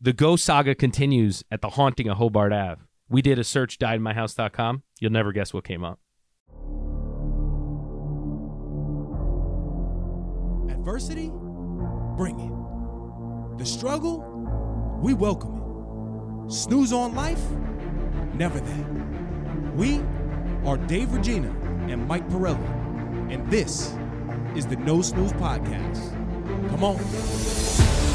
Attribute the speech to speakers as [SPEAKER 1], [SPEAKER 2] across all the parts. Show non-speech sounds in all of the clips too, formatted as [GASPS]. [SPEAKER 1] The ghost saga continues at the haunting of Hobart Ave. We did a search diedinmyhouse.com. You'll never guess what came up.
[SPEAKER 2] Adversity, bring it. The struggle, we welcome it. Snooze on life, never that. We are Dave Regina and Mike Pirelli, and this is the No Snooze Podcast. Come on.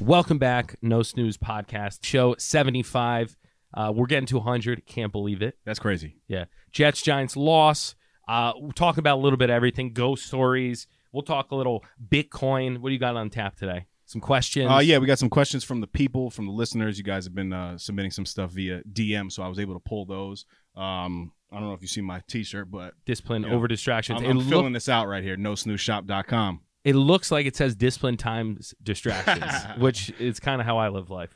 [SPEAKER 1] Welcome back, No Snooze Podcast, show 75. Uh, we're getting to 100. Can't believe it.
[SPEAKER 3] That's crazy.
[SPEAKER 1] Yeah. Jets Giants loss. Uh, we'll talk about a little bit of everything. Ghost stories. We'll talk a little Bitcoin. What do you got on tap today? Some questions.
[SPEAKER 3] Uh, yeah, we got some questions from the people, from the listeners. You guys have been uh, submitting some stuff via DM, so I was able to pull those. Um, I don't know if you see my T-shirt, but
[SPEAKER 1] Discipline
[SPEAKER 3] Yeah.
[SPEAKER 1] over distractions.
[SPEAKER 3] I'm,
[SPEAKER 1] it,
[SPEAKER 3] I'm
[SPEAKER 1] look-
[SPEAKER 3] filling this out right here. NoSnooshop.com.
[SPEAKER 1] it looks like it says discipline times
[SPEAKER 3] [LAUGHS]
[SPEAKER 1] distractions, which is kind of how I live life.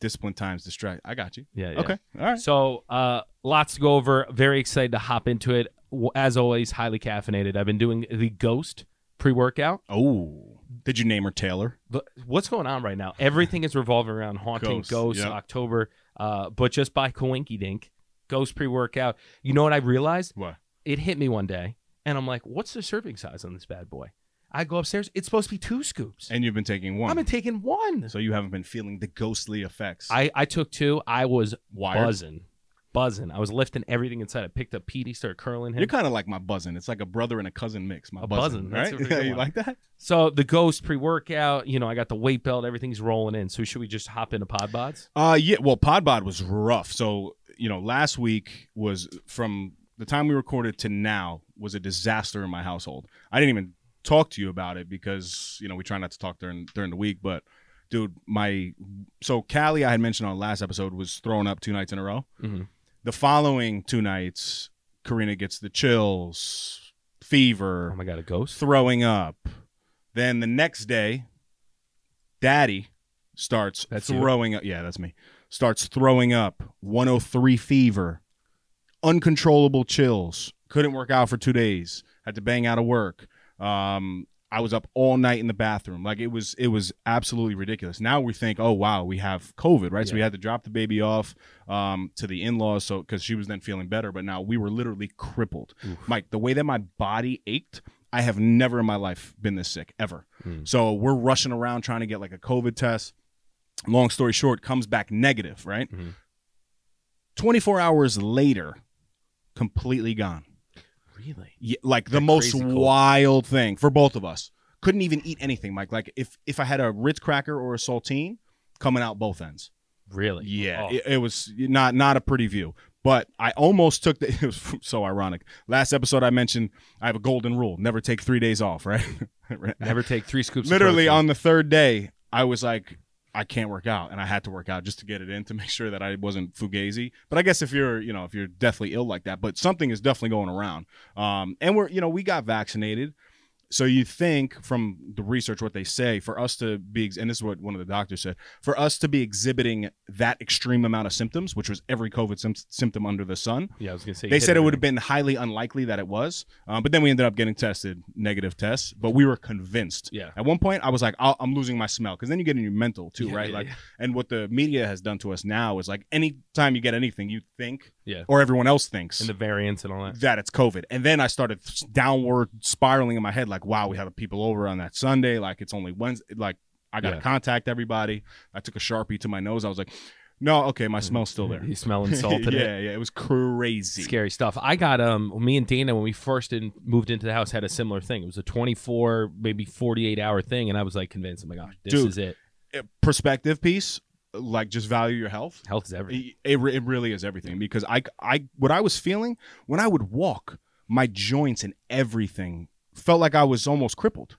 [SPEAKER 3] Discipline times distract. I got you.
[SPEAKER 1] Yeah. yeah.
[SPEAKER 3] Okay. All right.
[SPEAKER 1] So, uh, lots to go over. Very excited to hop into it. W- As always, highly caffeinated. I've been doing the Ghost pre workout.
[SPEAKER 3] Oh, did you name her Taylor?
[SPEAKER 1] But what's going on right now? Everything is revolving around haunting
[SPEAKER 3] Ghosts,
[SPEAKER 1] ghosts,
[SPEAKER 3] yep.
[SPEAKER 1] October. Uh, but just by coinky dink, ghost pre workout. You know what I realized?
[SPEAKER 3] What?
[SPEAKER 1] It hit me one day, and I'm like, "What's the serving size on this bad boy?" I go upstairs. It's supposed to be two scoops.
[SPEAKER 3] And you've been taking
[SPEAKER 1] I've
[SPEAKER 3] one,
[SPEAKER 1] been taking one.
[SPEAKER 3] so you haven't been feeling the ghostly effects.
[SPEAKER 1] I I took two. I was
[SPEAKER 3] Wired.
[SPEAKER 1] buzzing, buzzing. I was lifting everything inside. I picked up Petey, started curling him.
[SPEAKER 3] You're kind of like my buzzing. It's like a brother and a cousin mix. My
[SPEAKER 1] A buzzin',
[SPEAKER 3] buzzing,
[SPEAKER 1] that's a
[SPEAKER 3] right?
[SPEAKER 1] pretty
[SPEAKER 3] Yeah,
[SPEAKER 1] good
[SPEAKER 3] [LAUGHS] you
[SPEAKER 1] one.
[SPEAKER 3] like that?
[SPEAKER 1] So the ghost pre workout, you know, I got the weight belt, everything's rolling in. So should we just hop into pod bods?
[SPEAKER 3] Uh, yeah. Well, Podbod was rough. So you know, last week was from the time we recorded to now was a disaster in my household. I didn't even talk to you about it because you know we try not to talk during during the week. But dude, my so Callie I had mentioned on last episode was thrown up two nights in a row.
[SPEAKER 1] Mhm.
[SPEAKER 3] The following two nights, Karina gets the chills, fever.
[SPEAKER 1] Oh my god, a ghost!
[SPEAKER 3] throwing up. Then the next day, Daddy starts
[SPEAKER 1] That's you?
[SPEAKER 3] throwing up. Yeah, that's me. Starts throwing up. 103 fever, uncontrollable chills. Couldn't work out for two days. Had to bang out of work. Um, I was up all night in the bathroom. Like it was, it was absolutely ridiculous. Now we think, oh wow, we have COVID, right? So we
[SPEAKER 1] Yeah.
[SPEAKER 3] had to drop the baby off um, to the in-laws, so because she was then feeling better. But now we were literally crippled. Mike, the way that my body ached, I have never in my life been this sick ever.
[SPEAKER 1] Mm.
[SPEAKER 3] So we're rushing around trying to get like a COVID test. Long story short, comes back negative, right?
[SPEAKER 1] Mhm.
[SPEAKER 3] 24 hours later, completely gone.
[SPEAKER 1] Really?
[SPEAKER 3] Ye- like the
[SPEAKER 1] That
[SPEAKER 3] most
[SPEAKER 1] crazy cold.
[SPEAKER 3] wild thing for both of us. Couldn't even eat anything, Mike. Like if if I had a Ritz cracker or a saltine, coming out both ends.
[SPEAKER 1] Really?
[SPEAKER 3] Yeah,
[SPEAKER 1] Oh,
[SPEAKER 3] it, it was not not a pretty view. But I almost took the. [LAUGHS] It was so ironic. Last episode, I mentioned I have a golden rule: never take three days off. Right? [LAUGHS]
[SPEAKER 1] never take three scoops. of
[SPEAKER 3] Literally
[SPEAKER 1] protein.
[SPEAKER 3] on the third day, I was like, I can't work out, and I had to work out just to get it in to [LAUGHS] make sure that I wasn't fugazi. But I guess if you're, you know, if you're deathly ill like that, but something is definitely going around. Um, and we're, you know, we got vaccinated. So you think from the research what they say for us to be ex- and this is what one of the doctors said for us to be exhibiting that extreme amount of symptoms which was every covid sym- symptom under the sun
[SPEAKER 1] Yeah, I was gonna say.
[SPEAKER 3] they said it would have been highly unlikely that it was, um, but then we ended up getting tested, negative tests. But we were convinced.
[SPEAKER 1] Yeah.
[SPEAKER 3] At one point, I was like, I'll, "I'm losing my smell," because then you get in your mental too,
[SPEAKER 1] Yeah,
[SPEAKER 3] right?
[SPEAKER 1] yeah,
[SPEAKER 3] like,
[SPEAKER 1] yeah.
[SPEAKER 3] and what the media has done to us now is like, anytime you get anything, you think,
[SPEAKER 1] Yeah.
[SPEAKER 3] or everyone else thinks
[SPEAKER 1] and the variants and all that.
[SPEAKER 3] that it's COVID. And then I started downward spiraling in my head, like, wow, we have people over on that Sunday. Like, it's only Wednesday. Like, I got to
[SPEAKER 1] Yeah.
[SPEAKER 3] contact everybody. I took a Sharpie to my nose. I was like, no, okay, my smell's still
[SPEAKER 1] [LAUGHS]
[SPEAKER 3] there.
[SPEAKER 1] You smelling salt
[SPEAKER 3] [LAUGHS]
[SPEAKER 1] today?
[SPEAKER 3] yeah, yeah, it was crazy.
[SPEAKER 1] Scary stuff. I got um me and Dana when we first in, moved into the house had a similar thing. It was a 24 maybe 48 hour thing and I was like convinced, "Oh my gosh, this
[SPEAKER 3] Dude.
[SPEAKER 1] is it.
[SPEAKER 3] Uh, perspective piece like just value your health
[SPEAKER 1] Health is everything."
[SPEAKER 3] it, it, re- it really is everything because I, I what i was feeling when i would walk my joints and everything felt like i was almost crippled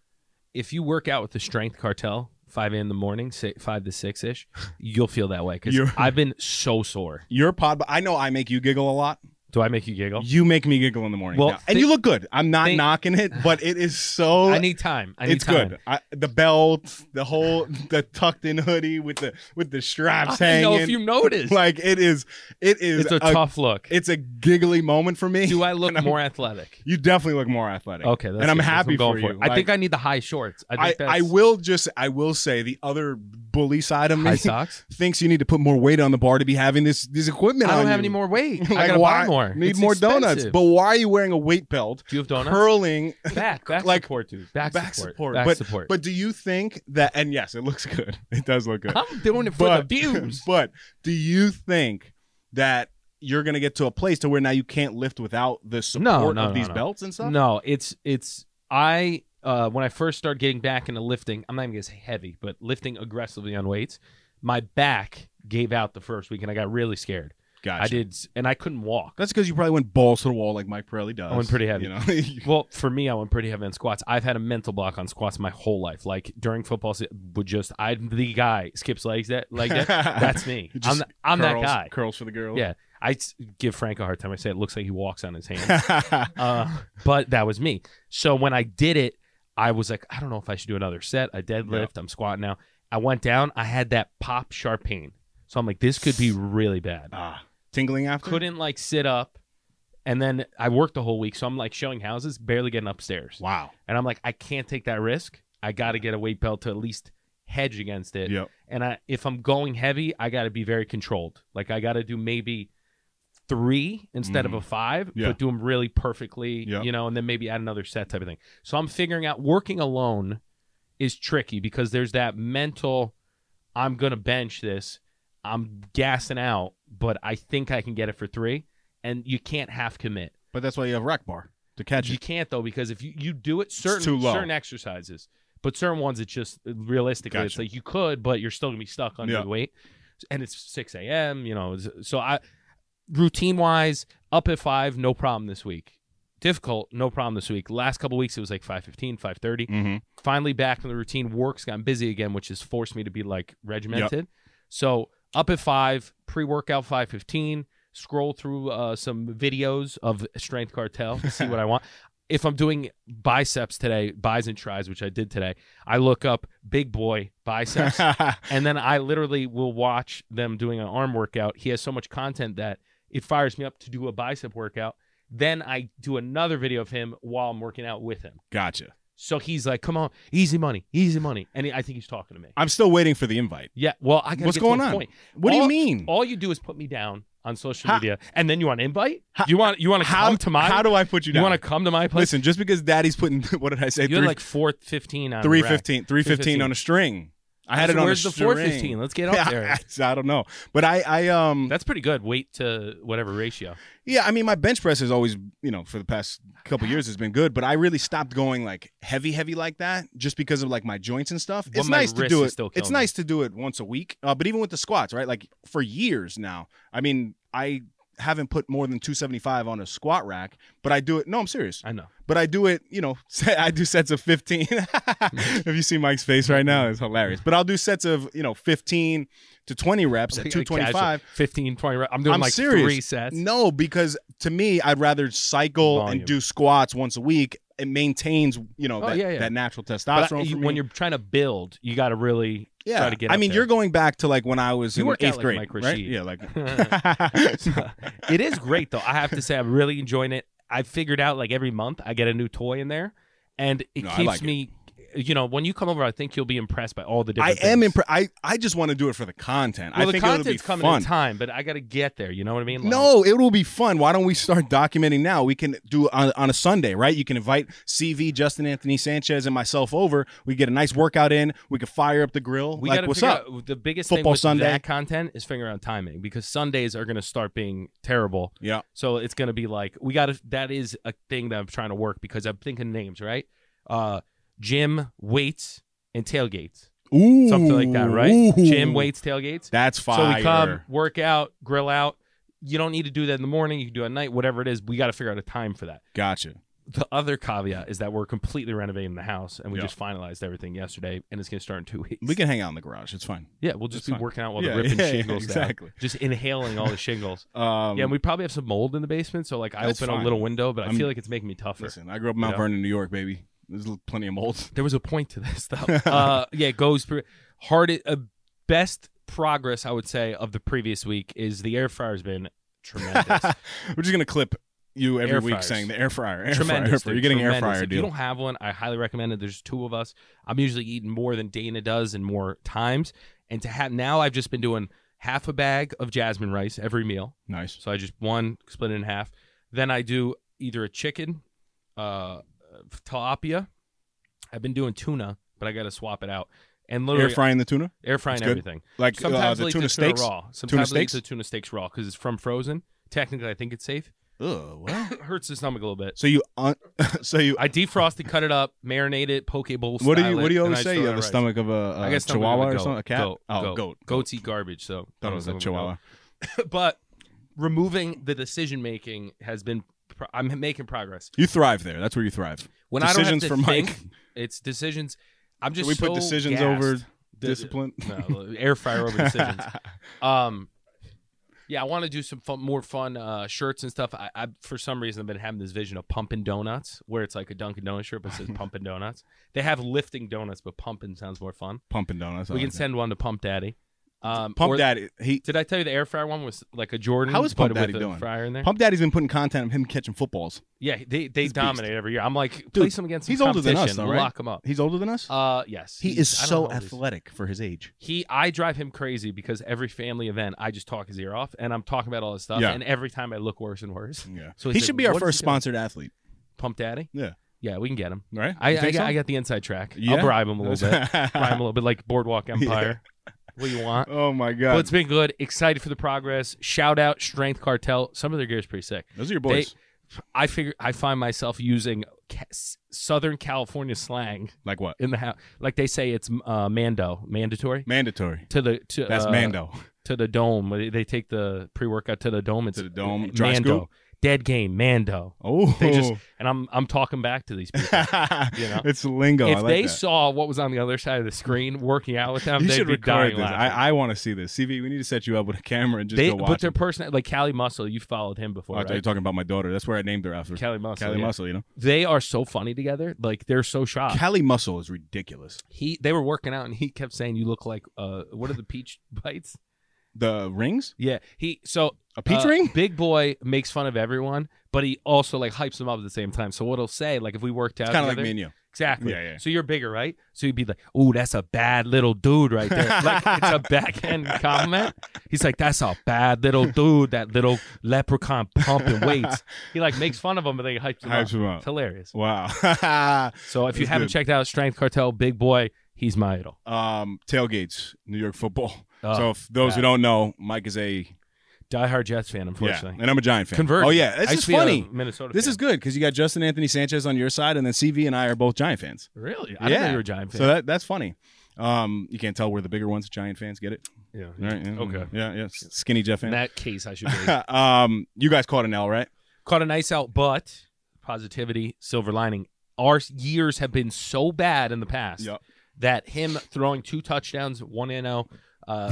[SPEAKER 1] If you work out with the strength cartel 5 a.m. in the morning, si 5 to 6 [LAUGHS] ish, you'll feel that way because
[SPEAKER 3] You're-
[SPEAKER 1] I've been so sore.
[SPEAKER 3] your pod i know i make you giggle a lot
[SPEAKER 1] Do I make you giggle?
[SPEAKER 3] You make me giggle in the morning.
[SPEAKER 1] Well,
[SPEAKER 3] yeah.
[SPEAKER 1] thi-
[SPEAKER 3] and you look good. I'm not
[SPEAKER 1] think-
[SPEAKER 3] knocking it, but it is so.
[SPEAKER 1] [LAUGHS] I need time. I need
[SPEAKER 3] it's
[SPEAKER 1] time.
[SPEAKER 3] good. I, the belt, the whole, the tucked in hoodie with the with the straps
[SPEAKER 1] I
[SPEAKER 3] hanging.
[SPEAKER 1] know if you notice.
[SPEAKER 3] like uh, it is, it is.
[SPEAKER 1] it's a, tough look.
[SPEAKER 3] It's a giggly moment for me.
[SPEAKER 1] [LAUGHS] Do I look more
[SPEAKER 3] [LAUGHS]
[SPEAKER 1] athletic?
[SPEAKER 3] You definitely look more athletic.
[SPEAKER 1] Okay, that's
[SPEAKER 3] and I'm
[SPEAKER 1] good. That's what
[SPEAKER 3] happy
[SPEAKER 1] going
[SPEAKER 3] for you.
[SPEAKER 1] I think I need the high shorts. I
[SPEAKER 3] I,
[SPEAKER 1] think that's
[SPEAKER 3] I will just I will say the other bully side of
[SPEAKER 1] high
[SPEAKER 3] me
[SPEAKER 1] socks.
[SPEAKER 3] [LAUGHS] thinks you need to put more weight on the bar to be having this this equipment.
[SPEAKER 1] I don't
[SPEAKER 3] on
[SPEAKER 1] have
[SPEAKER 3] you.
[SPEAKER 1] any more weight.
[SPEAKER 3] [LAUGHS] Like,
[SPEAKER 1] I gotta
[SPEAKER 3] why,
[SPEAKER 1] buy more.
[SPEAKER 3] Need
[SPEAKER 1] It's
[SPEAKER 3] more donuts.
[SPEAKER 1] expensive.
[SPEAKER 3] But why are you wearing a weight belt?
[SPEAKER 1] do you have donuts?
[SPEAKER 3] Curling
[SPEAKER 1] back, back
[SPEAKER 3] like,
[SPEAKER 1] support, dude. Back,
[SPEAKER 3] back
[SPEAKER 1] support,
[SPEAKER 3] support.
[SPEAKER 1] back
[SPEAKER 3] but,
[SPEAKER 1] support.
[SPEAKER 3] [LAUGHS] But do you think that? And yes, it looks good. [LAUGHS] It does look good.
[SPEAKER 1] I'm doing it for
[SPEAKER 3] but
[SPEAKER 1] the
[SPEAKER 3] [LAUGHS]
[SPEAKER 1] views.
[SPEAKER 3] But do you think that you're gonna get to a place to where now you can't lift without the support
[SPEAKER 1] no,
[SPEAKER 3] of
[SPEAKER 1] no,
[SPEAKER 3] these
[SPEAKER 1] no.
[SPEAKER 3] belts and stuff?
[SPEAKER 1] No, it's it's I uh, when I first started getting back into lifting, I'm not even gonna say heavy, but lifting aggressively on weights, my back gave out the first week, and I got really scared.
[SPEAKER 3] Gotcha.
[SPEAKER 1] I did, s- and I couldn't walk.
[SPEAKER 3] That's because you probably went balls to the wall like Mike Pirelli does.
[SPEAKER 1] I went pretty heavy.
[SPEAKER 3] You know, [LAUGHS]
[SPEAKER 1] Well, for me, I went pretty heavy on squats. I've had a mental block on squats my whole life. Like during football, se- would just I'm the guy skips legs that like
[SPEAKER 3] [LAUGHS]
[SPEAKER 1] that. That's me.
[SPEAKER 3] Just
[SPEAKER 1] I'm I'm that
[SPEAKER 3] Curls-
[SPEAKER 1] guy.
[SPEAKER 3] Curls for the girls.
[SPEAKER 1] Yeah, I s- give Frank a hard time. I say it looks like he walks on his
[SPEAKER 3] [LAUGHS]
[SPEAKER 1] hands.
[SPEAKER 3] Yeah.
[SPEAKER 1] uh, [LAUGHS] but that was me. So when I did it, I was like, I don't know if I should do another set. I deadlift. I'm squatting now. I went down. I had that pop sharp pain. So I'm like, this could be really bad.
[SPEAKER 3] [LAUGHS] ah, tingling after.
[SPEAKER 1] Couldn't like sit up. And then I worked the whole week. So I'm like showing houses, barely getting upstairs.
[SPEAKER 3] Wow.
[SPEAKER 1] And I'm like, I can't take that risk. I got to get a weight belt to at least hedge against it.
[SPEAKER 3] Yep.
[SPEAKER 1] And I, if I'm going heavy, I got to be very controlled. Like I got to do maybe three instead of a five,
[SPEAKER 3] Yeah.
[SPEAKER 1] but do them really perfectly,
[SPEAKER 3] Yep.
[SPEAKER 1] you know, and then maybe add another set type of thing. So I'm figuring out working alone is tricky because there's that mental, I'm going to bench this. I'm gassing out, but I think I can get it for three. And you can't half commit.
[SPEAKER 3] But that's why you have rack bar to catch
[SPEAKER 1] You
[SPEAKER 3] it.
[SPEAKER 1] can't though because if you, you do it certain
[SPEAKER 3] too low.
[SPEAKER 1] certain exercises, but certain ones it's just realistically it's
[SPEAKER 3] Gotcha.
[SPEAKER 1] like you could, but you're still gonna be stuck under
[SPEAKER 3] Yeah.
[SPEAKER 1] the weight, and it's six a.m. You know, it's- so I routine wise up at five, no problem this week. Difficult, no problem this week. Last couple weeks it was like 5.15, 5.30. [LAUGHS]
[SPEAKER 3] Mm-hmm.
[SPEAKER 1] Finally back in the routine. Work's gotten busy again, which has forced me to be like regimented. So up at five, pre-workout 5.15, scroll through uh, some videos of Strength Cartel, see what I want if I'm doing biceps today, buys and tries, which I did today, I look up big boy
[SPEAKER 3] [LAUGHS]
[SPEAKER 1] biceps, and then I literally will watch them doing an arm workout. He has so much content that it fires me up to do a bicep workout. Then I do another video of him while I'm working out with him.
[SPEAKER 3] gotcha.
[SPEAKER 1] So he's like, "Come on, easy money, easy money," and he- I think he's talking to me.
[SPEAKER 3] I'm still waiting for the invite.
[SPEAKER 1] Yeah, well, I got
[SPEAKER 3] What's going
[SPEAKER 1] to a
[SPEAKER 3] on?
[SPEAKER 1] Point.
[SPEAKER 3] What do
[SPEAKER 1] All-
[SPEAKER 3] you mean?
[SPEAKER 1] All you do is put me down on social
[SPEAKER 3] How-
[SPEAKER 1] media, and then you want an invite.
[SPEAKER 3] How-
[SPEAKER 1] you want you want to
[SPEAKER 3] how
[SPEAKER 1] come to my
[SPEAKER 3] how do I put you
[SPEAKER 1] you,
[SPEAKER 3] down?
[SPEAKER 1] want to come to my place?
[SPEAKER 3] listen? Just because Daddy's putting [LAUGHS] what did I say?
[SPEAKER 1] you had like four fifteen on
[SPEAKER 3] three
[SPEAKER 1] rack.
[SPEAKER 3] fifteen, three fifteen on a string. I had
[SPEAKER 1] So
[SPEAKER 3] it on
[SPEAKER 1] Where's
[SPEAKER 3] a
[SPEAKER 1] the
[SPEAKER 3] string.
[SPEAKER 1] 415? Let's get
[SPEAKER 3] [LAUGHS]
[SPEAKER 1] up there.
[SPEAKER 3] I don't know, but I, I um,
[SPEAKER 1] That's pretty good. Weight to whatever ratio.
[SPEAKER 3] yeah, I mean, my bench press has always, you know, for the past couple years has been good, but I really stopped going like heavy, heavy like that just because of like my joints and stuff.
[SPEAKER 1] Well,
[SPEAKER 3] it's
[SPEAKER 1] my
[SPEAKER 3] nice to
[SPEAKER 1] wrist
[SPEAKER 3] do
[SPEAKER 1] is
[SPEAKER 3] it.
[SPEAKER 1] still
[SPEAKER 3] It's
[SPEAKER 1] killing
[SPEAKER 3] nice to do it once a week, uh, but even with the squats, right? Like for years now, I mean, I haven't put more than 275 on a squat rack, but I do it. No, I'm serious.
[SPEAKER 1] I know.
[SPEAKER 3] but I do it, you know, [LAUGHS] I do sets of 15. [LAUGHS] if you see Mike's face right now, it's hilarious. But I'll do sets of, you know, 15 to
[SPEAKER 1] [LAUGHS]
[SPEAKER 3] 20 reps at 225.
[SPEAKER 1] Casual. 15, 20. I'm doing
[SPEAKER 3] I'm
[SPEAKER 1] like
[SPEAKER 3] serious.
[SPEAKER 1] three sets.
[SPEAKER 3] No, because to me, I'd rather cycle
[SPEAKER 1] Volume.
[SPEAKER 3] and do squats once a week. It maintains, you know,
[SPEAKER 1] Oh,
[SPEAKER 3] that,
[SPEAKER 1] yeah, yeah.
[SPEAKER 3] that natural testosterone.
[SPEAKER 1] But I-
[SPEAKER 3] for
[SPEAKER 1] you-
[SPEAKER 3] me.
[SPEAKER 1] when you're trying to build, you got to really
[SPEAKER 3] yeah,
[SPEAKER 1] try to get
[SPEAKER 3] I
[SPEAKER 1] up
[SPEAKER 3] mean,
[SPEAKER 1] there.
[SPEAKER 3] you're going back to like when I was
[SPEAKER 1] You
[SPEAKER 3] in
[SPEAKER 1] work out
[SPEAKER 3] eighth
[SPEAKER 1] like
[SPEAKER 3] grade,
[SPEAKER 1] Mike
[SPEAKER 3] right?
[SPEAKER 1] Rashid. [LAUGHS]
[SPEAKER 3] Yeah, like
[SPEAKER 1] it is great though. I have to say, I'm really enjoying it. I figured out like every month I get a new toy in there, and it
[SPEAKER 3] No, I
[SPEAKER 1] keeps
[SPEAKER 3] like it.
[SPEAKER 1] me. You know, when you come over, I think you'll be impressed by all the
[SPEAKER 3] I
[SPEAKER 1] different.
[SPEAKER 3] am
[SPEAKER 1] things.
[SPEAKER 3] impressed. I I just want to do it for the content.
[SPEAKER 1] Well,
[SPEAKER 3] I
[SPEAKER 1] the
[SPEAKER 3] think it'll be
[SPEAKER 1] content's coming
[SPEAKER 3] fun.
[SPEAKER 1] in time, but I got to get there. You know what I mean? Like,
[SPEAKER 3] No, it will be fun. Why don't we start documenting now? We can do on, on a Sunday, right? You can invite CV, Justin Anthony Sanchez, and myself over. We get a nice workout in. We can fire up the grill.
[SPEAKER 1] We
[SPEAKER 3] like,
[SPEAKER 1] got to
[SPEAKER 3] what's
[SPEAKER 1] figure
[SPEAKER 3] up?
[SPEAKER 1] out the biggest thing
[SPEAKER 3] Football
[SPEAKER 1] with
[SPEAKER 3] Sunday.
[SPEAKER 1] that content is figuring out timing because Sundays are going to start being terrible.
[SPEAKER 3] Yeah.
[SPEAKER 1] So it's going to be like we got to. That is a thing that I'm trying to work because I'm thinking names right. Uh, gym weights and tailgates,
[SPEAKER 3] Ooh,
[SPEAKER 1] something like that, right?
[SPEAKER 3] Ooh.
[SPEAKER 1] Gym weights, tailgates.
[SPEAKER 3] That's fire.
[SPEAKER 1] So we come, work out, grill out. You don't need to do that in the morning. You can do it at night, whatever it is. We got to figure out a time for that.
[SPEAKER 3] Gotcha.
[SPEAKER 1] the other caveat is that we're completely renovating the house and we
[SPEAKER 3] Yeah.
[SPEAKER 1] just finalized everything yesterday and it's going to start in two [LAUGHS] weeks.
[SPEAKER 3] We can hang out in the garage. It's fine.
[SPEAKER 1] yeah, we'll just
[SPEAKER 3] it's
[SPEAKER 1] be
[SPEAKER 3] fine.
[SPEAKER 1] working out while
[SPEAKER 3] Yeah,
[SPEAKER 1] the ripping
[SPEAKER 3] [LAUGHS] yeah, yeah,
[SPEAKER 1] shingles
[SPEAKER 3] exactly.
[SPEAKER 1] down. Just inhaling all the shingles.
[SPEAKER 3] [LAUGHS] Um,
[SPEAKER 1] yeah, and we [LAUGHS] probably have some mold in the basement, so like I
[SPEAKER 3] That's
[SPEAKER 1] open a
[SPEAKER 3] fine.
[SPEAKER 1] little window, but I
[SPEAKER 3] I'm-
[SPEAKER 1] feel like it's making me tougher.
[SPEAKER 3] listen. I grew up in Mount
[SPEAKER 1] Yeah.
[SPEAKER 3] Vernon, New York, baby. There's l- plenty
[SPEAKER 1] [LAUGHS]
[SPEAKER 3] of mold.
[SPEAKER 1] There was a point to this
[SPEAKER 3] [LAUGHS]
[SPEAKER 1] though. uh, yeah, it goes through hard. Uh, best progress I would say of the previous week is the air fryer has been tremendous.
[SPEAKER 3] We're just gonna clip you every
[SPEAKER 1] Air
[SPEAKER 3] week
[SPEAKER 1] fryers.
[SPEAKER 3] saying the air fryer, [LAUGHS] air fryer, air
[SPEAKER 1] tremendous.
[SPEAKER 3] fryer.
[SPEAKER 1] dude,
[SPEAKER 3] You're getting
[SPEAKER 1] tremendous.
[SPEAKER 3] air fryer
[SPEAKER 1] If you
[SPEAKER 3] deal.
[SPEAKER 1] don't have one, I highly recommend it. There's two of us. I'm usually eating more than Dana does and more times. And to have now, I've just been doing half a bag of jasmine rice every meal.
[SPEAKER 3] Nice.
[SPEAKER 1] So I just one split it in half. Then I do either a chicken, uh, tilapia. I've been doing tuna, but I got to swap it out. And
[SPEAKER 3] Air
[SPEAKER 1] literally air,
[SPEAKER 3] frying the tuna,
[SPEAKER 1] frying
[SPEAKER 3] It's good.
[SPEAKER 1] everything.
[SPEAKER 3] like uh,
[SPEAKER 1] Sometimes I
[SPEAKER 3] the
[SPEAKER 1] eat
[SPEAKER 3] tuna steaks.
[SPEAKER 1] raw. Sometimes I eat
[SPEAKER 3] steaks?
[SPEAKER 1] the tuna steaks raw because it's from frozen. Technically, I think it's safe.
[SPEAKER 3] Ugh,
[SPEAKER 1] [LAUGHS]
[SPEAKER 3] what?
[SPEAKER 1] It hurts the stomach a little bit.
[SPEAKER 3] So you, un- [LAUGHS] so you.
[SPEAKER 1] I defrosted, cut it up, marinate it, poke bowl.
[SPEAKER 3] What do
[SPEAKER 1] style
[SPEAKER 3] you? What do
[SPEAKER 1] it,
[SPEAKER 3] you
[SPEAKER 1] and
[SPEAKER 3] always
[SPEAKER 1] I throw
[SPEAKER 3] say? You
[SPEAKER 1] it
[SPEAKER 3] have the
[SPEAKER 1] rice.
[SPEAKER 3] stomach of a,
[SPEAKER 1] I
[SPEAKER 3] a
[SPEAKER 1] guess stomach of
[SPEAKER 3] chihuahua
[SPEAKER 1] a
[SPEAKER 3] or
[SPEAKER 1] goat.
[SPEAKER 3] something. A cat?
[SPEAKER 1] Goat,
[SPEAKER 3] oh,
[SPEAKER 1] goat.
[SPEAKER 3] goat.
[SPEAKER 1] Goats eat garbage, so
[SPEAKER 3] Thought it was a
[SPEAKER 1] Goat. [LAUGHS]
[SPEAKER 3] chihuahua.
[SPEAKER 1] But removing the decision making has been. pro- I'm making progress.
[SPEAKER 3] You thrive there. That's where you thrive.
[SPEAKER 1] When
[SPEAKER 3] Decisions
[SPEAKER 1] I
[SPEAKER 3] for
[SPEAKER 1] don't have to
[SPEAKER 3] Mike.
[SPEAKER 1] think, it's decisions. I'm just.
[SPEAKER 3] Should we put
[SPEAKER 1] so
[SPEAKER 3] decisions
[SPEAKER 1] gassed.
[SPEAKER 3] over
[SPEAKER 1] The-
[SPEAKER 3] discipline?
[SPEAKER 1] No, air fryer
[SPEAKER 3] [LAUGHS]
[SPEAKER 1] over decisions. Um, yeah, I want to do some fun, more fun uh, shirts and stuff. I, I, for some reason, I've been having this vision of pumping donuts, where it's like a Dunkin' Donuts shirt, but it says pumping donuts. They have lifting donuts, but pumping sounds more fun.
[SPEAKER 3] Pumping donuts. I
[SPEAKER 1] we can
[SPEAKER 3] like that.
[SPEAKER 1] send one to Pump Daddy. Um,
[SPEAKER 3] Pump
[SPEAKER 1] or-
[SPEAKER 3] Daddy. He
[SPEAKER 1] Did I tell you the air fryer one was like a Jordan?
[SPEAKER 3] How is
[SPEAKER 1] but
[SPEAKER 3] Pump Daddy
[SPEAKER 1] with a
[SPEAKER 3] doing?
[SPEAKER 1] Fryer in there.
[SPEAKER 3] Pump Daddy's been putting content of him catching footballs.
[SPEAKER 1] yeah, they they
[SPEAKER 3] He's a beast.
[SPEAKER 1] dominate every year. I'm like, place him against. Some
[SPEAKER 3] he's older than us,
[SPEAKER 1] competition.
[SPEAKER 3] though,
[SPEAKER 1] We'll
[SPEAKER 3] right?
[SPEAKER 1] Lock him up.
[SPEAKER 3] He's older than us.
[SPEAKER 1] Uh, yes,
[SPEAKER 3] he
[SPEAKER 1] he's-
[SPEAKER 3] is
[SPEAKER 1] I don't
[SPEAKER 3] so
[SPEAKER 1] know how old he is.
[SPEAKER 3] athletic for his age.
[SPEAKER 1] He, I drive him crazy because every family event, I just talk his ear off, and I'm talking about all this stuff,
[SPEAKER 3] Yeah.
[SPEAKER 1] and every time I look worse and worse. [LAUGHS]
[SPEAKER 3] Yeah.
[SPEAKER 1] So
[SPEAKER 3] he
[SPEAKER 1] he's
[SPEAKER 3] should
[SPEAKER 1] like,
[SPEAKER 3] be our
[SPEAKER 1] "What is
[SPEAKER 3] first
[SPEAKER 1] he doing?"
[SPEAKER 3] sponsored athlete,
[SPEAKER 1] Pump Daddy.
[SPEAKER 3] Yeah.
[SPEAKER 1] yeah, we can get him.
[SPEAKER 3] right?
[SPEAKER 1] I,
[SPEAKER 3] You
[SPEAKER 1] I,
[SPEAKER 3] think
[SPEAKER 1] got,
[SPEAKER 3] so?
[SPEAKER 1] I got the inside track.
[SPEAKER 3] Yeah?
[SPEAKER 1] I'll bribe him a little
[SPEAKER 3] [LAUGHS]
[SPEAKER 1] bit. bribe him a little bit, like Boardwalk Empire. What do you want?
[SPEAKER 3] oh my
[SPEAKER 1] Well,
[SPEAKER 3] [LAUGHS] god.
[SPEAKER 1] it's been good. Excited for the progress. Shout out Strength Cartel. Some of their gear is pretty sick.
[SPEAKER 3] Those are your boys.
[SPEAKER 1] I figure I find myself using ca- S- Southern California slang
[SPEAKER 3] like what?
[SPEAKER 1] in the house. Like they say, it's uh, Mando mandatory
[SPEAKER 3] Mandatory.
[SPEAKER 1] to the to
[SPEAKER 3] That's
[SPEAKER 1] uh,
[SPEAKER 3] Mando.
[SPEAKER 1] to the dome. They, they take the pre workout to the dome. It's
[SPEAKER 3] To the dome. Dry
[SPEAKER 1] Mando.
[SPEAKER 3] scoop?
[SPEAKER 1] Dead game. Mando.
[SPEAKER 3] Oh.
[SPEAKER 1] They just
[SPEAKER 3] [LAUGHS]
[SPEAKER 1] and I'm I'm talking back to these people. you know?
[SPEAKER 3] It's lingo.
[SPEAKER 1] if
[SPEAKER 3] I like
[SPEAKER 1] they
[SPEAKER 3] that.
[SPEAKER 1] saw what was on the other side of the screen working out with them,
[SPEAKER 3] you
[SPEAKER 1] they'd
[SPEAKER 3] should
[SPEAKER 1] be
[SPEAKER 3] record
[SPEAKER 1] dying
[SPEAKER 3] this.
[SPEAKER 1] laughing.
[SPEAKER 3] I, I want to see this. CV, we need to set you up with a camera and just
[SPEAKER 1] they,
[SPEAKER 3] go watch.
[SPEAKER 1] but their
[SPEAKER 3] it.
[SPEAKER 1] person like Cali Muscle, you followed him
[SPEAKER 3] Oh,
[SPEAKER 1] before,
[SPEAKER 3] I thought you were
[SPEAKER 1] right?
[SPEAKER 3] talking about my daughter. That's where I named her after.
[SPEAKER 1] Cali Muscle.
[SPEAKER 3] Cali
[SPEAKER 1] yeah. Ah.
[SPEAKER 3] Muscle, you know?
[SPEAKER 1] They are so funny together. Like they're so shocked.
[SPEAKER 3] Cali Muscle is ridiculous.
[SPEAKER 1] he they were working out and he kept saying you look like uh what are the peach bites
[SPEAKER 3] The rings?
[SPEAKER 1] yeah he so
[SPEAKER 3] A peach
[SPEAKER 1] uh,
[SPEAKER 3] ring?
[SPEAKER 1] big boy makes fun of everyone but he also like hypes them up at the same time so what he'll say like if we worked out
[SPEAKER 3] Kind of like
[SPEAKER 1] together-
[SPEAKER 3] me and you.
[SPEAKER 1] exactly
[SPEAKER 3] Yeah, yeah.
[SPEAKER 1] so you're bigger right so you'd be like oh that's a bad little dude right
[SPEAKER 3] [LAUGHS]
[SPEAKER 1] there like it's a backhand compliment he's like that's a bad little dude that little leprechaun pumping weights he like makes fun of him but they hypes him
[SPEAKER 3] Hypes
[SPEAKER 1] up
[SPEAKER 3] him up.
[SPEAKER 1] it's hilarious
[SPEAKER 3] Wow. [LAUGHS]
[SPEAKER 1] so if you
[SPEAKER 3] That's
[SPEAKER 1] haven't
[SPEAKER 3] good.
[SPEAKER 1] checked out strength cartel big boy he's my idol
[SPEAKER 3] um, tailgates, New York football.
[SPEAKER 1] Uh,
[SPEAKER 3] so if those who
[SPEAKER 1] bad.
[SPEAKER 3] don't know, Mike is a
[SPEAKER 1] diehard jets fan
[SPEAKER 3] yeah,
[SPEAKER 1] unfortunately
[SPEAKER 3] and I'm a Giant fan.
[SPEAKER 1] Conversion.
[SPEAKER 3] Oh yeah,
[SPEAKER 1] I
[SPEAKER 3] this
[SPEAKER 1] used
[SPEAKER 3] is
[SPEAKER 1] to be a
[SPEAKER 3] funny.
[SPEAKER 1] Minnesota.
[SPEAKER 3] This is good because you got Justin Anthony Sanchez on your side, and then CV and I are both Giant fans.
[SPEAKER 1] really. I
[SPEAKER 3] yeah,
[SPEAKER 1] didn't know you were a Giant fan.
[SPEAKER 3] So that that's funny. Um, you can't tell we're the bigger ones, Giant fans. Get it?
[SPEAKER 1] yeah.
[SPEAKER 3] All right, yeah,
[SPEAKER 1] Okay.
[SPEAKER 3] Yeah. Yeah. Skinny Jeff
[SPEAKER 1] In
[SPEAKER 3] fan.
[SPEAKER 1] that case, I should be
[SPEAKER 3] [LAUGHS] um, you guys caught an L, right?
[SPEAKER 1] [LAUGHS] caught a nice out, but positivity, silver lining. Our years have been so bad in the past
[SPEAKER 3] Yep.
[SPEAKER 1] that him throwing two touchdowns, one NO,
[SPEAKER 3] [LAUGHS]
[SPEAKER 1] uh,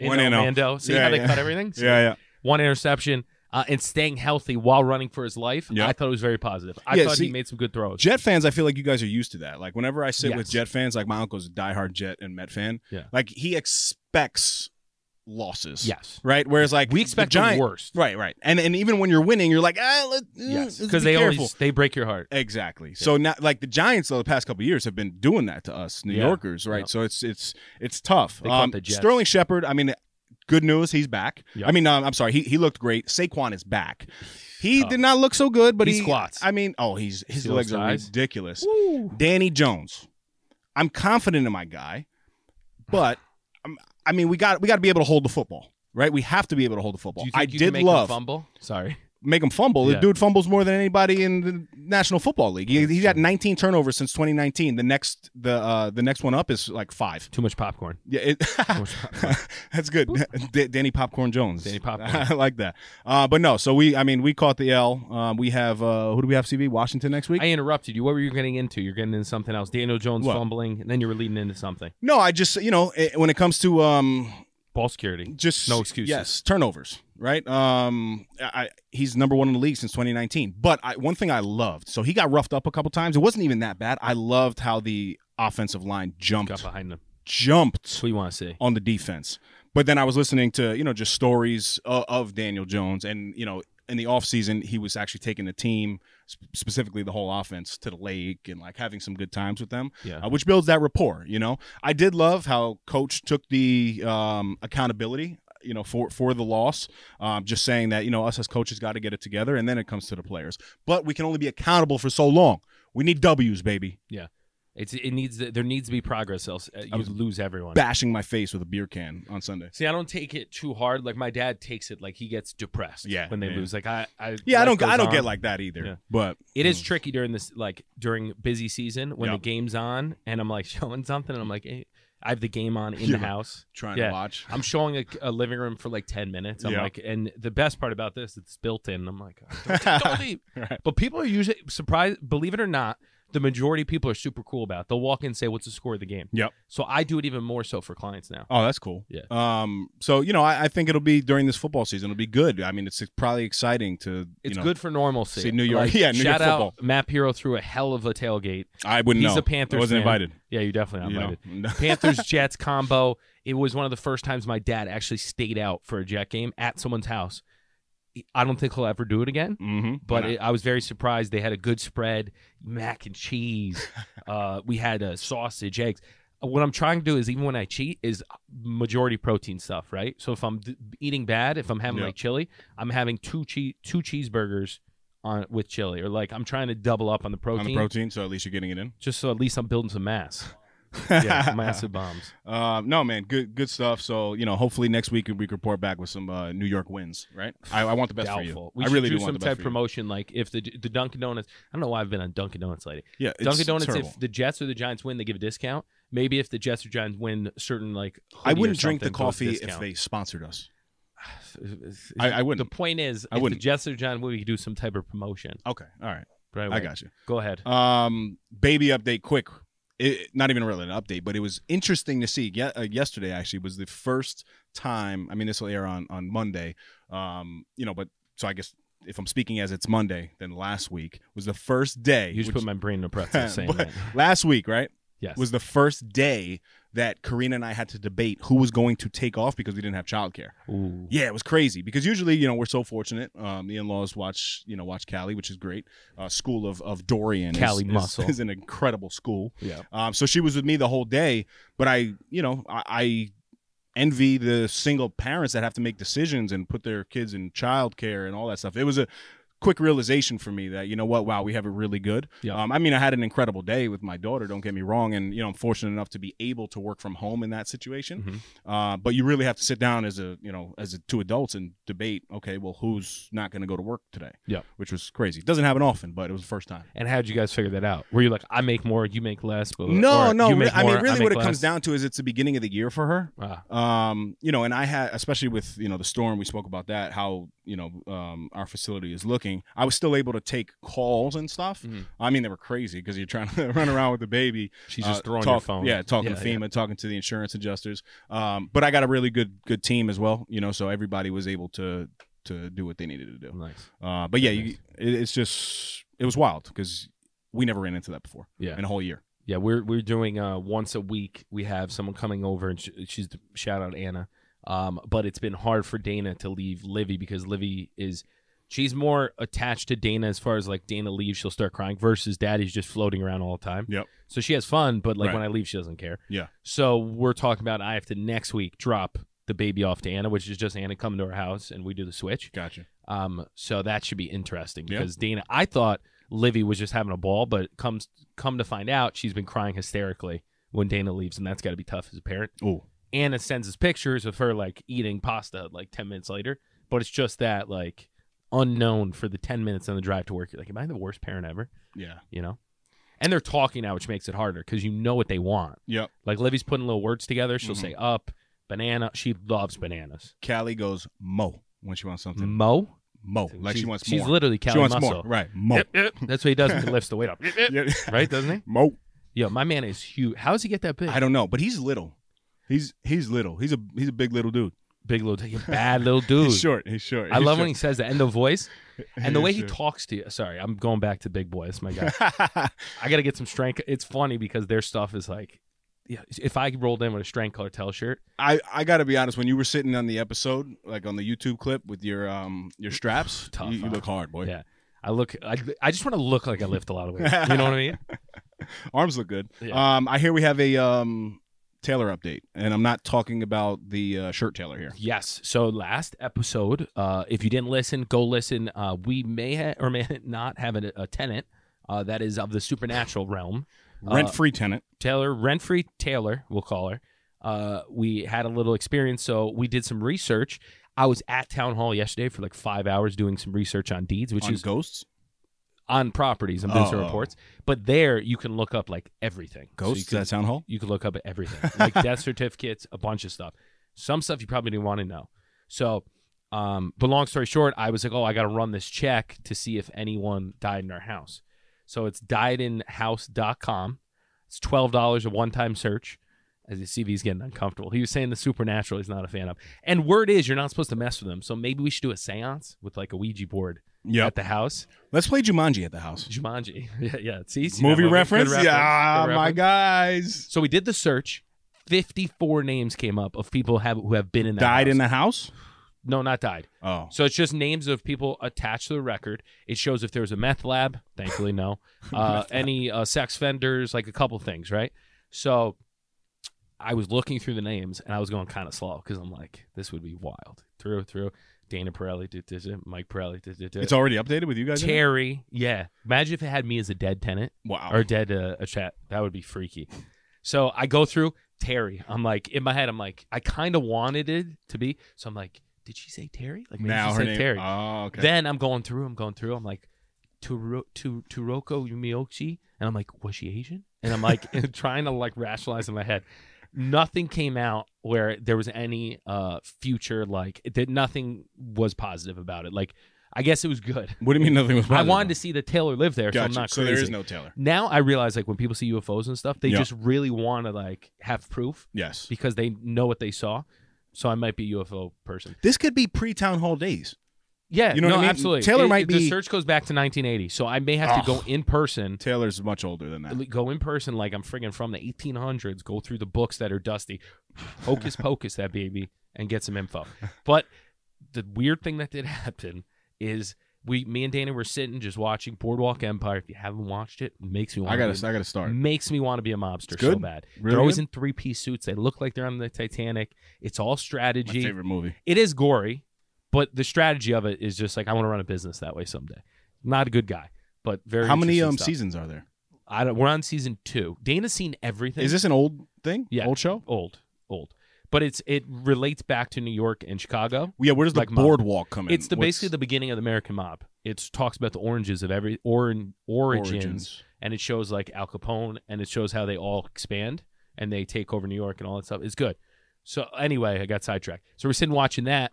[SPEAKER 1] in,
[SPEAKER 3] One
[SPEAKER 1] in
[SPEAKER 3] NO.
[SPEAKER 1] Orlando. See
[SPEAKER 3] Yeah,
[SPEAKER 1] how they
[SPEAKER 3] yeah.
[SPEAKER 1] cut everything?
[SPEAKER 3] Yeah.
[SPEAKER 1] One interception. Uh, and staying healthy while running for his life,
[SPEAKER 3] Yep.
[SPEAKER 1] I thought it was very positive. I
[SPEAKER 3] Yeah,
[SPEAKER 1] thought
[SPEAKER 3] see-
[SPEAKER 1] he made some good throws.
[SPEAKER 3] Jet fans, I feel like you guys are used to that. Like whenever I sit with
[SPEAKER 1] Yes.
[SPEAKER 3] Jet fans, like my uncle's a diehard Jet and Met fan.
[SPEAKER 1] Yeah.
[SPEAKER 3] Like he expects losses.
[SPEAKER 1] yes,
[SPEAKER 3] Right. Whereas like
[SPEAKER 1] we expect
[SPEAKER 3] the
[SPEAKER 1] the,
[SPEAKER 3] Giant,
[SPEAKER 1] worst.
[SPEAKER 3] Right, right. And and even when you're winning, you're like, ah, let,
[SPEAKER 1] Yes,
[SPEAKER 3] because
[SPEAKER 1] because they
[SPEAKER 3] careful.
[SPEAKER 1] always they break your heart.
[SPEAKER 3] exactly. So now, like the Giants, though, the past couple of years have been doing that to us, New
[SPEAKER 1] Yeah.
[SPEAKER 3] Yorkers, right?
[SPEAKER 1] Yeah.
[SPEAKER 3] So it's it's it's tough. Um,
[SPEAKER 1] They caught the Jets.
[SPEAKER 3] Sterling Shepard. I mean, good news, he's back.
[SPEAKER 1] Yeah.
[SPEAKER 3] I mean, um, I'm sorry, he he looked great. Saquon is back. He
[SPEAKER 1] Tough.
[SPEAKER 3] did not look so good, but
[SPEAKER 1] He
[SPEAKER 3] he
[SPEAKER 1] squats.
[SPEAKER 3] I mean, oh, he's his
[SPEAKER 1] See those
[SPEAKER 3] legs are
[SPEAKER 1] guys?
[SPEAKER 3] ridiculous. Danny Jones. I'm confident in my guy, but um, I mean, we got we got to be able to hold the football, right? We have to be able to hold the football.
[SPEAKER 1] Do you think
[SPEAKER 3] I
[SPEAKER 1] you can
[SPEAKER 3] did
[SPEAKER 1] make him
[SPEAKER 3] love.
[SPEAKER 1] fumble. Sorry,
[SPEAKER 3] make him fumble.
[SPEAKER 1] Yeah.
[SPEAKER 3] The dude fumbles more than anybody in the National Football League. He, he's got 19 turnovers since 2019. The next the uh, the next one up is like five.
[SPEAKER 1] Too much popcorn.
[SPEAKER 3] Yeah, it,
[SPEAKER 1] much
[SPEAKER 3] [LAUGHS] that's good. D- Danny Popcorn Jones.
[SPEAKER 1] Danny Popcorn.
[SPEAKER 3] [LAUGHS] I like that. Uh, but no, so we I mean we caught the L. Um, we have uh, who do we have? CB Washington next week.
[SPEAKER 1] I interrupted you. What were you getting into? You're getting into something else. Daniel Jones
[SPEAKER 3] What?
[SPEAKER 1] fumbling, and then you were leading into something.
[SPEAKER 3] no, I just you know it, when it comes to um,
[SPEAKER 1] Ball security.
[SPEAKER 3] just
[SPEAKER 1] No excuses.
[SPEAKER 3] Yes, turnovers. Right. Um, I, he's number one in the league since 2019. But I, one thing I loved, so he got roughed up a couple times. It wasn't even that bad. I loved how the offensive line
[SPEAKER 1] Got
[SPEAKER 3] jumped,
[SPEAKER 1] behind them. That's
[SPEAKER 3] jumped
[SPEAKER 1] what you want to see.
[SPEAKER 3] on the defense. But then I was listening to you know just stories of, of Daniel Jones, and you know in the offseason, he was actually taking the team, sp- specifically the whole offense, to the lake and like having some good times with them
[SPEAKER 1] Yeah.
[SPEAKER 3] uh, which builds that rapport. You know, I did love how coach took the um, accountability. You know, for for the loss, um, just saying that you know us as coaches got to get it together, and then it comes to the players. But we can only be accountable for so long. We need W's, baby.
[SPEAKER 1] It's it needs there needs to be progress else uh, you
[SPEAKER 3] was
[SPEAKER 1] lose everyone.
[SPEAKER 3] Bashing my face with a beer can on Sunday.
[SPEAKER 1] See, I don't take it too hard. Like my dad takes it like he gets depressed
[SPEAKER 3] Yeah,
[SPEAKER 1] when they
[SPEAKER 3] yeah.
[SPEAKER 1] lose. Like I, I
[SPEAKER 3] Yeah, I
[SPEAKER 1] life
[SPEAKER 3] don't I
[SPEAKER 1] goes
[SPEAKER 3] don't
[SPEAKER 1] on.
[SPEAKER 3] get like that either.
[SPEAKER 1] Yeah.
[SPEAKER 3] But
[SPEAKER 1] It is
[SPEAKER 3] Mm.
[SPEAKER 1] tricky during this like during busy season when
[SPEAKER 3] Yeah.
[SPEAKER 1] the game's on and I'm like [LAUGHS] showing something and I'm like eh, I have the game on in the
[SPEAKER 3] Yeah.
[SPEAKER 1] house.
[SPEAKER 3] trying
[SPEAKER 1] Yeah. [LAUGHS]
[SPEAKER 3] to watch.
[SPEAKER 1] I'm showing a, a living room for like 10 minutes. I'm
[SPEAKER 3] Yeah.
[SPEAKER 1] like and the best part about this it's built in. I'm like "Oh, don't,
[SPEAKER 3] [LAUGHS]
[SPEAKER 1] don't leave.
[SPEAKER 3] Right.
[SPEAKER 1] But people are usually surprised believe it or not the majority of people are super cool about. It. They'll walk in and say what's the score of the game.
[SPEAKER 3] Yep.
[SPEAKER 1] So I do it even more so for clients now.
[SPEAKER 3] Oh, that's cool.
[SPEAKER 1] Yeah.
[SPEAKER 3] Um. So you know, I, I think it'll be during this football season. It'll be good. I mean, it's probably exciting to. you
[SPEAKER 1] It's
[SPEAKER 3] know,
[SPEAKER 1] good for normalcy.
[SPEAKER 3] see New York-
[SPEAKER 1] Like,
[SPEAKER 3] yeah, New York
[SPEAKER 1] shout out
[SPEAKER 3] football.
[SPEAKER 1] Matt Pirro threw a hell of a tailgate.
[SPEAKER 3] I wouldn't
[SPEAKER 1] He's
[SPEAKER 3] know.
[SPEAKER 1] a Panthers
[SPEAKER 3] I wasn't
[SPEAKER 1] fan.
[SPEAKER 3] invited.
[SPEAKER 1] Yeah, you definitely
[SPEAKER 3] you
[SPEAKER 1] not
[SPEAKER 3] know.
[SPEAKER 1] invited.
[SPEAKER 3] [LAUGHS]
[SPEAKER 1] Panthers Jets combo. It was one of the first times my dad actually stayed out for a Jet game at someone's house. I don't think he'll ever do it again.
[SPEAKER 3] Mhm.
[SPEAKER 1] But
[SPEAKER 3] Nah.
[SPEAKER 1] it, I was very surprised. They had a good spread, mac and
[SPEAKER 3] [LAUGHS]
[SPEAKER 1] cheese. uh, we had uh, sausage, eggs. Uh, What I'm trying to do is, even when I cheat, is majority protein stuff, right? So if I'm d- eating bad, if I'm having
[SPEAKER 3] Yeah.
[SPEAKER 1] like chili, I'm having two cheese two cheeseburgers on with chili, or like I'm trying to double up on the protein,
[SPEAKER 3] on the protein, so at least you're getting it in.
[SPEAKER 1] just so at least I'm building some mass.
[SPEAKER 3] [LAUGHS]
[SPEAKER 1] Yeah, massive bombs.
[SPEAKER 3] Uh, no, man, good good stuff. So you know, hopefully next week we can report back with some uh, New York wins. Right? I, I want the best for you.
[SPEAKER 1] Doubtful. We
[SPEAKER 3] I
[SPEAKER 1] should
[SPEAKER 3] really
[SPEAKER 1] do,
[SPEAKER 3] do want
[SPEAKER 1] some
[SPEAKER 3] the best
[SPEAKER 1] type
[SPEAKER 3] for
[SPEAKER 1] of
[SPEAKER 3] you.
[SPEAKER 1] promotion, like if the the Dunkin' Donuts. I don't know why I've been on Dunkin' Donuts lately.
[SPEAKER 3] Yeah, it's
[SPEAKER 1] Dunkin' Donuts.
[SPEAKER 3] terrible.
[SPEAKER 1] If the Jets or the Giants win, they give a discount. Maybe if the Jets or Giants win, certain like hoodie
[SPEAKER 3] I
[SPEAKER 1] or
[SPEAKER 3] wouldn't drink the
[SPEAKER 1] something goes
[SPEAKER 3] coffee if
[SPEAKER 1] discount. [SIGHS]
[SPEAKER 3] they sponsored us. I-
[SPEAKER 1] I,
[SPEAKER 3] I wouldn't.
[SPEAKER 1] The point is,
[SPEAKER 3] I
[SPEAKER 1] if
[SPEAKER 3] wouldn't.
[SPEAKER 1] the Jets or Giants win, we could do some type of promotion.
[SPEAKER 3] Okay, all right,
[SPEAKER 1] Right.
[SPEAKER 3] I
[SPEAKER 1] away.
[SPEAKER 3] got you.
[SPEAKER 1] Go ahead.
[SPEAKER 3] Um, baby update, quick. It, not even really an update, but it was interesting to see. Ye- uh, yesterday actually was the first time. I mean, this will air on on Monday. Um, you know, but so I guess if I'm speaking as it's Monday, then last week was the first day.
[SPEAKER 1] you just
[SPEAKER 3] which-
[SPEAKER 1] put my brain in a
[SPEAKER 3] [LAUGHS]
[SPEAKER 1] pretzel saying
[SPEAKER 3] But-
[SPEAKER 1] that.
[SPEAKER 3] last week, right?
[SPEAKER 1] Yes.
[SPEAKER 3] was the first day that Karina and I had to debate who was going to take off because we didn't have childcare.
[SPEAKER 1] Ooh.
[SPEAKER 3] Yeah, it was crazy because usually, you know, we're so fortunate. Um, the in-laws watch, you know, watch Cali, which is great. Uh, school of of Dorian. is-
[SPEAKER 1] Cali
[SPEAKER 3] is,
[SPEAKER 1] Muscle.
[SPEAKER 3] is, an incredible school.
[SPEAKER 1] Yeah.
[SPEAKER 3] Um, so she was with me the whole day, but I, you know, I. I envy the single parents that have to make decisions and put their kids in childcare and all that stuff. It was a quick realization for me that you know what wow we have it really good
[SPEAKER 1] Yeah.
[SPEAKER 3] um, i mean i had an incredible day with my daughter don't get me wrong and you know i'm fortunate enough to be able to work from home in that situation
[SPEAKER 1] Mm-hmm.
[SPEAKER 3] uh, but you really have to sit down as a you know as a, two adults and debate okay well who's not going to go to work today
[SPEAKER 1] Yeah.
[SPEAKER 3] which was crazy doesn't happen often but it was the first time
[SPEAKER 1] And how'd you guys figure that out? Were you like, I make more, you make less? But,
[SPEAKER 3] no
[SPEAKER 1] Uh, or
[SPEAKER 3] no
[SPEAKER 1] you make
[SPEAKER 3] i
[SPEAKER 1] more,
[SPEAKER 3] mean really
[SPEAKER 1] make
[SPEAKER 3] what it
[SPEAKER 1] less?
[SPEAKER 3] comes down to is it's the beginning of the year for her
[SPEAKER 1] Ah,
[SPEAKER 3] um, you know, and I had, especially with you know the storm, we spoke about that. How you know um, our facility is looking. I was still able to take calls and stuff.
[SPEAKER 1] Mhm.
[SPEAKER 3] I mean, they were crazy because you're trying [LAUGHS] to run around with the baby.
[SPEAKER 1] she's
[SPEAKER 3] uh,
[SPEAKER 1] just throwing
[SPEAKER 3] talk,
[SPEAKER 1] your phone.
[SPEAKER 3] Yeah, talking to
[SPEAKER 1] Yeah, yeah.
[SPEAKER 3] FEMA, talking to the insurance adjusters. Um, but I got a really good good team as well. You know, so everybody was able to to do what they needed to do.
[SPEAKER 1] Nice.
[SPEAKER 3] Uh, but yeah, you, it, it's just it was wild because we never ran into that before
[SPEAKER 1] Yeah.
[SPEAKER 3] in a whole year.
[SPEAKER 1] Yeah, we're we're doing uh, once a week. We have someone coming over, and sh- she's shout out Anna. Um, but it's been hard for Dana to leave Livy because Livy is she's more attached to Dana as far as like Dana leaves, she'll start crying. Versus Daddy's just floating around all the time.
[SPEAKER 3] Yep.
[SPEAKER 1] So she has fun, but like
[SPEAKER 3] Right.
[SPEAKER 1] when I leave, she doesn't care.
[SPEAKER 3] Yeah.
[SPEAKER 1] So we're talking about I have to next week drop the baby off to Anna, which is just Anna coming to our house, and we do the switch.
[SPEAKER 3] Gotcha.
[SPEAKER 1] Um, so that should be interesting
[SPEAKER 3] Yeah.
[SPEAKER 1] because Dana, I thought Livy was just having a ball, but comes come to find out she's been crying hysterically when Dana leaves, and that's got to be tough as a parent.
[SPEAKER 3] Oh,
[SPEAKER 1] Anna sends us pictures of her like eating pasta like ten minutes later, but it's just that like unknown for the 10 minutes on the drive to work. You're like, am I the worst parent ever?
[SPEAKER 3] Yeah.
[SPEAKER 1] You know? And they're talking now, which makes it harder because you know what they want.
[SPEAKER 3] Yep.
[SPEAKER 1] Like Livy's putting little words together.
[SPEAKER 3] Mm-hmm.
[SPEAKER 1] She'll say up, banana. She loves bananas.
[SPEAKER 3] Callie goes mo when she wants something.
[SPEAKER 1] Mo?
[SPEAKER 3] Mo. Like she wants
[SPEAKER 1] Mm. She's
[SPEAKER 3] more.
[SPEAKER 1] literally
[SPEAKER 3] she
[SPEAKER 1] Cali
[SPEAKER 3] wants
[SPEAKER 1] Muscle.
[SPEAKER 3] more. Right. Mo.
[SPEAKER 1] Yep, yep. That's what he does when he lifts the weight up. Yep, yep.
[SPEAKER 3] Yeah. [LAUGHS]
[SPEAKER 1] Right, doesn't he?
[SPEAKER 3] Mo.
[SPEAKER 1] Yo, my man is huge. How does he get that big?
[SPEAKER 3] I don't know, but he's little. He's he's little. He's a he's a big little dude.
[SPEAKER 1] Big little, he's a bad little
[SPEAKER 3] [LAUGHS]
[SPEAKER 1] dude.
[SPEAKER 3] He's short. He's short.
[SPEAKER 1] I love when he says that and the voice and the way he
[SPEAKER 3] talks.
[SPEAKER 1] talks to you. Sorry, I'm going back to Big Boy. That's my guy.
[SPEAKER 3] [LAUGHS]
[SPEAKER 1] I got to get some strength. It's funny because their stuff is like, yeah. If I rolled in with a strength cartel shirt,
[SPEAKER 3] I, I gotta be honest. When you were sitting on the episode, like on the YouTube clip with your um your straps,
[SPEAKER 1] Tough,
[SPEAKER 3] you, you
[SPEAKER 1] huh?
[SPEAKER 3] look hard, boy.
[SPEAKER 1] Yeah. I look, I, I just want to look like I lift a lot of weight. You know what I
[SPEAKER 3] [LAUGHS]
[SPEAKER 1] mean?
[SPEAKER 3] Arms look good.
[SPEAKER 1] Yeah.
[SPEAKER 3] Um, I hear we have a um tailor update, and I'm not talking about the uh, shirt tailor here.
[SPEAKER 1] Yes. So last episode, uh, if you didn't listen, go listen. Uh, we may ha- or may [LAUGHS] not have a, a tenant uh, that is of the supernatural realm. Uh,
[SPEAKER 3] Rent free tenant.
[SPEAKER 1] Taylor Renfrey Taylor, we'll call her. Uh, we had a little experience, so we did some research. I was at town hall yesterday for like five hours doing some research on deeds, which
[SPEAKER 3] on
[SPEAKER 1] is
[SPEAKER 3] ghosts.
[SPEAKER 1] on properties and visitor
[SPEAKER 3] Oh.
[SPEAKER 1] reports. But there, you can look up like everything. So you
[SPEAKER 3] Ghosts
[SPEAKER 1] can-
[SPEAKER 3] at town hall.
[SPEAKER 1] you could look up
[SPEAKER 3] [LAUGHS]
[SPEAKER 1] everything like death certificates a bunch of stuff some stuff you probably didn't want to know so um, but long story short i was like oh i gotta run this check to see if anyone died in our house so it's diedinhouse.com it's $12 a one-time search as you see he's getting uncomfortable he was saying the supernatural he's not a fan of and word is you're not supposed to mess with them so maybe we should do a seance with like a ouija board at
[SPEAKER 3] Yep.
[SPEAKER 1] the house
[SPEAKER 3] Let's play Jumanji at the house.
[SPEAKER 1] jumanji [LAUGHS] yeah yeah it's easy
[SPEAKER 3] Movie
[SPEAKER 1] Good
[SPEAKER 3] reference?
[SPEAKER 1] reference.
[SPEAKER 3] Yeah,
[SPEAKER 1] Good
[SPEAKER 3] my
[SPEAKER 1] reference.
[SPEAKER 3] guys.
[SPEAKER 1] So we did the search. Fifty-four names came up of people have who have been in that
[SPEAKER 3] Died in
[SPEAKER 1] house.
[SPEAKER 3] the house.
[SPEAKER 1] no, not died.
[SPEAKER 3] Oh,
[SPEAKER 1] So it's just names of people attached to the record. It shows if there was a meth lab. Thankfully,
[SPEAKER 3] [LAUGHS]
[SPEAKER 1] no. Uh, any uh, sex offenders, like a couple things, right? So I was looking through the names and I was going kind of slow because I'm like, this would be wild. Through through Dana Pirelli, duh, duh, duh, Mike Pirelli, duh, duh, duh.
[SPEAKER 3] it's already updated with you guys. in it?
[SPEAKER 1] Terry. Yeah, imagine if it had me as a dead tenant
[SPEAKER 3] Wow.
[SPEAKER 1] or dead uh, a chat. That would be freaky. So I go through Terry. I'm like in my head. I'm like I kind of wanted it to be. So I'm like, did she say Terry? Like maybe
[SPEAKER 3] now
[SPEAKER 1] she
[SPEAKER 3] her
[SPEAKER 1] said
[SPEAKER 3] name.
[SPEAKER 1] Terry.
[SPEAKER 3] Oh, okay.
[SPEAKER 1] Then I'm going through. I'm going through. I'm like, to to Turoko Yumiochi, and I'm like, was she Asian? And I'm like [LAUGHS] trying to like rationalize in my head. Nothing came out where there was any uh future like it did nothing was positive about it. Like I guess it was good.
[SPEAKER 3] what do you mean nothing was?
[SPEAKER 1] I wanted to see that Taylor live there, so I'm not
[SPEAKER 3] So
[SPEAKER 1] crazy
[SPEAKER 3] there is no Taylor.
[SPEAKER 1] now I realize like when people see UFOs and stuff, they
[SPEAKER 3] Yeah.
[SPEAKER 1] just really want to like have proof
[SPEAKER 3] Yes.
[SPEAKER 1] because they know what they saw. So I might be a UFO person.
[SPEAKER 3] This could be pre town hall days.
[SPEAKER 1] Yeah,
[SPEAKER 3] You know
[SPEAKER 1] no,
[SPEAKER 3] what I mean?
[SPEAKER 1] absolutely.
[SPEAKER 3] Taylor might
[SPEAKER 1] the
[SPEAKER 3] be-
[SPEAKER 1] search goes back to 1980, so I may have to go
[SPEAKER 3] Ugh.
[SPEAKER 1] in person.
[SPEAKER 3] Taylor's much older than that.
[SPEAKER 1] Go in person like I'm friggin' from the 1800s. Go through the books that are
[SPEAKER 3] [LAUGHS]
[SPEAKER 1] dusty, hocus pocus that baby, and get some info. But the weird thing that did [LAUGHS] happen is we, me and Dana, were sitting just watching Boardwalk Empire. If you haven't watched it, it makes me. want
[SPEAKER 3] I gotta, I gotta start.
[SPEAKER 1] Makes me want to be a mobster
[SPEAKER 3] It's good.
[SPEAKER 1] so bad.
[SPEAKER 3] Really
[SPEAKER 1] they're always
[SPEAKER 3] good?
[SPEAKER 1] in three piece suits. They look like they're on the Titanic. It's all
[SPEAKER 3] My
[SPEAKER 1] strategy.
[SPEAKER 3] favorite movie.
[SPEAKER 1] It is gory, but the strategy of it is just like I want to run a business that way someday. Not a good guy, but very.
[SPEAKER 3] How many
[SPEAKER 1] interesting
[SPEAKER 3] um
[SPEAKER 1] stuff.
[SPEAKER 3] seasons are there?
[SPEAKER 1] I don't, we're on season two. Dana's seen everything.
[SPEAKER 3] Is this an old thing?
[SPEAKER 1] Yeah.
[SPEAKER 3] Old show?
[SPEAKER 1] old? Old, but it's it relates back to New York and Chicago.
[SPEAKER 3] Yeah. Where does the
[SPEAKER 1] Like Mob.
[SPEAKER 3] boardwalk come in?
[SPEAKER 1] It's the
[SPEAKER 3] What's-
[SPEAKER 1] basically the beginning of the American mob. It talks about the oranges of every orin, origins,
[SPEAKER 3] Origins.
[SPEAKER 1] and it shows like Al Capone, and it shows how they all expand and they take over New York and all that stuff. It's good. So anyway, I got sidetracked. So we're sitting watching that,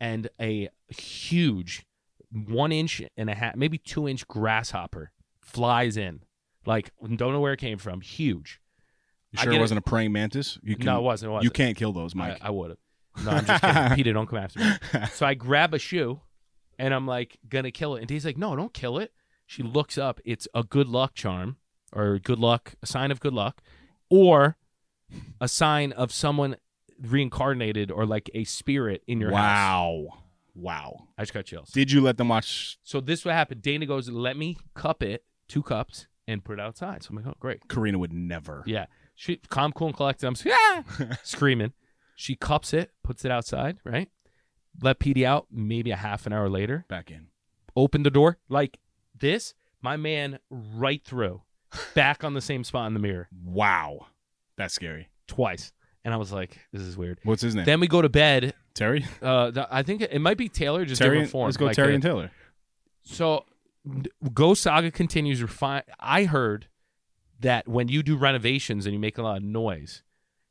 [SPEAKER 1] and a huge one inch and a half, maybe two inch grasshopper flies in. Like don't know where it came from. Huge.
[SPEAKER 3] You
[SPEAKER 1] I
[SPEAKER 3] sure
[SPEAKER 1] get
[SPEAKER 3] it
[SPEAKER 1] it.
[SPEAKER 3] wasn't a praying mantis? You can,
[SPEAKER 1] no, it wasn't. It wasn't.
[SPEAKER 3] You can't kill those, Mike.
[SPEAKER 1] I, I would have. No, I'm just kidding. Peter, don't come after me. So I grab a shoe and I'm like, gonna kill it. And he's like, no, don't kill it. She looks up. It's a good luck charm or good luck, a sign of good luck, or a sign of someone reincarnated or like a spirit in your house.
[SPEAKER 3] wow. Wow.
[SPEAKER 1] I just got chills.
[SPEAKER 3] Did you let them watch
[SPEAKER 1] So this is what happened. Dana goes, let me cup it, two cups, and put it outside. So I'm like, oh, great.
[SPEAKER 3] Karina would never.
[SPEAKER 1] Yeah. She calm, cool, and collected. I'm
[SPEAKER 3] [LAUGHS]
[SPEAKER 1] "Ah!" screaming. She cups it, puts it outside, right? Let PD out maybe a half an hour later.
[SPEAKER 3] Back in.
[SPEAKER 1] Open the door like this. My man right through, back on the same spot in the mirror
[SPEAKER 3] Wow. That's scary.
[SPEAKER 1] twice. And I was like, this is weird.
[SPEAKER 3] What's his name?
[SPEAKER 1] Then we go to bed.
[SPEAKER 3] Terry?
[SPEAKER 1] Uh, th- I think it might be Taylor, just
[SPEAKER 3] Terry
[SPEAKER 1] different form.
[SPEAKER 3] Let's go
[SPEAKER 1] like uh,
[SPEAKER 3] Terry
[SPEAKER 1] the-
[SPEAKER 3] and Taylor.
[SPEAKER 1] So, n- Ghost Saga continues. Refine. I heard that when you do renovations and you make a lot of noise,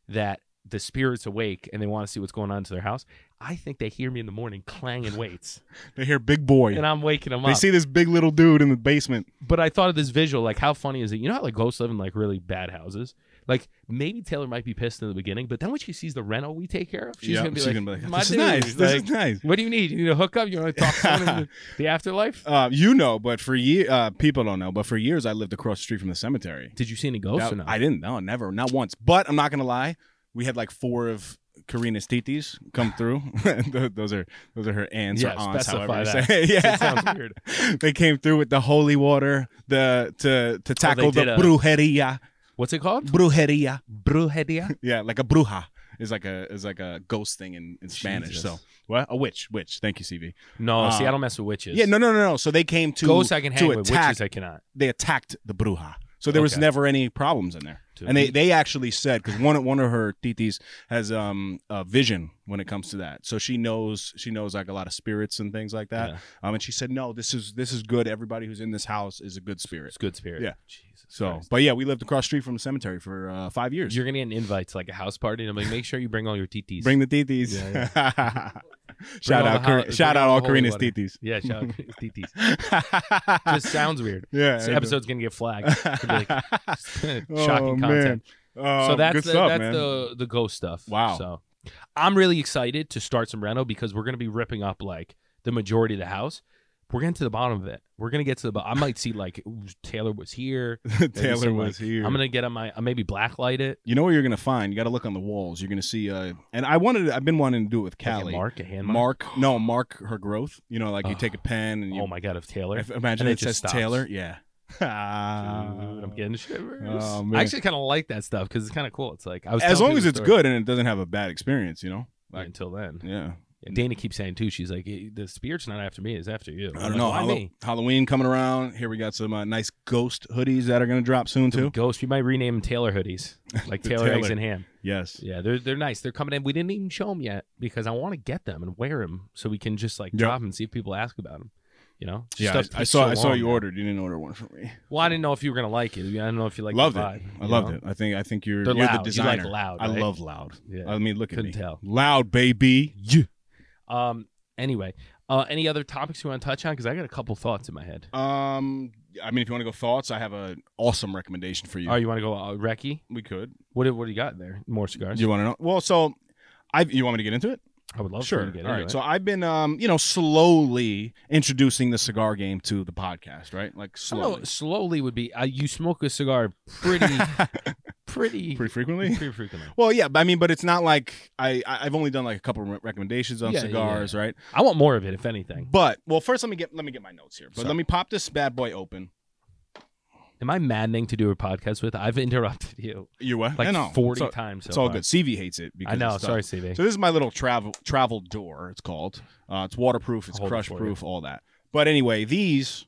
[SPEAKER 1] that the spirits awake and they want to see what's going on to their house. I think they hear me in the morning clanging
[SPEAKER 3] [LAUGHS]
[SPEAKER 1] weights,
[SPEAKER 3] They hear big boy.
[SPEAKER 1] and I'm waking them
[SPEAKER 3] They
[SPEAKER 1] up.
[SPEAKER 3] see this big little dude in the basement.
[SPEAKER 1] but I thought of this visual, like how funny is it? You know how like ghosts live in like really bad houses. Like maybe Taylor might be pissed in the beginning, but then when she sees the reno we take care of, she's
[SPEAKER 3] Yeah,
[SPEAKER 1] gonna be
[SPEAKER 3] she's
[SPEAKER 1] like,
[SPEAKER 3] gonna be
[SPEAKER 1] "My
[SPEAKER 3] this is
[SPEAKER 1] dude,
[SPEAKER 3] nice. This
[SPEAKER 1] like,
[SPEAKER 3] is nice.
[SPEAKER 1] What do you need? You need a hookup? You want to talk to
[SPEAKER 3] [LAUGHS]
[SPEAKER 1] someone in the, the afterlife?
[SPEAKER 3] Uh, you know, but for years, uh, people don't know, but for years I lived across the street from the cemetery.
[SPEAKER 1] Did you see any ghosts
[SPEAKER 3] That-
[SPEAKER 1] or not?
[SPEAKER 3] I didn't know, never, not once. But I'm not gonna lie, we had like four of Karina's titis [LAUGHS] come through. Th- those are those are her aunts
[SPEAKER 1] Yeah,
[SPEAKER 3] or aunts, however
[SPEAKER 1] specify
[SPEAKER 3] you
[SPEAKER 1] that.
[SPEAKER 3] [LAUGHS] say.
[SPEAKER 1] It
[SPEAKER 3] yeah,
[SPEAKER 1] sounds weird.
[SPEAKER 3] [LAUGHS] they came through with the holy water, the to to tackle the
[SPEAKER 1] did a-
[SPEAKER 3] brujeria,
[SPEAKER 1] What's it called?
[SPEAKER 3] brujeria.
[SPEAKER 1] Brujeria.
[SPEAKER 3] Yeah, like a bruja is like a is like a ghost thing in, in Spanish.
[SPEAKER 1] Jesus.
[SPEAKER 3] So what a witch, witch. Thank you, CV.
[SPEAKER 1] [LAUGHS] No,
[SPEAKER 3] Uh,
[SPEAKER 1] see, I don't mess with witches.
[SPEAKER 3] Yeah, no, no, no, no. So they came to
[SPEAKER 1] ghosts I can
[SPEAKER 3] to
[SPEAKER 1] hang with,
[SPEAKER 3] attack.
[SPEAKER 1] witches I cannot.
[SPEAKER 3] they attacked the bruja. So there was
[SPEAKER 1] Okay.
[SPEAKER 3] never any problems in there.
[SPEAKER 1] To
[SPEAKER 3] and they,
[SPEAKER 1] me-
[SPEAKER 3] they actually said because one one of her titis has um a vision when it comes to that, so she knows she knows like a lot of spirits and things like that.
[SPEAKER 1] Yeah.
[SPEAKER 3] Um, and she said no, this is this is good. Everybody who's in this house is a good
[SPEAKER 1] It's
[SPEAKER 3] spirit.
[SPEAKER 1] good spirit.
[SPEAKER 3] Yeah.
[SPEAKER 1] Jesus.
[SPEAKER 3] So,
[SPEAKER 1] Christ.
[SPEAKER 3] but yeah, we lived across the street from the cemetery for uh, five years.
[SPEAKER 1] you're gonna get an invite to like a house party, and I'm like, make sure you bring all your TTs.
[SPEAKER 3] Bring the titis.
[SPEAKER 1] Yeah,
[SPEAKER 3] [LAUGHS] shout
[SPEAKER 1] all
[SPEAKER 3] out,
[SPEAKER 1] the hol-
[SPEAKER 3] Kar- shout
[SPEAKER 1] bring
[SPEAKER 3] out
[SPEAKER 1] all
[SPEAKER 3] all
[SPEAKER 1] the holy
[SPEAKER 3] Karina's
[SPEAKER 1] water.
[SPEAKER 3] titis.
[SPEAKER 1] [LAUGHS]
[SPEAKER 3] [LAUGHS]
[SPEAKER 1] yeah, shout out [LAUGHS] TTs. Just
[SPEAKER 3] yeah,
[SPEAKER 1] sounds weird. This
[SPEAKER 3] it
[SPEAKER 1] episode's gonna get
[SPEAKER 3] [LAUGHS]
[SPEAKER 1] flagged. It'll be like, [LAUGHS] shocking
[SPEAKER 3] Oh,
[SPEAKER 1] content.
[SPEAKER 3] man. Um,
[SPEAKER 1] so that's
[SPEAKER 3] good
[SPEAKER 1] the,
[SPEAKER 3] stuff,
[SPEAKER 1] that's
[SPEAKER 3] man. [LAUGHS]
[SPEAKER 1] the the ghost stuff.
[SPEAKER 3] Wow.
[SPEAKER 1] So I'm really excited to start some reno because we're gonna be ripping up like the majority of the house. We're getting to the bottom of it. We're gonna get to the. bo- I might see like ooh, Taylor was here. maybe
[SPEAKER 3] Taylor
[SPEAKER 1] some,
[SPEAKER 3] was
[SPEAKER 1] like-
[SPEAKER 3] here.
[SPEAKER 1] I'm gonna get on my uh, maybe blacklight it.
[SPEAKER 3] You know where you're gonna find. You got to look on the walls. You're gonna see. Uh, and I wanted. I've been wanting to do it with
[SPEAKER 1] Like a
[SPEAKER 3] Callie.
[SPEAKER 1] mark a hand mark. [GASPS]
[SPEAKER 3] Mark. No, mark her growth. You know, like you take a pen and you.
[SPEAKER 1] Oh my god, of Taylor.
[SPEAKER 3] if- imagine
[SPEAKER 1] And
[SPEAKER 3] it,
[SPEAKER 1] it just
[SPEAKER 3] says
[SPEAKER 1] stops.
[SPEAKER 3] Taylor. Yeah. [LAUGHS]
[SPEAKER 1] Dude, I'm getting shivers.
[SPEAKER 3] uh, oh,
[SPEAKER 1] I
[SPEAKER 3] man.
[SPEAKER 1] actually kind of like that stuff because it's kind of cool. It's like I was
[SPEAKER 3] as
[SPEAKER 1] telling
[SPEAKER 3] long as
[SPEAKER 1] people
[SPEAKER 3] it's
[SPEAKER 1] the story
[SPEAKER 3] good and it doesn't have a bad experience, you know. Like,
[SPEAKER 1] until then.
[SPEAKER 3] yeah.
[SPEAKER 1] Dana keeps saying too. She's like, "Eh, the spirit's not after me; it's after you.
[SPEAKER 3] I
[SPEAKER 1] I'm
[SPEAKER 3] don't
[SPEAKER 1] like,
[SPEAKER 3] know.
[SPEAKER 1] Why
[SPEAKER 3] Hallo-
[SPEAKER 1] me?
[SPEAKER 3] Halloween coming around. Here we got some uh, nice ghost hoodies that are gonna drop soon
[SPEAKER 1] The
[SPEAKER 3] too.
[SPEAKER 1] Ghost. We might rename them Taylor
[SPEAKER 3] [LAUGHS]
[SPEAKER 1] hoodies, like
[SPEAKER 3] The
[SPEAKER 1] Taylor, eggs
[SPEAKER 3] Taylor.
[SPEAKER 1] and ham.
[SPEAKER 3] Yes.
[SPEAKER 1] Yeah, they're they're nice. They're coming in. We didn't even show them yet because I want to get them and wear them so we can just like
[SPEAKER 3] Yep.
[SPEAKER 1] drop them and see if people ask about them. You know,
[SPEAKER 3] Yeah,
[SPEAKER 1] Stuff
[SPEAKER 3] I, I
[SPEAKER 1] takes
[SPEAKER 3] saw.
[SPEAKER 1] so
[SPEAKER 3] I saw
[SPEAKER 1] long,
[SPEAKER 3] you
[SPEAKER 1] man.
[SPEAKER 3] ordered. You didn't order one for me.
[SPEAKER 1] Well, I didn't know if you were gonna like it. I don't know if you like.
[SPEAKER 3] loved
[SPEAKER 1] the
[SPEAKER 3] it.
[SPEAKER 1] vibe,
[SPEAKER 3] I
[SPEAKER 1] you
[SPEAKER 3] loved
[SPEAKER 1] know?
[SPEAKER 3] it. I think. I think you're.
[SPEAKER 1] They're
[SPEAKER 3] you're the
[SPEAKER 1] loud. You like
[SPEAKER 3] designer.
[SPEAKER 1] loud,
[SPEAKER 3] I
[SPEAKER 1] right?
[SPEAKER 3] love loud.
[SPEAKER 1] Yeah.
[SPEAKER 3] I mean, look
[SPEAKER 1] Couldn't
[SPEAKER 3] at me.
[SPEAKER 1] tell.
[SPEAKER 3] Loud baby.
[SPEAKER 1] Yeah. Um. Anyway, uh, any other topics you want to touch on? Because I got a couple thoughts in my head.
[SPEAKER 3] Um, I mean, if you want to go thoughts, I have an awesome recommendation for you.
[SPEAKER 1] Oh, you want to go uh, recce?
[SPEAKER 3] we could.
[SPEAKER 1] What do- what do you got there? More cigars?
[SPEAKER 3] You want to know? Well, so I you want me to get into it?
[SPEAKER 1] I would love
[SPEAKER 3] sure.
[SPEAKER 1] for you to get
[SPEAKER 3] All
[SPEAKER 1] into
[SPEAKER 3] right.
[SPEAKER 1] it.
[SPEAKER 3] So I've been, um, you know, slowly introducing the cigar game to the podcast, right? Like
[SPEAKER 1] I don't
[SPEAKER 3] slowly,
[SPEAKER 1] know, slowly would be. Uh, you smoke a cigar
[SPEAKER 3] [LAUGHS]
[SPEAKER 1] pretty, pretty,
[SPEAKER 3] pretty
[SPEAKER 1] [LAUGHS]
[SPEAKER 3] frequently.
[SPEAKER 1] pretty frequently.
[SPEAKER 3] Well, yeah, but I mean, but it's not like I I- I've only done like a couple of recommendations on
[SPEAKER 1] Yeah, yeah,
[SPEAKER 3] cigars, right?
[SPEAKER 1] I want more of it, if anything.
[SPEAKER 3] But well, first let me get let me get my notes here. But
[SPEAKER 1] Sorry.
[SPEAKER 3] let me pop this bad boy open.
[SPEAKER 1] Am I maddening to do a podcast with? I've interrupted you
[SPEAKER 3] You what?
[SPEAKER 1] like
[SPEAKER 3] I know.
[SPEAKER 1] forty
[SPEAKER 3] It's all,
[SPEAKER 1] times. So
[SPEAKER 3] it's all
[SPEAKER 1] far.
[SPEAKER 3] good. CV hates it because
[SPEAKER 1] I know.
[SPEAKER 3] it's tough.
[SPEAKER 1] Sorry, CV.
[SPEAKER 3] So this is my little travel travel door. It's called. Uh, it's waterproof. It's
[SPEAKER 1] I'll hold it
[SPEAKER 3] crush
[SPEAKER 1] for
[SPEAKER 3] proof. All that. But anyway, these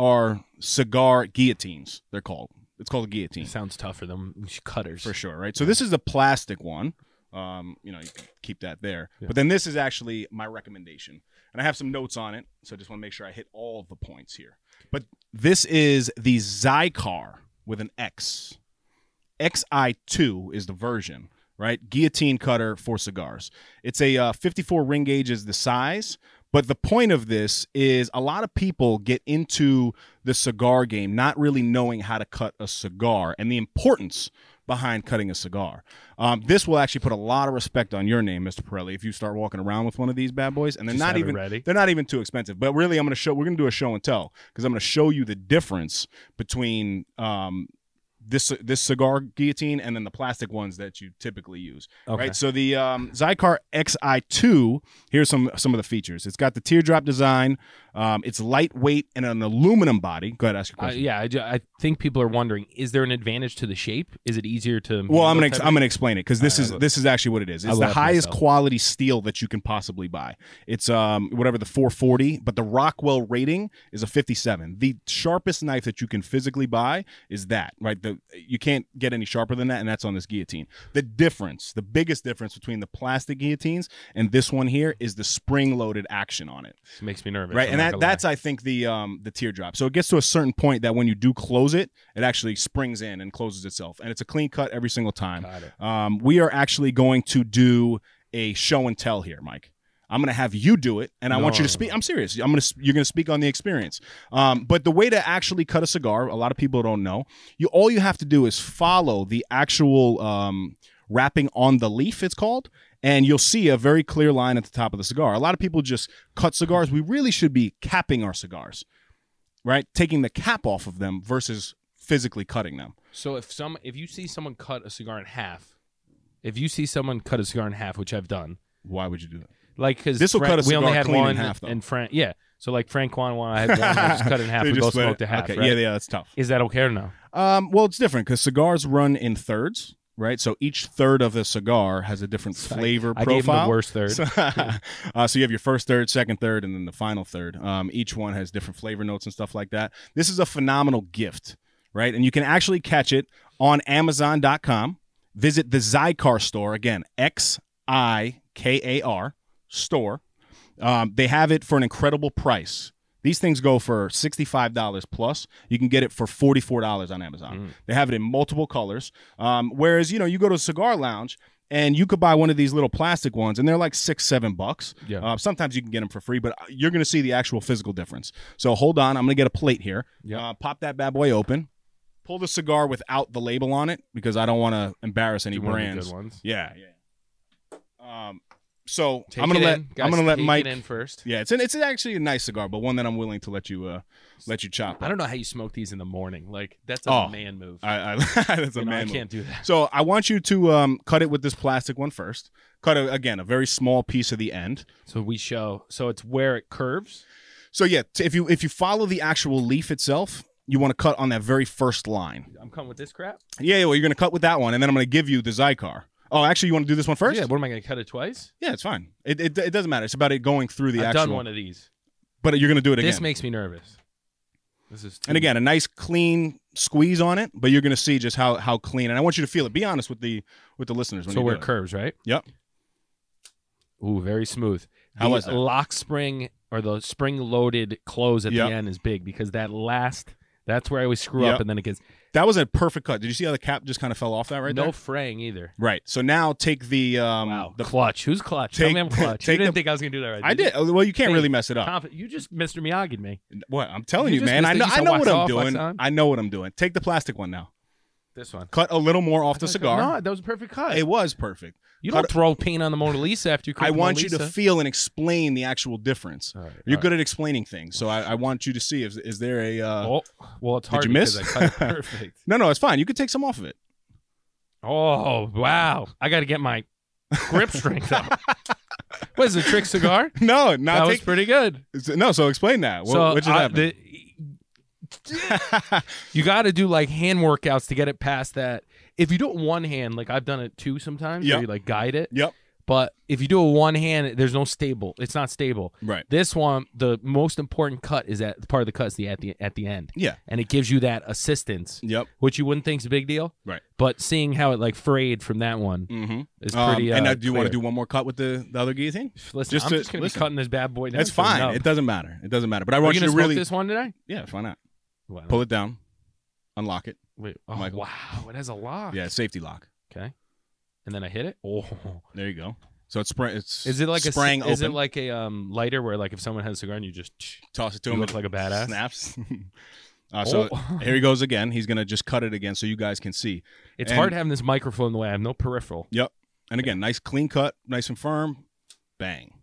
[SPEAKER 3] are cigar guillotines. They're called. It's called a guillotine
[SPEAKER 1] It sounds tougher than cutters.
[SPEAKER 3] for sure, right? So this is the plastic one. Um, you know, you can keep that there.
[SPEAKER 1] Yeah.
[SPEAKER 3] But then this is actually my recommendation, and I have some notes on it. So I just want to make sure I hit all of the points here. But this is the Zycar with an X. XI2 is the version, right? Guillotine cutter for cigars. It's a uh, 54 ring gauge is the size, but the point of this is a lot of people get into the cigar game not really knowing how to cut a cigar and the importance behind cutting a cigar. Um, this will actually put a lot of respect on your name, Mr. Pirelli, if you start walking around with one of these bad boys. And they're
[SPEAKER 1] Just
[SPEAKER 3] not
[SPEAKER 1] have it
[SPEAKER 3] even
[SPEAKER 1] ready.
[SPEAKER 3] they're not even too expensive. But really, I'm going to show. We're going to do a show and tell because I'm going to show you the difference between um, this this cigar guillotine and then the plastic ones that you typically use.
[SPEAKER 1] Okay.
[SPEAKER 3] Right. So the um, Zycar XI2. Here's some some of the features. It's got the teardrop design. Um, it's lightweight and an aluminum body. Go ahead, ask your
[SPEAKER 1] I-
[SPEAKER 3] question.
[SPEAKER 1] yeah, I, ju- I think people are wondering: is there an advantage to the shape? Is it easier to?
[SPEAKER 3] Well,
[SPEAKER 1] handle
[SPEAKER 3] I'm gonna ex-
[SPEAKER 1] type
[SPEAKER 3] I'm gonna explain it because this
[SPEAKER 1] All right,
[SPEAKER 3] is
[SPEAKER 1] I will-
[SPEAKER 3] this is actually what it is.
[SPEAKER 1] I
[SPEAKER 3] It's
[SPEAKER 1] will
[SPEAKER 3] the
[SPEAKER 1] have to
[SPEAKER 3] highest
[SPEAKER 1] myself.
[SPEAKER 3] quality steel that you can possibly buy. It's um whatever the 440, but the Rockwell rating is a 57. The sharpest knife that you can physically buy is that right. The you can't get any sharper than that, and that's on this guillotine. The difference, the biggest difference between the plastic guillotines and this one here is the spring-loaded action on it.
[SPEAKER 1] This makes me nervous.
[SPEAKER 3] Right,
[SPEAKER 1] I'm
[SPEAKER 3] and
[SPEAKER 1] not
[SPEAKER 3] that,
[SPEAKER 1] gonna
[SPEAKER 3] that's
[SPEAKER 1] lie.
[SPEAKER 3] I think the um the teardrop. So it gets to a certain point that when you do close it, it actually springs in and closes itself, and it's a clean cut every single time.
[SPEAKER 1] Got it.
[SPEAKER 3] Um, we are actually going to do a show and tell here, Mike. I'm going to have you do it, and I want you
[SPEAKER 1] No.
[SPEAKER 3] to speak. I'm serious. I'm going to you're going to speak on the experience. Um, but the way to actually cut a cigar, a lot of people don't know. You all you have to do is follow the actual um, wrapping on the leaf. It's called. And you'll see a very clear line at the top of the cigar. A lot of people just cut cigars. We really should be capping our cigars, right? Taking the cap off of them versus physically cutting them.
[SPEAKER 1] So if some if you see someone cut a cigar in half, if you see someone cut a cigar in half, which I've done,
[SPEAKER 3] Why would you do that?
[SPEAKER 1] like because
[SPEAKER 3] This'll cut a
[SPEAKER 1] we only
[SPEAKER 3] cigar
[SPEAKER 1] had
[SPEAKER 3] clean in
[SPEAKER 1] one
[SPEAKER 3] half, though.
[SPEAKER 1] and Frank, yeah. So like Frank Juan, one I had one, I just cut
[SPEAKER 3] [LAUGHS]
[SPEAKER 1] it in half
[SPEAKER 3] They
[SPEAKER 1] and go
[SPEAKER 3] just split
[SPEAKER 1] smoke
[SPEAKER 3] it.
[SPEAKER 1] to half.
[SPEAKER 3] Okay,
[SPEAKER 1] right?
[SPEAKER 3] yeah, yeah, that's tough.
[SPEAKER 1] Is that okay or no?
[SPEAKER 3] Um, well, it's different because cigars run in thirds, right? So each third of the cigar has a different flavor
[SPEAKER 1] I gave him
[SPEAKER 3] profile.
[SPEAKER 1] the worst third.
[SPEAKER 3] So, [LAUGHS] uh, so you have your first third, second third, and then the final third. Um, each one has different flavor notes and stuff like that. This is a phenomenal gift, right? And you can actually catch it on Amazon.com. Visit the Zycar store again, X I K A R store. Um, they have it for an incredible price. These things go for $65 plus. You can get it for $44 on Amazon. They have it in multiple colors. Um, whereas, you know, you go to a cigar lounge and you could buy one of these little plastic ones and they're like six, seven bucks.
[SPEAKER 1] Yeah.
[SPEAKER 3] Uh, sometimes you can get them for free, but uh, you're going to see the actual physical difference. So hold on. I'm going to get a plate here.
[SPEAKER 1] Yeah.
[SPEAKER 3] Uh, pop that bad boy open. Pull the cigar without the label on it because I don't want to embarrass any
[SPEAKER 1] You wanna be
[SPEAKER 3] brands.
[SPEAKER 1] good ones.
[SPEAKER 3] Yeah, yeah. Um, so
[SPEAKER 1] Take
[SPEAKER 3] I'm gonna
[SPEAKER 1] it
[SPEAKER 3] let
[SPEAKER 1] in.
[SPEAKER 3] I'm
[SPEAKER 1] Guys,
[SPEAKER 3] gonna let
[SPEAKER 1] take it
[SPEAKER 3] Mike.
[SPEAKER 1] in first.
[SPEAKER 3] Yeah, it's an, it's actually a nice cigar, but one that I'm willing to let you uh let you chop.
[SPEAKER 1] I
[SPEAKER 3] up.
[SPEAKER 1] don't know how you smoke these in the morning. Like that's a
[SPEAKER 3] Oh,
[SPEAKER 1] man move.
[SPEAKER 3] I, [LAUGHS] I that's a
[SPEAKER 1] You know, I
[SPEAKER 3] man. move.
[SPEAKER 1] can't do that.
[SPEAKER 3] So I want you to um cut it with this plastic one first. Cut a, again a very small piece of the end.
[SPEAKER 1] So we show. So it's where it curves.
[SPEAKER 3] So yeah, t- if you if you follow the actual leaf itself, you want to cut on that very first line.
[SPEAKER 1] I'm coming with this crap.
[SPEAKER 3] Yeah, yeah, well you're gonna cut with that one, and then I'm gonna give you the Zycar. Oh, actually, you want to do this one first?
[SPEAKER 1] Yeah. What am I gonna cut it twice?
[SPEAKER 3] Yeah, it's fine. It, it, it doesn't matter. It's about it going through the
[SPEAKER 1] I've
[SPEAKER 3] actual.
[SPEAKER 1] done one of these.
[SPEAKER 3] But you're gonna do it again.
[SPEAKER 1] This makes me nervous. This is
[SPEAKER 3] and
[SPEAKER 1] too-
[SPEAKER 3] again a nice clean squeeze on it but you're gonna see just how how clean and i want you to feel it be honest with the with the listeners when
[SPEAKER 1] So
[SPEAKER 3] you
[SPEAKER 1] where
[SPEAKER 3] do
[SPEAKER 1] it
[SPEAKER 3] it.
[SPEAKER 1] curves, right?
[SPEAKER 3] Yep.
[SPEAKER 1] Ooh, very smooth.
[SPEAKER 3] How
[SPEAKER 1] the
[SPEAKER 3] was that?
[SPEAKER 1] lock spring or the spring loaded close at
[SPEAKER 3] Yep.
[SPEAKER 1] the end is big because that last that's where I always screw
[SPEAKER 3] Yep.
[SPEAKER 1] up and then it gets
[SPEAKER 3] that was a perfect cut did you see how the cap just kind of fell off that right
[SPEAKER 1] no
[SPEAKER 3] there
[SPEAKER 1] fraying either.
[SPEAKER 3] right so now take the um
[SPEAKER 1] The
[SPEAKER 3] the
[SPEAKER 1] clutch. Who's clutch? Tell
[SPEAKER 3] Take-
[SPEAKER 1] me I'm clutch. You
[SPEAKER 3] take
[SPEAKER 1] didn't
[SPEAKER 3] the-
[SPEAKER 1] think I was gonna do that right.
[SPEAKER 3] i did Uh, well you can't
[SPEAKER 1] Hey,
[SPEAKER 3] really mess it
[SPEAKER 1] You?
[SPEAKER 3] up
[SPEAKER 1] Conf- you just Mr. Miyagi'd me.
[SPEAKER 3] what i'm telling
[SPEAKER 1] you
[SPEAKER 3] you,
[SPEAKER 1] just
[SPEAKER 3] man i
[SPEAKER 1] missed it.
[SPEAKER 3] know
[SPEAKER 1] You
[SPEAKER 3] i
[SPEAKER 1] said
[SPEAKER 3] know
[SPEAKER 1] wax
[SPEAKER 3] what i'm
[SPEAKER 1] off, wax
[SPEAKER 3] doing
[SPEAKER 1] on.
[SPEAKER 3] i know what i'm doing take the plastic one now
[SPEAKER 1] This one.
[SPEAKER 3] cut a little more off the cigar
[SPEAKER 1] No, that was a perfect cut.
[SPEAKER 3] it was perfect
[SPEAKER 1] you
[SPEAKER 3] cut
[SPEAKER 1] don't throw paint on the Mona Lisa after you cut
[SPEAKER 3] i
[SPEAKER 1] the
[SPEAKER 3] want
[SPEAKER 1] Mona
[SPEAKER 3] you to
[SPEAKER 1] Lisa.
[SPEAKER 3] feel and explain the actual difference
[SPEAKER 1] All right,
[SPEAKER 3] you're
[SPEAKER 1] all
[SPEAKER 3] good at explaining things so I, I want you to see if is there a uh,
[SPEAKER 1] right. Oh, well, it's
[SPEAKER 3] Did
[SPEAKER 1] hard
[SPEAKER 3] you
[SPEAKER 1] because
[SPEAKER 3] miss?
[SPEAKER 1] I cut it
[SPEAKER 3] [LAUGHS]
[SPEAKER 1] perfect.
[SPEAKER 3] no no it's fine you could take some off of it [LAUGHS]
[SPEAKER 1] Oh wow! I got to get my grip strength up. What is it, trick cigar?
[SPEAKER 3] [LAUGHS] No,
[SPEAKER 1] that
[SPEAKER 3] not
[SPEAKER 1] was
[SPEAKER 3] take.
[SPEAKER 1] pretty good.
[SPEAKER 3] no, so explain that. What,
[SPEAKER 1] so
[SPEAKER 3] what just
[SPEAKER 1] I-
[SPEAKER 3] happened?
[SPEAKER 1] the- you got to do like hand workouts to get it past that. If you do it one hand, like I've done it two sometimes,
[SPEAKER 3] Yep.
[SPEAKER 1] where you like guide it.
[SPEAKER 3] yep.
[SPEAKER 1] But if you do it one hand, there's no stable. It's not stable.
[SPEAKER 3] [LAUGHS] Right.
[SPEAKER 1] This one, the most important cut is that part of the cut is the at the at the end.
[SPEAKER 3] Yeah.
[SPEAKER 1] and it gives you that assistance,
[SPEAKER 3] Yep.
[SPEAKER 1] which you wouldn't think is a big deal.
[SPEAKER 3] Right.
[SPEAKER 1] But seeing how it like frayed from that one
[SPEAKER 3] Mm-hmm.
[SPEAKER 1] is pretty.
[SPEAKER 3] and
[SPEAKER 1] uh,
[SPEAKER 3] now, do you
[SPEAKER 1] clear.
[SPEAKER 3] want to do one more cut with the, the other guillotine?
[SPEAKER 1] Listen,
[SPEAKER 3] Just
[SPEAKER 1] I'm
[SPEAKER 3] to-
[SPEAKER 1] just gonna be
[SPEAKER 3] listen.
[SPEAKER 1] cutting this bad boy down.
[SPEAKER 3] That's
[SPEAKER 1] to a
[SPEAKER 3] fine.
[SPEAKER 1] nub.
[SPEAKER 3] It doesn't matter. It doesn't matter. But I
[SPEAKER 1] Are
[SPEAKER 3] want
[SPEAKER 1] you
[SPEAKER 3] you
[SPEAKER 1] gonna
[SPEAKER 3] to
[SPEAKER 1] smoke
[SPEAKER 3] really.
[SPEAKER 1] this Oh. one tonight?
[SPEAKER 3] Yeah, why not?
[SPEAKER 1] Wow.
[SPEAKER 3] Pull it down, unlock it.
[SPEAKER 1] Wait, oh,
[SPEAKER 3] Michael.
[SPEAKER 1] wow, it has a lock.
[SPEAKER 3] Yeah, safety lock.
[SPEAKER 1] Okay. And then I hit it. Oh.
[SPEAKER 3] There you go. So it's spring. It's
[SPEAKER 1] Is it like
[SPEAKER 3] sprang
[SPEAKER 1] a
[SPEAKER 3] open?
[SPEAKER 1] is it like a um lighter where like if someone has a cigar and you just
[SPEAKER 3] toss it to
[SPEAKER 1] you
[SPEAKER 3] him?
[SPEAKER 1] look
[SPEAKER 3] it
[SPEAKER 1] like a badass?
[SPEAKER 3] Snaps. [LAUGHS] uh, so
[SPEAKER 1] Oh.
[SPEAKER 3] here he goes again. He's gonna just cut it again, so you guys can see.
[SPEAKER 1] It's
[SPEAKER 3] And-
[SPEAKER 1] hard having this microphone in the way. I have no peripheral.
[SPEAKER 3] Yep. And again, nice clean cut, nice and firm. Bang.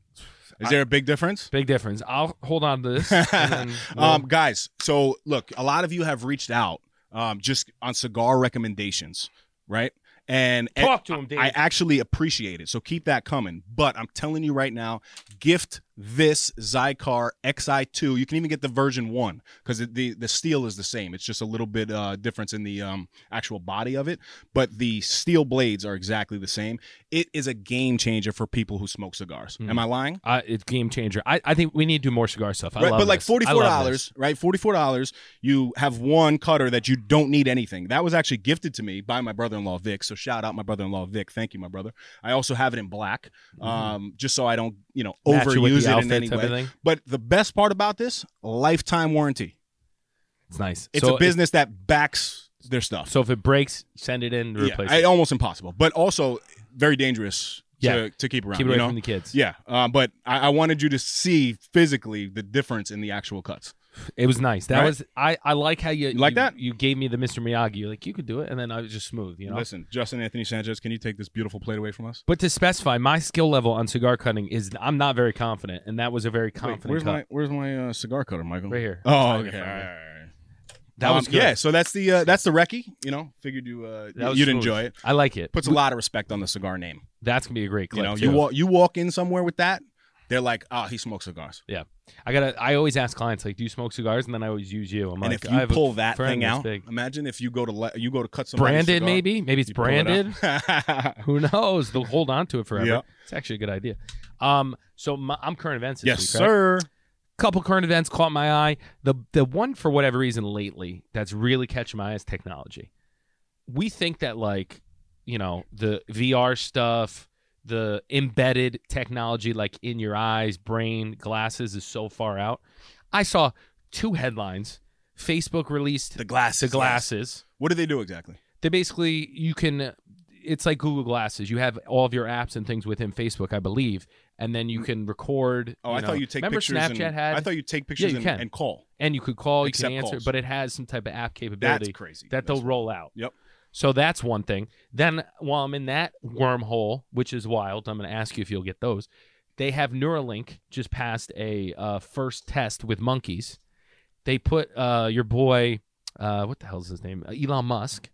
[SPEAKER 3] Is
[SPEAKER 1] I-
[SPEAKER 3] there a big difference?
[SPEAKER 1] Big difference. I'll hold on to
[SPEAKER 3] [LAUGHS]
[SPEAKER 1] this. and then we'll-
[SPEAKER 3] um, guys, so look, a lot of you have reached out um, just on cigar recommendations, right? And
[SPEAKER 1] talk to him, Dave.
[SPEAKER 3] I actually appreciate it. So keep that coming. But I'm telling you right now, gift this Zycar XI2. You can even get the version one because the the steel is the same. It's just a little bit uh, difference in the um, actual body of it, but the steel blades are exactly the same. It is a game changer for people who smoke cigars.
[SPEAKER 1] Hmm.
[SPEAKER 3] Am I lying?
[SPEAKER 1] Uh, it's game changer. I, I think we need to do more cigar stuff. I
[SPEAKER 3] right,
[SPEAKER 1] love
[SPEAKER 3] but like
[SPEAKER 1] this. I love
[SPEAKER 3] forty
[SPEAKER 1] this.
[SPEAKER 3] four dollars, right? Forty four dollars. You have one cutter that you don't need anything. That was actually gifted to me by my brother in law Vic. So shout out my brother in law Vic. Thank you, my brother. I also have it in black, um, just so I don't you know
[SPEAKER 1] Mm-hmm. Match you with the
[SPEAKER 3] overuse it in
[SPEAKER 1] outfit
[SPEAKER 3] any
[SPEAKER 1] type of
[SPEAKER 3] way.
[SPEAKER 1] thing.
[SPEAKER 3] But the best part about this, lifetime warranty.
[SPEAKER 1] It's nice.
[SPEAKER 3] It's
[SPEAKER 1] so
[SPEAKER 3] a business that backs their stuff.
[SPEAKER 1] If, so if it breaks, send it in to
[SPEAKER 3] yeah,
[SPEAKER 1] replace
[SPEAKER 3] I-
[SPEAKER 1] it.
[SPEAKER 3] almost impossible, but also very dangerous
[SPEAKER 1] Yeah.
[SPEAKER 3] to, to keep around.
[SPEAKER 1] Keep it
[SPEAKER 3] you
[SPEAKER 1] away
[SPEAKER 3] know?
[SPEAKER 1] from the kids.
[SPEAKER 3] yeah, uh, but I, I wanted you to see physically the difference in the actual cuts.
[SPEAKER 1] It was nice. That
[SPEAKER 3] Right?
[SPEAKER 1] was I, I like how you,
[SPEAKER 3] You like that?
[SPEAKER 1] You gave me the Mr. Miyagi. You're like, you could do it, and then I was just smooth, you know.
[SPEAKER 3] Listen, Justin Anthony Sanchez, can you take this beautiful plate away from us?
[SPEAKER 1] But to specify, my skill level on cigar cutting is I'm not very confident, and that was a very
[SPEAKER 3] Wait,
[SPEAKER 1] confident
[SPEAKER 3] where's
[SPEAKER 1] cut.
[SPEAKER 3] my where's my uh, cigar cutter, Michael?
[SPEAKER 1] Right here.
[SPEAKER 3] Oh,
[SPEAKER 1] It's not in
[SPEAKER 3] okay.
[SPEAKER 1] front of
[SPEAKER 3] all
[SPEAKER 1] me.
[SPEAKER 3] right, all right, all right.
[SPEAKER 1] That was
[SPEAKER 3] Um,
[SPEAKER 1] good.
[SPEAKER 3] yeah. So that's the uh, that's the recce. You know, figured you uh,
[SPEAKER 1] That was
[SPEAKER 3] you'd
[SPEAKER 1] smooth.
[SPEAKER 3] enjoy it.
[SPEAKER 1] I like it.
[SPEAKER 3] Puts a lot of respect on the cigar name.
[SPEAKER 1] That's gonna be a great clip.
[SPEAKER 3] You know, you
[SPEAKER 1] too.
[SPEAKER 3] walk you walk in somewhere with that, they're like, oh, he smokes cigars.
[SPEAKER 1] I gotta. I always ask clients like, "Do you smoke cigars?" And then I always use you. I'm
[SPEAKER 3] and
[SPEAKER 1] like,
[SPEAKER 3] if
[SPEAKER 1] I
[SPEAKER 3] you
[SPEAKER 1] have a
[SPEAKER 3] pull that
[SPEAKER 1] friend
[SPEAKER 3] thing
[SPEAKER 1] that's
[SPEAKER 3] out,
[SPEAKER 1] big.
[SPEAKER 3] imagine if you go to le- you go to cut somebody's
[SPEAKER 1] branded,
[SPEAKER 3] cigar,
[SPEAKER 1] maybe, maybe it's
[SPEAKER 3] you pull it out.
[SPEAKER 1] branded. [LAUGHS]
[SPEAKER 3] [LAUGHS]
[SPEAKER 1] Who knows? They'll hold on to it forever.
[SPEAKER 3] Yeah.
[SPEAKER 1] It's actually a good idea. Um, so my, I'm current events. This
[SPEAKER 3] yes,
[SPEAKER 1] week, Right?
[SPEAKER 3] sir.
[SPEAKER 1] Couple current events caught my eye. The the one for whatever reason lately that's really catching my eye is technology. We think that like, you know, the VR stuff, the embedded technology like in your eyes, brain, glasses is so far out. I saw two headlines. Facebook released
[SPEAKER 3] The glass,
[SPEAKER 1] the glasses
[SPEAKER 3] What do they do exactly?
[SPEAKER 1] they basically you can it's like google glasses you have all of your apps and things within facebook i believe and then you can record
[SPEAKER 3] Mm. Oh, I
[SPEAKER 1] know-
[SPEAKER 3] thought you take
[SPEAKER 1] remember
[SPEAKER 3] pictures.
[SPEAKER 1] snapchat
[SPEAKER 3] and,
[SPEAKER 1] had
[SPEAKER 3] I thought you take pictures
[SPEAKER 1] you
[SPEAKER 3] and,
[SPEAKER 1] can.
[SPEAKER 3] and call.
[SPEAKER 1] and you could call you
[SPEAKER 3] Accept
[SPEAKER 1] can answer
[SPEAKER 3] calls.
[SPEAKER 1] but it has some type of app capability
[SPEAKER 3] That's crazy.
[SPEAKER 1] that
[SPEAKER 3] That's-
[SPEAKER 1] they'll roll out
[SPEAKER 3] Yep.
[SPEAKER 1] so that's one thing then while i'm in that wormhole which is wild i'm going to ask you if you'll get those they have neuralink just passed a uh, first test with monkeys they put uh, your boy uh, what the hell's his name Uh, elon musk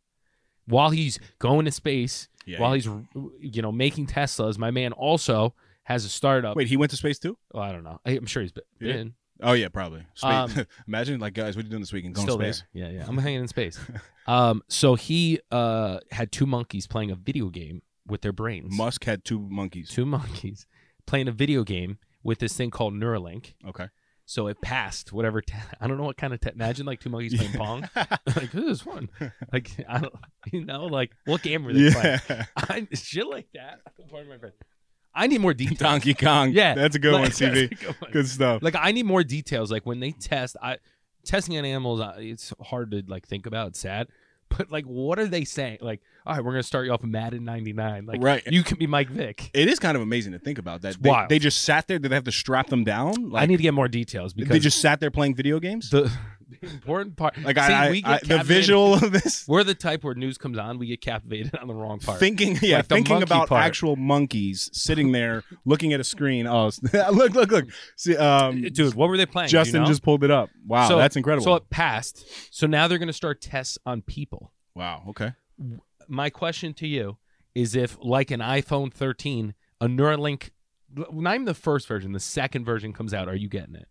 [SPEAKER 1] while he's going to space
[SPEAKER 3] Yeah,
[SPEAKER 1] while he's you know making Teslas. My man also has a startup.
[SPEAKER 3] Wait, he went to space too?
[SPEAKER 1] Well, I don't know. I- I'm sure he's been,
[SPEAKER 3] He did?
[SPEAKER 1] been
[SPEAKER 3] Oh yeah, probably. Space.
[SPEAKER 1] Um,
[SPEAKER 3] [LAUGHS] Imagine like guys, what are you doing this weekend? Going
[SPEAKER 1] still
[SPEAKER 3] to space.
[SPEAKER 1] there. Yeah, yeah. I'm hanging in [LAUGHS] space. um, so he uh had two monkeys playing a video game with their brains.
[SPEAKER 3] Musk had two monkeys.
[SPEAKER 1] two monkeys playing a video game with this thing called Neuralink.
[SPEAKER 3] Okay.
[SPEAKER 1] So it passed whatever. Te- [LAUGHS] I don't know what kind of. Te- imagine like two monkeys playing [LAUGHS] pong.
[SPEAKER 3] [LAUGHS]
[SPEAKER 1] like who is [LAUGHS] one? Like I don't. You know, like what game were they playing? [LAUGHS]
[SPEAKER 3] yeah.
[SPEAKER 1] I, shit like that. Pardon my friend. I need [LAUGHS] more details.
[SPEAKER 3] [LAUGHS] Donkey Kong.
[SPEAKER 1] Yeah.
[SPEAKER 3] That's a good
[SPEAKER 1] [LAUGHS] Like,
[SPEAKER 3] one,
[SPEAKER 1] that's
[SPEAKER 3] CV.
[SPEAKER 1] a good one.
[SPEAKER 3] Good stuff.
[SPEAKER 1] like I need more details. Like when they test, I testing on animals, I- it's hard to like think about. It's sad, [LAUGHS] but like, what are they saying? Like, all right, we're gonna start you off Madden '99. Like,
[SPEAKER 3] right.
[SPEAKER 1] you can be Mike Vick.
[SPEAKER 3] it is kind of amazing to think about that.
[SPEAKER 1] It's
[SPEAKER 3] They,
[SPEAKER 1] wild.
[SPEAKER 3] they just sat there. Did they have to strap them down? Like,
[SPEAKER 1] I need to get more details because
[SPEAKER 3] they just sat there playing video games.
[SPEAKER 1] the, [LAUGHS] the important part.
[SPEAKER 3] like
[SPEAKER 1] See,
[SPEAKER 3] I, I,
[SPEAKER 1] we get
[SPEAKER 3] I- the
[SPEAKER 1] captivated-
[SPEAKER 3] visual of [LAUGHS] this.
[SPEAKER 1] We're the type where news comes on, we get captivated [LAUGHS] on the wrong part.
[SPEAKER 3] Thinking, yeah,
[SPEAKER 1] Like the
[SPEAKER 3] thinking
[SPEAKER 1] monkey
[SPEAKER 3] about
[SPEAKER 1] part.
[SPEAKER 3] actual monkeys sitting there looking at a screen. Oh, [LAUGHS] it's- look, look, look! See, um,
[SPEAKER 1] Dude, what were they playing? Do you
[SPEAKER 3] Justin
[SPEAKER 1] know?
[SPEAKER 3] just pulled it up. Wow,
[SPEAKER 1] So-
[SPEAKER 3] that's incredible.
[SPEAKER 1] so it passed. So now they're gonna start tests on people.
[SPEAKER 3] wow, okay.
[SPEAKER 1] my question to you is if like an iphone 13 a neuralink not even the first version the second version comes out are you getting it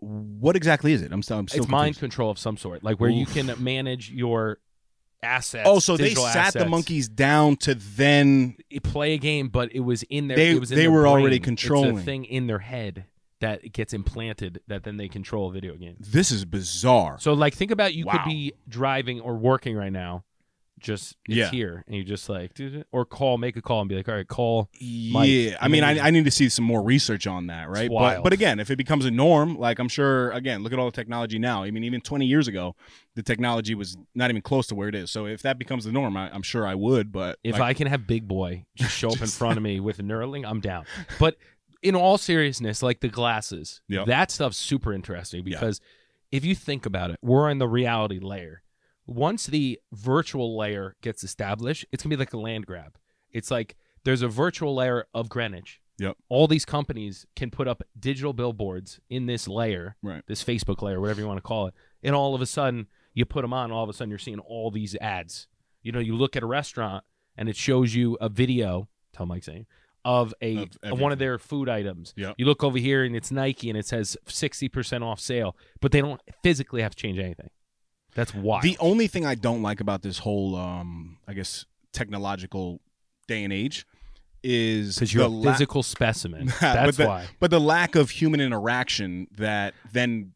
[SPEAKER 3] What exactly is it? I'm still, I'm still
[SPEAKER 1] it's mind
[SPEAKER 3] confused.
[SPEAKER 1] control of some sort like where you
[SPEAKER 3] Oof.
[SPEAKER 1] can manage your assets
[SPEAKER 3] Oh, so they
[SPEAKER 1] digital
[SPEAKER 3] sat the
[SPEAKER 1] assets.
[SPEAKER 3] monkeys down to then.
[SPEAKER 1] play a game but it was in their
[SPEAKER 3] They-
[SPEAKER 1] it was in
[SPEAKER 3] they
[SPEAKER 1] their
[SPEAKER 3] were already
[SPEAKER 1] brain. It's a
[SPEAKER 3] controlling.
[SPEAKER 1] thing in their head that gets implanted that then they control a video game
[SPEAKER 3] This is bizarre.
[SPEAKER 1] so like think about you
[SPEAKER 3] Wow.
[SPEAKER 1] could be driving or working right now just it's
[SPEAKER 3] Yeah.
[SPEAKER 1] here and you just like "Dude," or call make a call and be like all right call Mike,
[SPEAKER 3] yeah, I
[SPEAKER 1] I
[SPEAKER 3] mean,
[SPEAKER 1] mean-
[SPEAKER 3] I, I need to see some more research on that, right? But,
[SPEAKER 1] wild.
[SPEAKER 3] but again, if it becomes a norm, like I'm sure, again, look at all the technology now. I mean, even 20 years ago, the technology was not even close to where it is. So if that becomes the norm, I, I'm sure I would. But
[SPEAKER 1] If
[SPEAKER 3] like,
[SPEAKER 1] I can have Big Boy just show up in
[SPEAKER 3] [LAUGHS] Just-
[SPEAKER 1] front of me with a Neuralink, I'm down. But in all seriousness, like the glasses,
[SPEAKER 3] Yeah.
[SPEAKER 1] that stuff's super interesting
[SPEAKER 3] Yeah.
[SPEAKER 1] because if you think about it, we're in the reality layer. Once the virtual layer gets established, it's gonna be like a land grab. It's like there's a virtual layer of Greenwich.
[SPEAKER 3] Yep.
[SPEAKER 1] All these companies can put up digital billboards in this layer,
[SPEAKER 3] Right.
[SPEAKER 1] this Facebook layer, whatever you want to call it. And all of a sudden, you put them on, all of a sudden, you're seeing all these ads. You know, you look at a restaurant and it shows you a video, tell Mike saying, of a
[SPEAKER 3] Of
[SPEAKER 1] of one of their food items.
[SPEAKER 3] Yep.
[SPEAKER 1] You look over here and it's Nike and it says 60% off sale, but they don't physically have to change anything. That's wild.
[SPEAKER 3] The only thing I don't like about this whole, um, I guess, technological day and age is
[SPEAKER 1] because you're
[SPEAKER 3] the
[SPEAKER 1] a
[SPEAKER 3] la-
[SPEAKER 1] physical specimen.
[SPEAKER 3] [LAUGHS] but
[SPEAKER 1] That's
[SPEAKER 3] the,
[SPEAKER 1] why.
[SPEAKER 3] But the lack of human interaction that then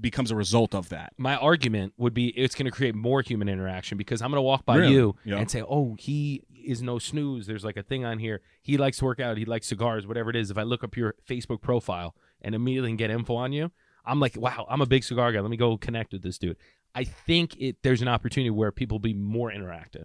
[SPEAKER 3] becomes a result of that.
[SPEAKER 1] My argument would be it's going to create more human interaction because I'm going to walk by
[SPEAKER 3] Really?
[SPEAKER 1] you
[SPEAKER 3] Yeah.
[SPEAKER 1] and say, "Oh, he is no snooze. There's like a thing on here. He likes to work out. He likes cigars, whatever it is." If I look up your Facebook profile and immediately can get info on you, I'm like, "Wow, I'm a big cigar guy. Let me go connect with this dude." I think it there's an opportunity where people be more interactive.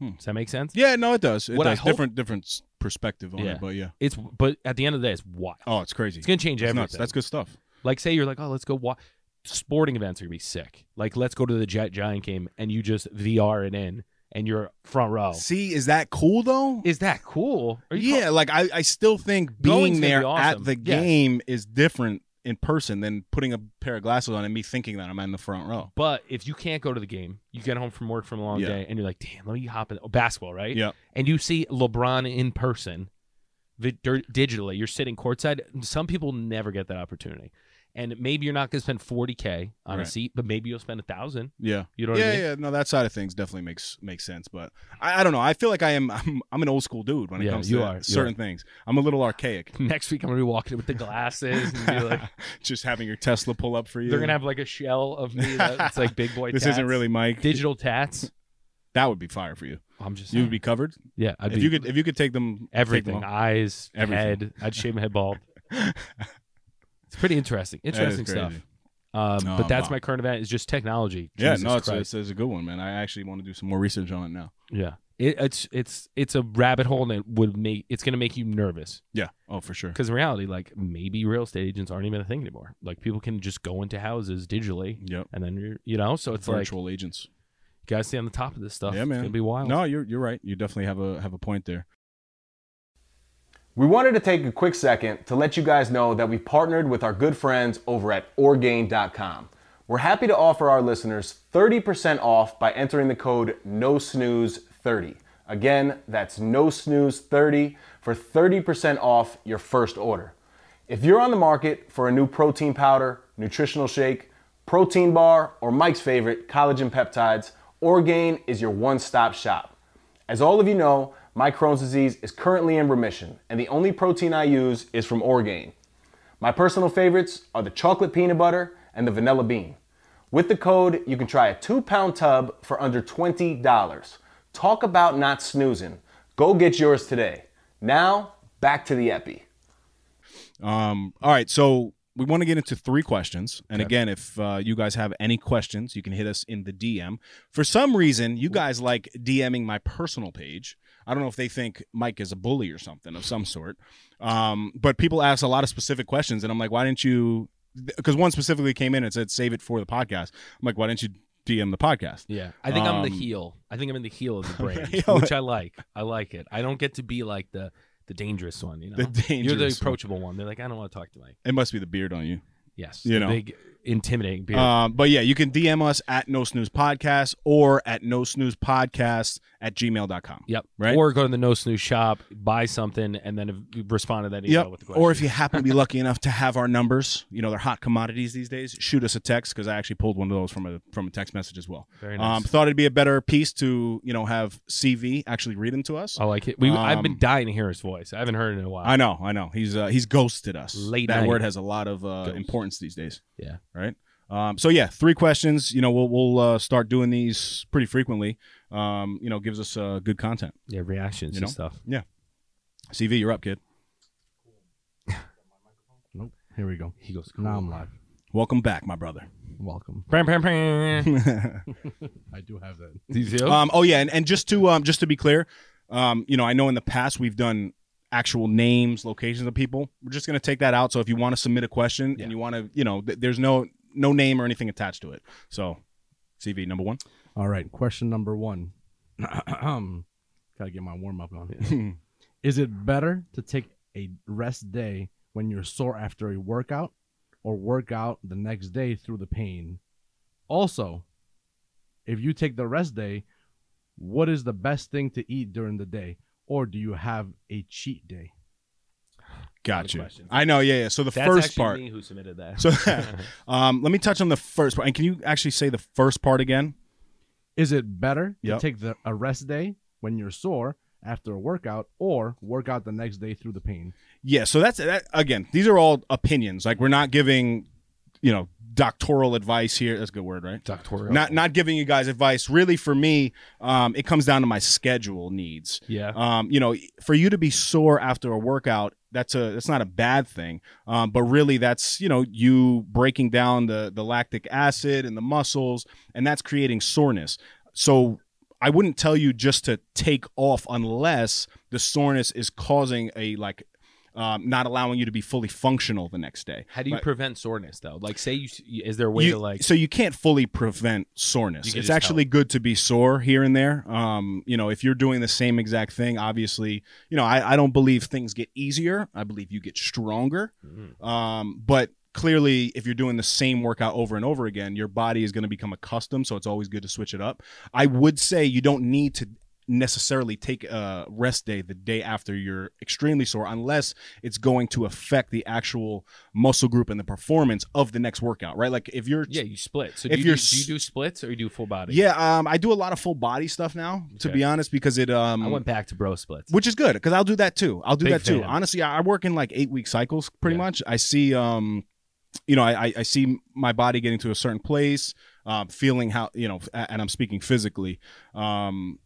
[SPEAKER 3] Hmm.
[SPEAKER 1] Does that make sense?
[SPEAKER 3] Yeah, no, it does. It
[SPEAKER 1] What I
[SPEAKER 3] does.
[SPEAKER 1] hope-
[SPEAKER 3] different different s- perspective on
[SPEAKER 1] Yeah.
[SPEAKER 3] it, but yeah.
[SPEAKER 1] It's but at the end of the day, it's wild.
[SPEAKER 3] Oh, it's crazy.
[SPEAKER 1] It's going to change
[SPEAKER 3] It's
[SPEAKER 1] everything.
[SPEAKER 3] nuts. That's good stuff.
[SPEAKER 1] Like, say you're like, oh, let's go watch. Sporting events are gonna be sick. Like, let's go to the Jet Giant game, and you just VR it in, and you're front row.
[SPEAKER 3] See, is that cool though?
[SPEAKER 1] Is that cool? Oh. Are you
[SPEAKER 3] yeah, like I, I still think
[SPEAKER 1] Going's gonna
[SPEAKER 3] being
[SPEAKER 1] be
[SPEAKER 3] there
[SPEAKER 1] awesome.
[SPEAKER 3] at the
[SPEAKER 1] Yes.
[SPEAKER 3] game is different in person than putting a pair of glasses on and me thinking that I'm in the front row.
[SPEAKER 1] But if you can't go to the game, you get home from work from a long
[SPEAKER 3] Yeah.
[SPEAKER 1] day, and you're like, damn, let me hop in oh, basketball, right?
[SPEAKER 3] Yeah.
[SPEAKER 1] And you see LeBron in person, vi- dir- digitally. You're sitting courtside. Some people never get that opportunity, and maybe you're not gonna spend 40k on a
[SPEAKER 3] Right.
[SPEAKER 1] seat, but maybe you'll spend a thousand.
[SPEAKER 3] Yeah.
[SPEAKER 1] You know what
[SPEAKER 3] yeah,
[SPEAKER 1] I mean?
[SPEAKER 3] yeah. No, that side of things definitely makes makes sense. But I, I don't know. I feel like I am [LAUGHS] I'm, I'm an old school dude when it
[SPEAKER 1] Yeah,
[SPEAKER 3] comes
[SPEAKER 1] you
[SPEAKER 3] to
[SPEAKER 1] are, you
[SPEAKER 3] certain things. I'm a
[SPEAKER 1] [LAUGHS]
[SPEAKER 3] little archaic.
[SPEAKER 1] [LAUGHS] Next week, I'm gonna be walking with the glasses and be like.
[SPEAKER 3] [LAUGHS] Just having your Tesla pull up for you.
[SPEAKER 1] They're gonna have like a shell of
[SPEAKER 3] [LAUGHS]
[SPEAKER 1] me that's like big boy.
[SPEAKER 3] this
[SPEAKER 1] tats.
[SPEAKER 3] isn't really Mike.
[SPEAKER 1] digital tats.
[SPEAKER 3] that would be fire for you.
[SPEAKER 1] I'm just
[SPEAKER 3] You would be covered
[SPEAKER 1] yeah. I'd
[SPEAKER 3] if
[SPEAKER 1] be
[SPEAKER 3] you could if you could take them take them
[SPEAKER 1] everything
[SPEAKER 3] off.
[SPEAKER 1] eyes
[SPEAKER 3] Everything.
[SPEAKER 1] head. I'd shave my head
[SPEAKER 3] [LAUGHS]
[SPEAKER 1] bald. It's pretty interesting.
[SPEAKER 3] That is
[SPEAKER 1] Interesting stuff.
[SPEAKER 3] crazy.
[SPEAKER 1] Um,
[SPEAKER 3] Oh,
[SPEAKER 1] but that's
[SPEAKER 3] wow.
[SPEAKER 1] my current event. Is just technology.
[SPEAKER 3] Yeah,
[SPEAKER 1] Jesus
[SPEAKER 3] no, it's,
[SPEAKER 1] Christ.
[SPEAKER 3] it's, it's a good one, man. I actually want to do some more research on it now.
[SPEAKER 1] yeah. It, it's it's it's a rabbit hole and it would make it's gonna make you nervous
[SPEAKER 3] Yeah. Oh, for sure.
[SPEAKER 1] because in reality, like maybe real estate agents aren't even a thing anymore. Like people can just go into houses digitally,
[SPEAKER 3] Yep.
[SPEAKER 1] and then you're you know. So it's like
[SPEAKER 3] Virtual agents.
[SPEAKER 1] you gotta stay on the top of this stuff.
[SPEAKER 3] Yeah,
[SPEAKER 1] It's
[SPEAKER 3] man.
[SPEAKER 1] gonna be wild.
[SPEAKER 3] No, you're you're right. You definitely have a have a point there.
[SPEAKER 4] We wanted to take a quick second to let you guys know that we partnered with our good friends over at Orgain.com. We're happy to offer our listeners 30% off by entering the code NOSNOOZE30. Again, that's NOSNOOZE30 for 30% off your first order. If you're on the market for a new protein powder, nutritional shake, protein bar, or Mike's favorite, collagen peptides, Orgain is your one stop shop. As all of you know, my Crohn's disease is currently in remission, and the only protein I use is from Orgain. My personal favorites are the chocolate peanut butter and the vanilla bean. With the code, you can try a two pound tub for under $20. Talk about not snoozing. Go get yours today. Now, back to the Epi.
[SPEAKER 3] Um, all right, so we want to get into three questions. And again, if uh, you guys have any questions, you can hit us in the DM. For some reason, you guys like DMing my personal page. I don't know if they think Mike is a bully or something of some sort. Um, but people ask a lot of specific questions, and I'm like, why didn't you? Because one specifically came in and said, save it for the podcast. I'm like, why didn't you DM the podcast?
[SPEAKER 1] Yeah, I think I'm the
[SPEAKER 3] Um,
[SPEAKER 1] heel. I think I'm in the heel
[SPEAKER 3] [LAUGHS]
[SPEAKER 1] of the brand,
[SPEAKER 3] Yeah,
[SPEAKER 1] [LAUGHS] which I like. I like it. I don't get to be like the the dangerous one. You know,
[SPEAKER 3] The
[SPEAKER 1] you're the
[SPEAKER 3] dangerous one.
[SPEAKER 1] approachable one. They're like, I don't want to talk to Mike.
[SPEAKER 3] It must be the beard on you.
[SPEAKER 1] Yes,
[SPEAKER 3] You
[SPEAKER 1] the
[SPEAKER 3] know.
[SPEAKER 1] big intimidating beard.
[SPEAKER 3] Um, but yeah, you can DM us at no snooze podcast or at no snooze podcast at gmail.com.
[SPEAKER 1] yep.
[SPEAKER 3] right.
[SPEAKER 1] Or go to the No Snooze shop, buy something, and then respond to that email
[SPEAKER 3] Yep.
[SPEAKER 1] with the question.
[SPEAKER 3] Or if you happen
[SPEAKER 1] [LAUGHS]
[SPEAKER 3] to be lucky enough to have our numbers, you know they're hot commodities these days. Shoot us a text because I actually pulled one of those from a from a text message as well.
[SPEAKER 1] Very nice.
[SPEAKER 3] Um, thought it'd be a better piece to you know have CV actually read them to us.
[SPEAKER 1] I like it. We, I've been
[SPEAKER 3] Um,
[SPEAKER 1] dying to hear his voice. I haven't heard it in a while.
[SPEAKER 3] I know, I know. He's uh, he's ghosted us.
[SPEAKER 1] Late
[SPEAKER 3] that
[SPEAKER 1] night.
[SPEAKER 3] word has a lot of uh,
[SPEAKER 1] Ghost.
[SPEAKER 3] importance these days.
[SPEAKER 1] Yeah.
[SPEAKER 3] Right. Um, so yeah, three questions. You know, we'll we'll uh, start doing these pretty frequently. Um, you know, gives us uh, good content.
[SPEAKER 1] yeah, reactions
[SPEAKER 3] You
[SPEAKER 1] and
[SPEAKER 3] know?
[SPEAKER 1] stuff.
[SPEAKER 3] CV, you're up, kid.
[SPEAKER 5] Here we go.
[SPEAKER 1] He goes,
[SPEAKER 5] Now I'm live.
[SPEAKER 3] Welcome back, my brother. [LAUGHS]
[SPEAKER 5] Welcome.
[SPEAKER 1] Bam, bam, bam.
[SPEAKER 5] I do have that.
[SPEAKER 1] These you?
[SPEAKER 3] Um, oh yeah, and, and just to um, just to be clear, um, you know, I know in the past we've done actual names, locations of people. We're just gonna take that out. So if you want to submit a question and you want to, you know, th- there's no no name or anything attached to it. So CV
[SPEAKER 1] [LAUGHS]
[SPEAKER 3] number one.
[SPEAKER 5] All right. Question number one. [CLEARS THROAT] Gotta get my warm up on. Is it better to take a rest day when you're sore after a workout, or work out the next day through the pain? Also, if you take the rest day, what is the best thing to eat during the day, or do you have a cheat day?
[SPEAKER 1] the
[SPEAKER 3] Gotcha.
[SPEAKER 1] questions.
[SPEAKER 3] I know. Yeah, yeah. So the
[SPEAKER 1] That's
[SPEAKER 3] first
[SPEAKER 1] actually
[SPEAKER 3] part.
[SPEAKER 1] me who submitted that. [LAUGHS]
[SPEAKER 3] So [LAUGHS] um, let me touch on the first part. And can you actually say the first part again?
[SPEAKER 5] Is it better
[SPEAKER 3] Yep.
[SPEAKER 5] to take the a rest day when you're sore after a workout or work out the next day through the pain?
[SPEAKER 3] Yeah. So that's that. Again, these are all opinions. Like we're not giving, you know, doctoral advice here. That's a good word, right?
[SPEAKER 1] Doctoral.
[SPEAKER 3] Not not giving you guys advice. Really, for me, um, it comes down to my schedule needs.
[SPEAKER 1] yeah.
[SPEAKER 3] Um, you know, for you to be sore after a workout, that's a that's not a bad thing. Um, but really, that's you know you breaking down the the lactic acid and the muscles, and that's creating soreness. So I wouldn't tell you just to take off unless the soreness is causing a like. Um, not allowing you to be fully functional the next day.
[SPEAKER 1] How do you
[SPEAKER 3] Like,
[SPEAKER 1] prevent soreness though? Like, say you, is there a way
[SPEAKER 3] you-
[SPEAKER 1] to like?
[SPEAKER 3] so you can't fully prevent
[SPEAKER 1] You
[SPEAKER 3] soreness
[SPEAKER 1] can
[SPEAKER 3] it's
[SPEAKER 1] just
[SPEAKER 3] actually good to be sore here and there um you know if you're doing the same exact thing obviously you know i, I don't believe things get easier i believe you get stronger um but clearly if you're doing the same workout over and over again your body is going to become accustomed so it's always good to switch it up i would say you don't need to necessarily take a rest day the day after you're extremely sore unless it's going to affect the actual muscle group and the performance of the next workout right like if you're
[SPEAKER 1] yeah, you split. So
[SPEAKER 3] if
[SPEAKER 1] do, you
[SPEAKER 3] you're
[SPEAKER 1] do, do you
[SPEAKER 3] s-
[SPEAKER 1] do splits or you do full body?
[SPEAKER 3] yeah, um, I do a lot of full body stuff now, to
[SPEAKER 1] Okay.
[SPEAKER 3] be honest, because it um,
[SPEAKER 1] I went back to bro splits.
[SPEAKER 3] which is good because I'll do that too. I'll do
[SPEAKER 1] Big
[SPEAKER 3] that too.
[SPEAKER 1] fan.
[SPEAKER 3] Honestly, I I work in like eight week cycles pretty
[SPEAKER 1] Yeah.
[SPEAKER 3] much. I see um, you know, I I- I see my body getting to a certain place, um, feeling how you know, a- and I'm speaking physically, um.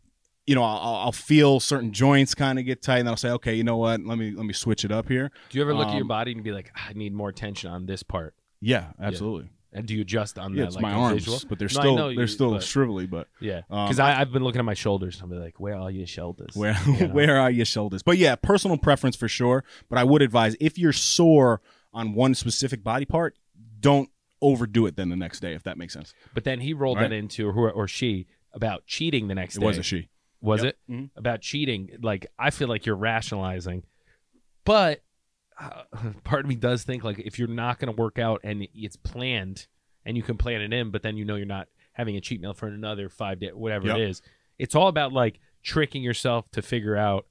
[SPEAKER 3] You know, I'll, I'll feel certain joints kind of get tight, and I'll say, "Okay, you know what? Let me let me switch it up here."
[SPEAKER 1] do you ever look at your
[SPEAKER 3] um,
[SPEAKER 1] body and be like, I need more tension on this part?
[SPEAKER 3] Yeah, absolutely.
[SPEAKER 1] And do you adjust on
[SPEAKER 3] Yeah,
[SPEAKER 1] that?
[SPEAKER 3] it's
[SPEAKER 1] like
[SPEAKER 3] my
[SPEAKER 1] on
[SPEAKER 3] arms,
[SPEAKER 1] visual?
[SPEAKER 3] but they're
[SPEAKER 1] No, I
[SPEAKER 3] still
[SPEAKER 1] know
[SPEAKER 3] they're
[SPEAKER 1] you-
[SPEAKER 3] still
[SPEAKER 1] but-
[SPEAKER 3] shrivelly, but
[SPEAKER 1] Yeah,
[SPEAKER 3] Um,
[SPEAKER 1] because I've been looking at my shoulders. and I'm like, where are your shoulders?
[SPEAKER 3] Where
[SPEAKER 1] You know?
[SPEAKER 3] [LAUGHS] where are your shoulders? But yeah, personal preference for sure. But I would advise if you're sore on one specific body part, don't overdo it then the next day, if that makes sense.
[SPEAKER 1] But then he rolled
[SPEAKER 3] Right.
[SPEAKER 1] that into or, or she about cheating the next
[SPEAKER 3] It
[SPEAKER 1] day.
[SPEAKER 3] was a she.
[SPEAKER 1] Was
[SPEAKER 3] Yep.
[SPEAKER 1] it
[SPEAKER 3] Mhm.
[SPEAKER 1] about cheating? Like I feel like you're rationalizing, but uh, [LAUGHS] part of me does think like if you're not going to work out and it's planned and you can plan it in, but then you know you're not having a cheat meal for another five day, whatever
[SPEAKER 3] Yep.
[SPEAKER 1] it is. It's all about like tricking yourself to figure out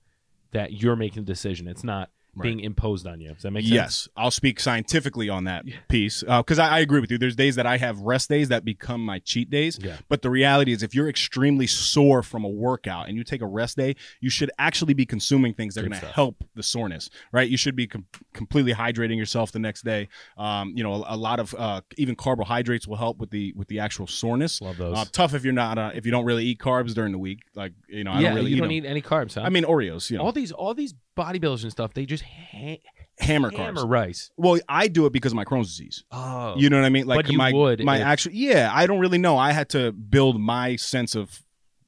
[SPEAKER 1] that you're making a decision. It's not
[SPEAKER 3] Right.
[SPEAKER 1] being imposed on you. Does that make sense?
[SPEAKER 3] Yes, I'll speak scientifically on that piece because I, I agree with you. There's days that I have rest days that become my cheat days.
[SPEAKER 1] Yeah.
[SPEAKER 3] But the reality is, if you're extremely sore from a workout and you take a rest day, you should actually be consuming things that are
[SPEAKER 1] Good
[SPEAKER 3] going to
[SPEAKER 1] stuff.
[SPEAKER 3] help the soreness, right? You should be com- completely hydrating yourself the next day. Um, you know, a, a lot of uh, even carbohydrates will help with the with the actual soreness.
[SPEAKER 1] Love those.
[SPEAKER 3] Uh, tough if you're not uh, if you don't really eat carbs during the week. Like you know, I
[SPEAKER 1] yeah,
[SPEAKER 3] don't really
[SPEAKER 1] you
[SPEAKER 3] eat
[SPEAKER 1] don't
[SPEAKER 3] them.
[SPEAKER 1] need any carbs. Huh?
[SPEAKER 3] I mean Oreos, you know,
[SPEAKER 1] all these all these bodybuilders and stuff, they just ha-
[SPEAKER 3] hammer carbs.
[SPEAKER 1] hammer rice.
[SPEAKER 3] Well, I do it because of my Crohn's disease.
[SPEAKER 1] Oh,
[SPEAKER 3] You know what I mean? Like
[SPEAKER 1] But you
[SPEAKER 3] my
[SPEAKER 1] would
[SPEAKER 3] my
[SPEAKER 1] if-
[SPEAKER 3] actual yeah. I don't really know. I had to build my sense of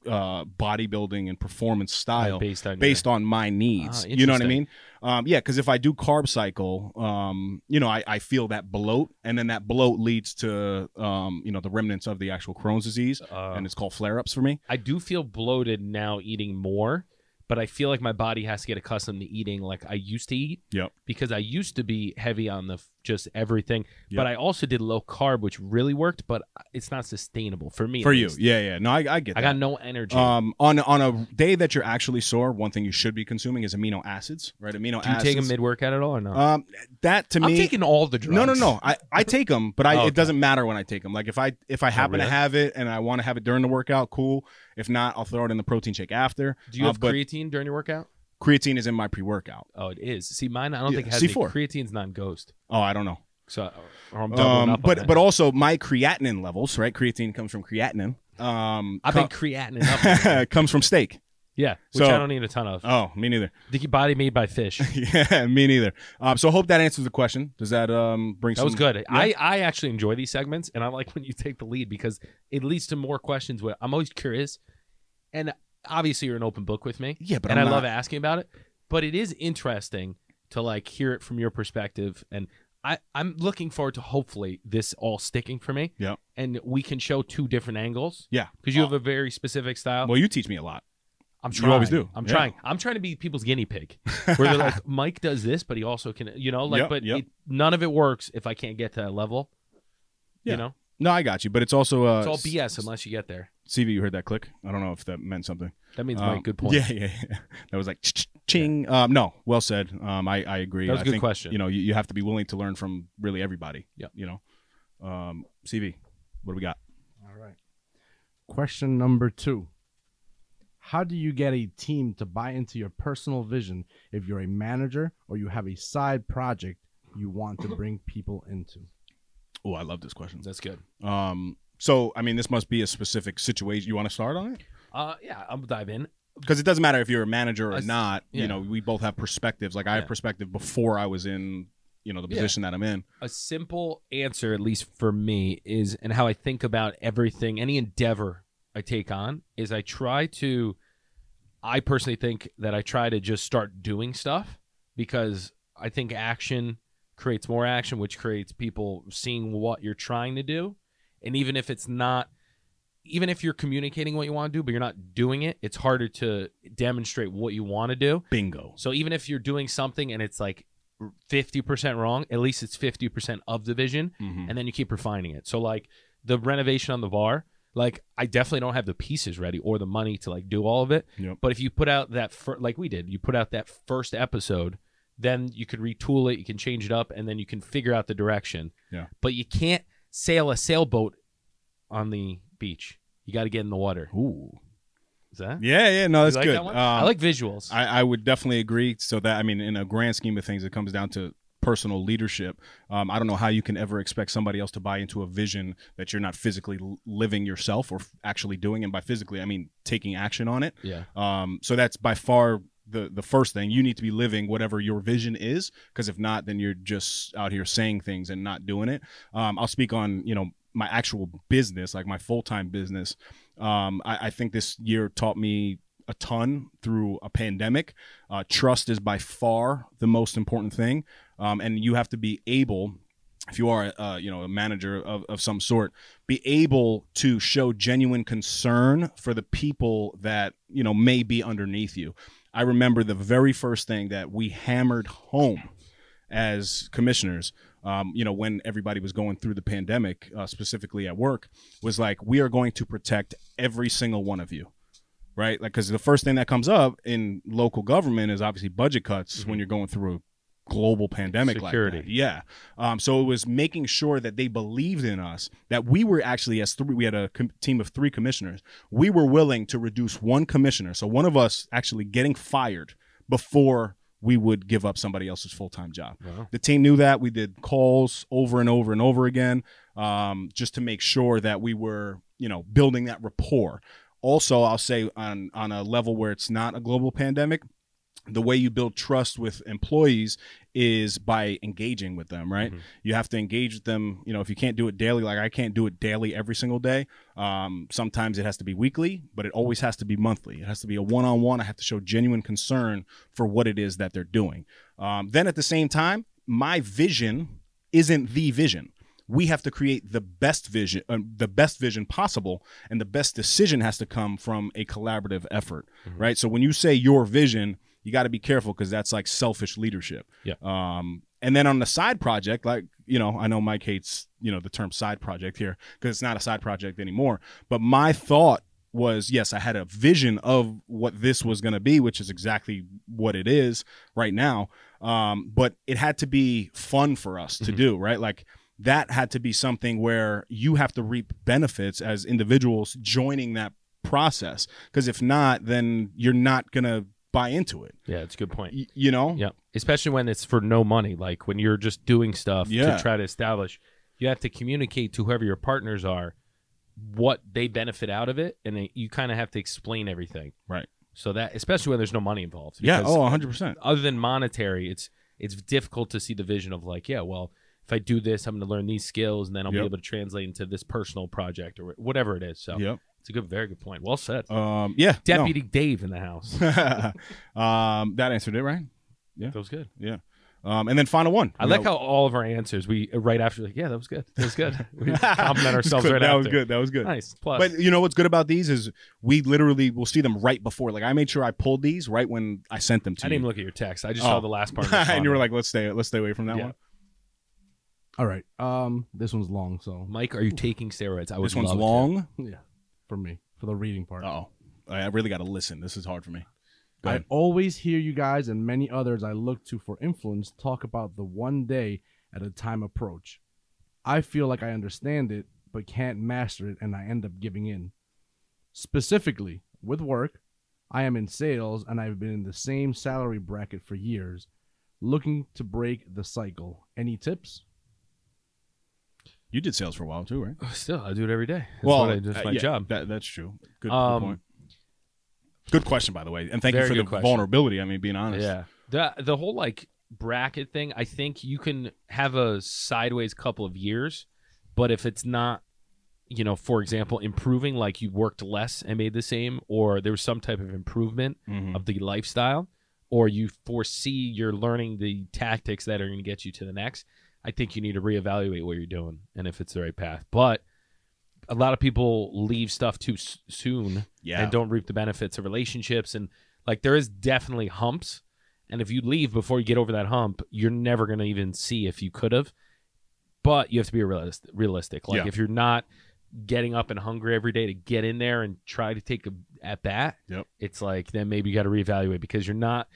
[SPEAKER 3] uh, bodybuilding and performance style
[SPEAKER 1] based on
[SPEAKER 3] based on my needs.
[SPEAKER 1] Ah,
[SPEAKER 3] you know what I
[SPEAKER 1] interesting.
[SPEAKER 3] mean? Um, yeah, because if I do carb cycle, um, you know, I, I feel that bloat, and then that bloat leads to um, you know the remnants of the actual Crohn's disease,
[SPEAKER 1] Uh,
[SPEAKER 3] and it's called flare ups for me.
[SPEAKER 1] I do feel bloated now eating more, but I feel like my body has to get accustomed to eating like I used to eat.
[SPEAKER 3] Yep.
[SPEAKER 1] Because I used to be heavy on the f- just everything,
[SPEAKER 3] Yep.
[SPEAKER 1] but I also did low carb, which really worked, but it's not sustainable for me. at
[SPEAKER 3] For you,
[SPEAKER 1] least.
[SPEAKER 3] yeah, yeah. No, I, I get.
[SPEAKER 1] I
[SPEAKER 3] that.
[SPEAKER 1] got no energy.
[SPEAKER 3] Um, on on a day that you're actually sore, one thing you should be consuming is amino acids, right? Amino
[SPEAKER 1] do you
[SPEAKER 3] acids.
[SPEAKER 1] take a mid workout at all or no?
[SPEAKER 3] Um, that to
[SPEAKER 1] I'm
[SPEAKER 3] me,
[SPEAKER 1] taking all the drugs.
[SPEAKER 3] no, no, no. I, I take them, but I
[SPEAKER 1] Oh, okay. Oh,
[SPEAKER 3] it doesn't matter when I take them. Like if I if I happen
[SPEAKER 1] really?
[SPEAKER 3] to have it and I want to have it during the workout, cool. If not, I'll throw it in the protein shake after.
[SPEAKER 1] Do you
[SPEAKER 3] Uh,
[SPEAKER 1] have
[SPEAKER 3] but
[SPEAKER 1] creatine during your workout?
[SPEAKER 3] creatine is in my pre workout.
[SPEAKER 1] Oh, it is. See, mine I don't
[SPEAKER 3] Yeah,
[SPEAKER 1] think it has
[SPEAKER 3] C4.
[SPEAKER 1] any. Creatine's non ghost.
[SPEAKER 3] Oh, I don't know.
[SPEAKER 1] So or I'm doubling
[SPEAKER 3] Um,
[SPEAKER 1] up on
[SPEAKER 3] but
[SPEAKER 1] it.
[SPEAKER 3] but also my creatinine levels, right? Creatine comes from creatinine. Um,
[SPEAKER 1] I've
[SPEAKER 3] co-
[SPEAKER 1] been creatining up.
[SPEAKER 3] [LAUGHS]
[SPEAKER 1] lately.
[SPEAKER 3] comes from steak.
[SPEAKER 1] yeah, which
[SPEAKER 3] So-
[SPEAKER 1] I don't need a ton of.
[SPEAKER 3] Oh, me neither. [LAUGHS]
[SPEAKER 1] The body made by fish.
[SPEAKER 3] yeah, me neither. Um, so hope that answers the question. Does that um bring?
[SPEAKER 1] That was
[SPEAKER 3] some-
[SPEAKER 1] good. I,
[SPEAKER 3] Yeah?
[SPEAKER 1] I actually enjoy these segments, and I like when you take the lead because it leads to more questions. Where I'm always curious, and obviously you're an open book with me,
[SPEAKER 3] yeah, but
[SPEAKER 1] and
[SPEAKER 3] I'm
[SPEAKER 1] I love
[SPEAKER 3] not-
[SPEAKER 1] asking about it. But it is interesting to like hear it from your perspective, and I I'm looking forward to hopefully this all sticking for me.
[SPEAKER 3] Yeah.
[SPEAKER 1] and we can show two different angles
[SPEAKER 3] Yeah, Uh,
[SPEAKER 1] because you have a very specific style.
[SPEAKER 3] well, you teach me a lot.
[SPEAKER 1] I'm
[SPEAKER 3] you
[SPEAKER 1] trying.
[SPEAKER 3] always do.
[SPEAKER 1] I'm
[SPEAKER 3] Yeah.
[SPEAKER 1] trying. I'm trying to be people's guinea pig, where they're
[SPEAKER 3] [LAUGHS]
[SPEAKER 1] like, Mike does this, but he also can, you know, like,
[SPEAKER 3] Yep,
[SPEAKER 1] but
[SPEAKER 3] yep.
[SPEAKER 1] It, none of it works if I can't get to that level.
[SPEAKER 3] Yeah.
[SPEAKER 1] You know,
[SPEAKER 3] No, I got you, but it's also uh,
[SPEAKER 1] it's all BS unless you get there.
[SPEAKER 3] CV, you heard that click? I don't know if that meant something.
[SPEAKER 1] That means
[SPEAKER 3] Um,
[SPEAKER 1] Mike. Good point.
[SPEAKER 3] Yeah, yeah, yeah. That was like ch- ch- ching. Um, no, well said. Um, I, I agree.
[SPEAKER 1] That was a
[SPEAKER 3] I
[SPEAKER 1] good
[SPEAKER 3] think,
[SPEAKER 1] question.
[SPEAKER 3] You know, you, you have to be willing to learn from really everybody.
[SPEAKER 1] Yeah.
[SPEAKER 3] You know, um, CV, what do we got?
[SPEAKER 5] All right. Question number two. How do you get a team to buy into your personal vision if you're a manager or you have a side project you want to bring people into?
[SPEAKER 3] Oh, I love this question.
[SPEAKER 1] That's good.
[SPEAKER 3] Um, so I mean, this must be a specific situation. You want to start on it?
[SPEAKER 1] Uh, yeah, I'll dive in.
[SPEAKER 3] because it doesn't matter if you're a manager
[SPEAKER 1] I
[SPEAKER 3] or
[SPEAKER 1] s-
[SPEAKER 3] not.
[SPEAKER 1] yeah.
[SPEAKER 3] You know, we both have perspectives. Like I
[SPEAKER 1] Yeah.
[SPEAKER 3] have perspective before I was in, you know, the
[SPEAKER 1] Yeah.
[SPEAKER 3] position that I'm in.
[SPEAKER 1] a simple answer, at least for me, is and how I think about everything, any endeavor I take on, is I try to. I personally think that I try to just start doing stuff because I think action creates more action, which creates people seeing what you're trying to do. And even if it's not, even if you're communicating what you want to do, but you're not doing it, it's harder to demonstrate what you want to do.
[SPEAKER 3] Bingo.
[SPEAKER 1] So even if you're doing something and it's like 50% wrong, at least it's 50% of the vision
[SPEAKER 3] Mhm.
[SPEAKER 1] and then you keep refining it. So like the renovation on the VAR, like I definitely don't have the pieces ready or the money to like do all of it.
[SPEAKER 3] Mm-hmm. Yep.
[SPEAKER 1] But if you put out that fir- like we did, you put out that first episode, then you could retool it, you can change it up and then you can figure out the direction.
[SPEAKER 3] Yeah.
[SPEAKER 1] But you can't sail a sailboat on the beach. You got to get in the water.
[SPEAKER 3] Ooh.
[SPEAKER 1] Is that?
[SPEAKER 3] Yeah, yeah. No,
[SPEAKER 1] You
[SPEAKER 3] that's
[SPEAKER 1] like
[SPEAKER 3] good.
[SPEAKER 1] that one?
[SPEAKER 3] Um,
[SPEAKER 1] I like visuals.
[SPEAKER 3] I, I would definitely agree. So that I mean, in a grand scheme of things, it comes down to personal leadership. Um, I don't know how you can ever expect somebody else to buy into a vision that you're not physically l- living yourself or f- actually doing. And by physically, I mean taking action on it.
[SPEAKER 1] yeah.
[SPEAKER 3] Um, so that's by far the the first thing you need to be living whatever your vision is, because if not, then you're just out here saying things and not doing it. Um, I'll speak on you know my actual business, like my full time business. Um, I, I think this year taught me a ton through a pandemic. Uh, trust is by far the most important thing, um, and you have to be able. If you are, uh, you know, a manager of, of some sort, be able to show genuine concern for the people that you know may be underneath you. I remember the very first thing that we hammered home as commissioners, um, you know, when everybody was going through the pandemic, uh, specifically at work, was like, we are going to protect every single one of you. Right. Like, because the first thing that comes up in local government is obviously budget cuts when you're going through a global pandemic
[SPEAKER 1] Security.
[SPEAKER 3] like that. Yeah. Um, so it was making sure that they believed in us, that we were actually, as three, we had a com- team of three commissioners, we were willing to reduce one commissioner. So one of us actually getting fired before we would give up somebody else's full time job. The team knew that. We did calls over and over and over again um, just to make sure that we were, you know, building that rapport. Also, I'll say on on a level where it's not a global pandemic, the way you build trust with employees is by engaging with them, right? You have to engage with them. You know, if you can't do it daily, like I can't do it daily every single day. Um, sometimes it has to be weekly, but it always has to be monthly. It has to be a one on one. I have to show genuine concern for what it is that they're doing. Um, then at the same time, my vision isn't the vision. We have to create the best vision, uh, the best vision possible, and the best decision has to come from a collaborative effort, right? So when you say your vision, you got to be careful because that's like selfish leadership.
[SPEAKER 1] Yeah.
[SPEAKER 3] Um, and then on the side project, like you know, I know Mike hates you know the term side project here because it's not a side project anymore. But my thought was yes, I had a vision of what this was going to be, which is exactly what it is right now. Um, but it had to be fun for us
[SPEAKER 1] Mm-hmm.
[SPEAKER 3] to do, right? Like that had to be something where you have to reap benefits as individuals joining that process. Because if not, then you're not going to buy into it,
[SPEAKER 1] Yeah, it's a good point.
[SPEAKER 3] y- you know?
[SPEAKER 1] Yeah, especially when it's for no money, like when you're just doing stuff
[SPEAKER 3] Yeah.
[SPEAKER 1] to try to establish. You have to communicate to whoever your partners are what they benefit out of it, and it, you kind of have to explain everything.
[SPEAKER 3] Right.
[SPEAKER 1] So that, especially when there's no money involved.
[SPEAKER 3] Yeah.
[SPEAKER 1] because
[SPEAKER 3] Oh, 100%.
[SPEAKER 1] Other than monetary, it's it's difficult to see the vision of like, yeah, well, if I do this, I'm going to learn these skills, and then I'll be
[SPEAKER 3] Yep.
[SPEAKER 1] able to translate into this personal project or whatever it is. So
[SPEAKER 3] Yep.
[SPEAKER 1] it's a good, very good point. Well said,
[SPEAKER 3] Um, yeah. no.
[SPEAKER 1] Deputy Dave in the house.
[SPEAKER 3] [LAUGHS] um, that answered it, right?
[SPEAKER 1] That was good.
[SPEAKER 3] Yeah. Um, and then final one.
[SPEAKER 1] I like how all of our answers we uh, right after like yeah that was good that was
[SPEAKER 3] [LAUGHS]
[SPEAKER 1] good we compliment ourselves right
[SPEAKER 3] that
[SPEAKER 1] after
[SPEAKER 3] was good. That was good.
[SPEAKER 1] nice plus
[SPEAKER 3] But you know what's good about these is we literally will see them right before. Like I made sure I pulled these right when I sent them to
[SPEAKER 1] I
[SPEAKER 3] you.
[SPEAKER 1] didn't even look at your text I just
[SPEAKER 3] Oh.
[SPEAKER 1] saw the last
[SPEAKER 3] [LAUGHS]
[SPEAKER 1] part
[SPEAKER 3] and you were like, let's stay, let's stay away from that
[SPEAKER 1] Yeah.
[SPEAKER 3] one.
[SPEAKER 5] All right. Um, this one's long, so
[SPEAKER 1] Mike are you taking steroids I would
[SPEAKER 3] This one's
[SPEAKER 1] love to.
[SPEAKER 3] long.
[SPEAKER 5] yeah, for me. for the reading part.
[SPEAKER 3] Oh, I really got to listen. This is hard for me. Go
[SPEAKER 5] I
[SPEAKER 3] ahead.
[SPEAKER 5] always hear you guys and many others I look to for influence talk about the one day at a time approach. I feel like I understand it, but can't master it, and I end up giving in. Specifically, with work, I am in sales and I've been in the same salary bracket for years, looking to break the cycle. Any tips?
[SPEAKER 3] You did sales for a while too, right?
[SPEAKER 1] Oh, Still, I do it every day. That's
[SPEAKER 3] well,
[SPEAKER 1] what I, that's
[SPEAKER 3] uh,
[SPEAKER 1] my
[SPEAKER 3] yeah,
[SPEAKER 1] job.
[SPEAKER 3] That, that's true. Good, good
[SPEAKER 1] Um,
[SPEAKER 3] point. Good question, by the way, and thank
[SPEAKER 1] very
[SPEAKER 3] you for the
[SPEAKER 1] good question.
[SPEAKER 3] vulnerability. I mean, being honest.
[SPEAKER 1] Yeah. The the whole like bracket thing, I think you can have a sideways couple of years, but if it's not you know, for example, improving like you worked less and made the same or there was some type of improvement
[SPEAKER 3] Mhm.
[SPEAKER 1] of the lifestyle or you foresee you're learning the tactics that are going to get you to the next, I think you need to reevaluate what you're doing and if it's the right path. But a lot of people leave stuff too s- soon
[SPEAKER 3] Yeah.
[SPEAKER 1] and don't reap the benefits of relationships and like there is definitely humps and if you leave before you get over that hump you're never going to even see if you could have but you have to be realist- realistic like
[SPEAKER 3] Yeah.
[SPEAKER 1] if you're not getting up and hungry every day to get in there and try to take a at bat
[SPEAKER 3] Yep.
[SPEAKER 1] it's like then maybe you got to reevaluate because you're not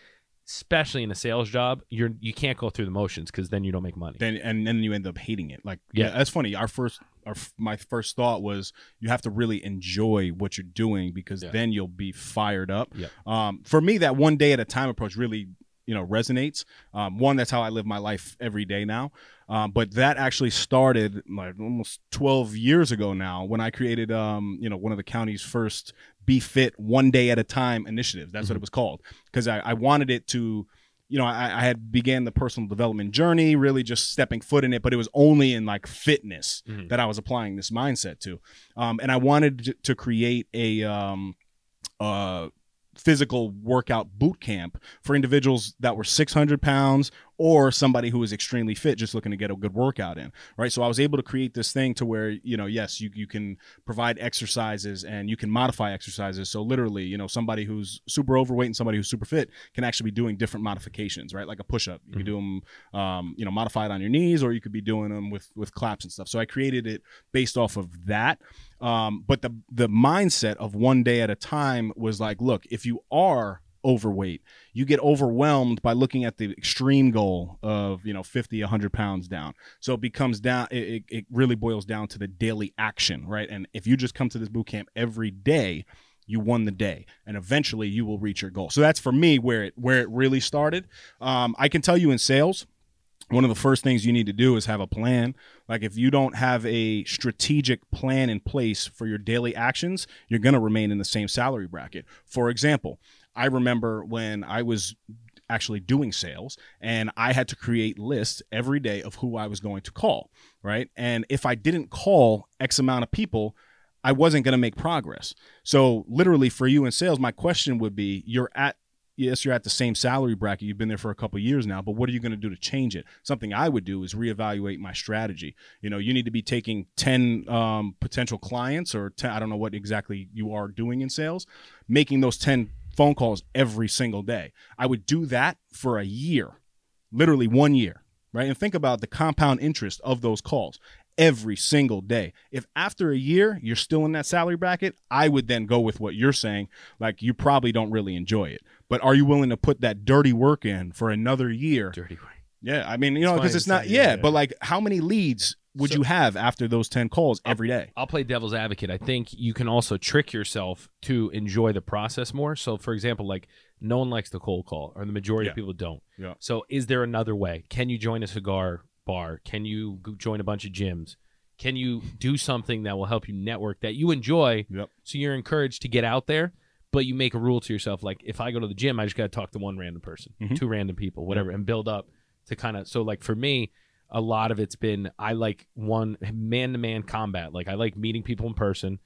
[SPEAKER 1] especially in a sales job you're you can't go through the motions because then you don't make money
[SPEAKER 3] then and then you end up hating it. Like
[SPEAKER 1] Yeah.
[SPEAKER 3] yeah, that's funny. Our first, our f- my first thought was you have to really enjoy what you're doing because
[SPEAKER 1] Yeah.
[SPEAKER 3] then you'll be fired up.
[SPEAKER 1] Yeah.
[SPEAKER 3] Um, for me, that one day at a time approach really you know resonates. Um, one, that's how I live my life every day now. Um, but that actually started like almost 12 years ago now when I created um, you know one of the county's first Be Fit One Day at a Time initiatives. That's
[SPEAKER 1] Mm-hmm.
[SPEAKER 3] what it was called because I, I wanted it to you know, I, I had began the personal development journey, really just stepping foot in it, but it was only in like fitness
[SPEAKER 1] Mhm.
[SPEAKER 3] that I was applying this mindset to. Um, and I wanted to- to create a um, uh, physical workout boot camp for individuals that were 600 pounds or somebody who was extremely fit, just looking to get a good workout in, right? So I was able to create this thing to where, you know, yes, you, you can provide exercises and you can modify exercises. So literally, you know, somebody who's super overweight and somebody who's super fit can actually be doing different modifications, right? Like a push up, you could do them, um, you know, modified on your knees, or you could be doing them with with claps and stuff. So I created it based off of that. Um, but the the mindset of one day at a time was like, look, if you are overweight you get overwhelmed by looking at the extreme goal of you know 50 100 pounds down so it becomes down it, it- it really boils down to the daily action right and if you just come to this boot camp every day you won the day and eventually you will reach your goal so that's for me where it where it really started um, i can tell you in sales one of the first things you need to do is have a plan. Like if you don't have a strategic plan in place for your daily actions, you're going to remain in the same salary bracket. For example, I remember when I was actually doing sales and I had to create lists every day of who I was going to call, right? And if I didn't call X amount of people, I wasn't going to make progress. So literally for you in sales, my question would be you're at yes, you're at the same salary bracket. You've been there for a couple years now, but what are you going to do to change it? Something I would do is reevaluate my strategy. You know, you need to be taking 10 um, potential clients or 10, I don't know what exactly you are doing in sales, making those 10 phone calls every single day. I would do that for a year, literally one year, right? And think about the compound interest of those calls every single day. If after a year you're still in that salary bracket, I would then go with what you're saying. Like you probably don't really enjoy it, but are you willing to put that dirty work in for another year?
[SPEAKER 1] dirty way
[SPEAKER 3] Yeah, I mean, you know, because
[SPEAKER 5] fine,
[SPEAKER 3] it's,
[SPEAKER 5] it's
[SPEAKER 3] not.
[SPEAKER 5] not-
[SPEAKER 3] Yeah,
[SPEAKER 5] yeah,
[SPEAKER 3] but like, how many leads would you have after those ten calls every day?
[SPEAKER 1] I'll play devil's advocate. I think you can also trick yourself to enjoy the process more. So, for example, like no one likes the cold call, or the majority
[SPEAKER 3] Yeah.
[SPEAKER 1] of people don't.
[SPEAKER 3] Yeah.
[SPEAKER 1] So, is there another way? Can you join a cigar bar? Can you go- join a bunch of gyms? Can you do something that will help you network that you enjoy?
[SPEAKER 3] Yep.
[SPEAKER 1] So you're encouraged to get out there, but you make a rule to yourself like, if I go to the gym, I just got to talk to one random person,
[SPEAKER 3] Mhm.
[SPEAKER 1] two random people, whatever, and build up to kind of. So, like for me, a lot of it's been I like one man to man combat. Like I like meeting people in person,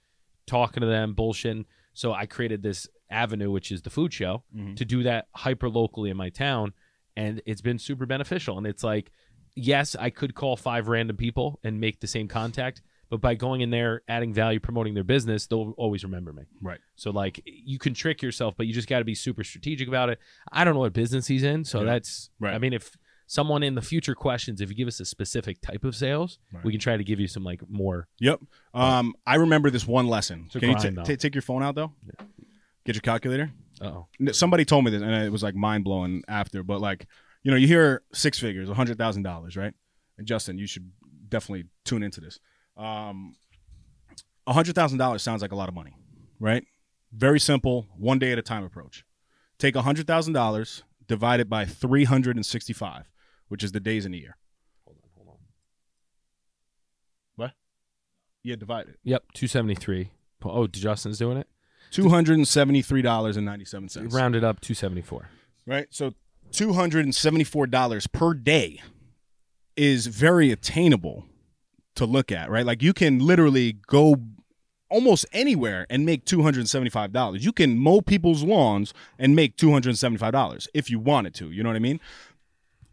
[SPEAKER 1] talking to them, bullshitting. So I created this avenue, which is the food show,
[SPEAKER 3] Mhm.
[SPEAKER 1] to do that hyper locally in my town, and it's been super beneficial. And it's like, yes, I could call five random people and make the same contact, but by going in there, adding value, promoting their business, they'll always remember me.
[SPEAKER 3] Right.
[SPEAKER 1] So like you can trick yourself, but you just got to be super strategic about it. I don't know what business he's in, so
[SPEAKER 3] Yeah.
[SPEAKER 1] that's
[SPEAKER 3] Right.
[SPEAKER 1] I mean, if someone in the future questions if you give us a specific type of sales, we can try to give you some like more.
[SPEAKER 3] Yep. Um, I remember this one lesson.
[SPEAKER 1] a
[SPEAKER 3] Can you
[SPEAKER 1] grind,
[SPEAKER 3] ta-
[SPEAKER 1] though.
[SPEAKER 3] ta- take your phone out though? Get your calculator.
[SPEAKER 1] Oh,
[SPEAKER 3] N- Somebody told me this, and it was like mind blowing after. But like, you know, you hear six figures, hundred thousand dollars, right? And Justin, you should definitely tune into this. Um, hundred thousand dollars sounds like a lot of money, right? Very simple, one day at a time approach. Take hundred thousand dollars, divide it by three hundred and sixty-five, which is the days in a year. What? Yeah, divide it.
[SPEAKER 1] yep, two seventy three. Oh, Justin's doing it.
[SPEAKER 3] Two hundred and seventy-three dollars and ninety-seven cents.
[SPEAKER 1] Rounded up, two seventy four.
[SPEAKER 3] right? So two hundred and seventy-four dollars per day is very attainable to look at, right? Like you can literally go almost anywhere and make two hundred and seventy-five dollars. You can mow people's lawns and make two hundred and seventy-five dollars if you wanted to. You know what I mean?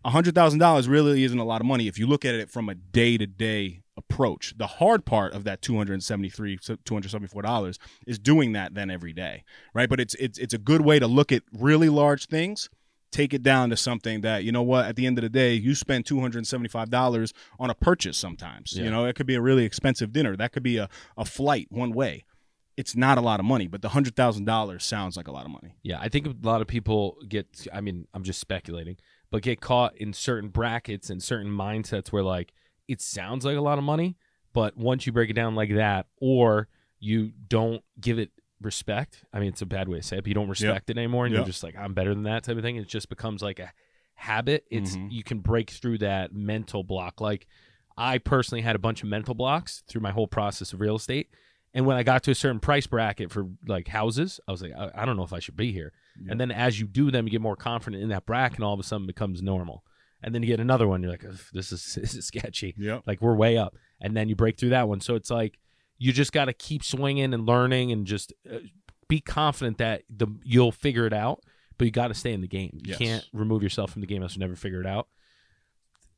[SPEAKER 3] hundred thousand dollars really isn't a lot of money if you look at it from a day-to-day approach. The hard part of that two hundred and seventy-three, two hundred seventy-four dollars is doing that then every day, right? But it's it's it's a good way to look at really large things, take it down to something that you know what at the end of the day you spend two hundred and seventy-five dollars on a purchase. Sometimes you know it could be a really expensive dinner, that could be a a flight one way. It's not a lot of money, but the hundred thousand dollars sounds like a lot of money.
[SPEAKER 1] Yeah, I think a lot of people get. I mean, I'm just speculating, but get caught in certain brackets and certain mindsets where like it sounds like a lot of money, but once you break it down like that, or you don't give it respect. I mean, it's a bad way to say it, but you don't respect it anymore, and
[SPEAKER 3] Yep.
[SPEAKER 1] you're just like, I'm better than that type of thing. It just becomes like a habit. It's
[SPEAKER 3] Mhm.
[SPEAKER 1] you can break through that mental block. Like I personally had a bunch of mental blocks through my whole process of real estate. And when I got to a certain price bracket for like houses, I was like, I, I don't know if I should be here. And then as you do them, you get more confident in that bracket, and all of a sudden it becomes normal. And then you get another one, you're like, "Ugh, this is [LAUGHS] this is sketchy.
[SPEAKER 3] Yep.
[SPEAKER 1] Like we're way up, and then you break through that one. So it's like you just got to keep swinging and learning, and just uh, be confident that the you'll figure it out. But you got to stay in the game. You
[SPEAKER 3] Yes.
[SPEAKER 1] can't remove yourself from the game else you never figure it out.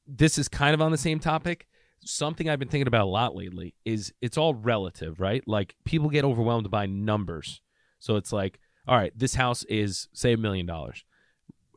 [SPEAKER 1] This is kind of on the same topic something I've been thinking about a lot lately is it's all relative, right? Like people get overwhelmed by numbers. So it's like, all right, this house is say a million dollars.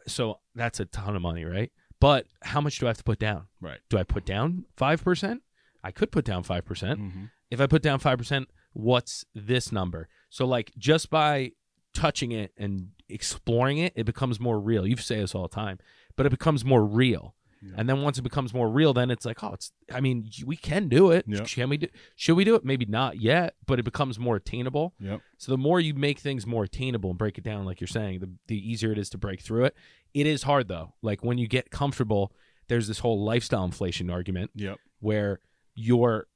[SPEAKER 1] So that's a ton of money, right? But how much do I have to put down?
[SPEAKER 3] Right.
[SPEAKER 1] Do I put down 5%? I could put down 5%. percent
[SPEAKER 3] Mm-hmm.
[SPEAKER 1] If I put down 5%, what's this number? So like just by touching it and exploring it, it becomes more real. You say this all the time, but it becomes more real. And then once it becomes more real, then it's like, oh, it's. I mean, y- we can do it.
[SPEAKER 3] Yeah.
[SPEAKER 1] Can we do? Should we do it? Maybe not yet, but it becomes more attainable.
[SPEAKER 3] Yep.
[SPEAKER 1] So the more you make things more attainable and break it down, like you're saying, the the easier it is to break through it. It is hard though. Like when you get comfortable, there's this whole lifestyle inflation argument
[SPEAKER 3] Yep.
[SPEAKER 1] where your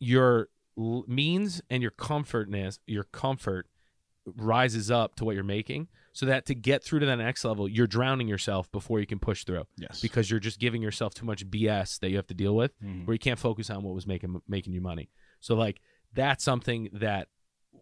[SPEAKER 1] your l- means and your comfortness, your comfort rises up to what you're making, so that to get through to that next level, you're drowning yourself before you can push through
[SPEAKER 3] Yes.
[SPEAKER 1] because you're just giving yourself too much BS that you have to deal with,
[SPEAKER 3] Mhm.
[SPEAKER 1] where you can't focus on what was making making you money. So like that's something that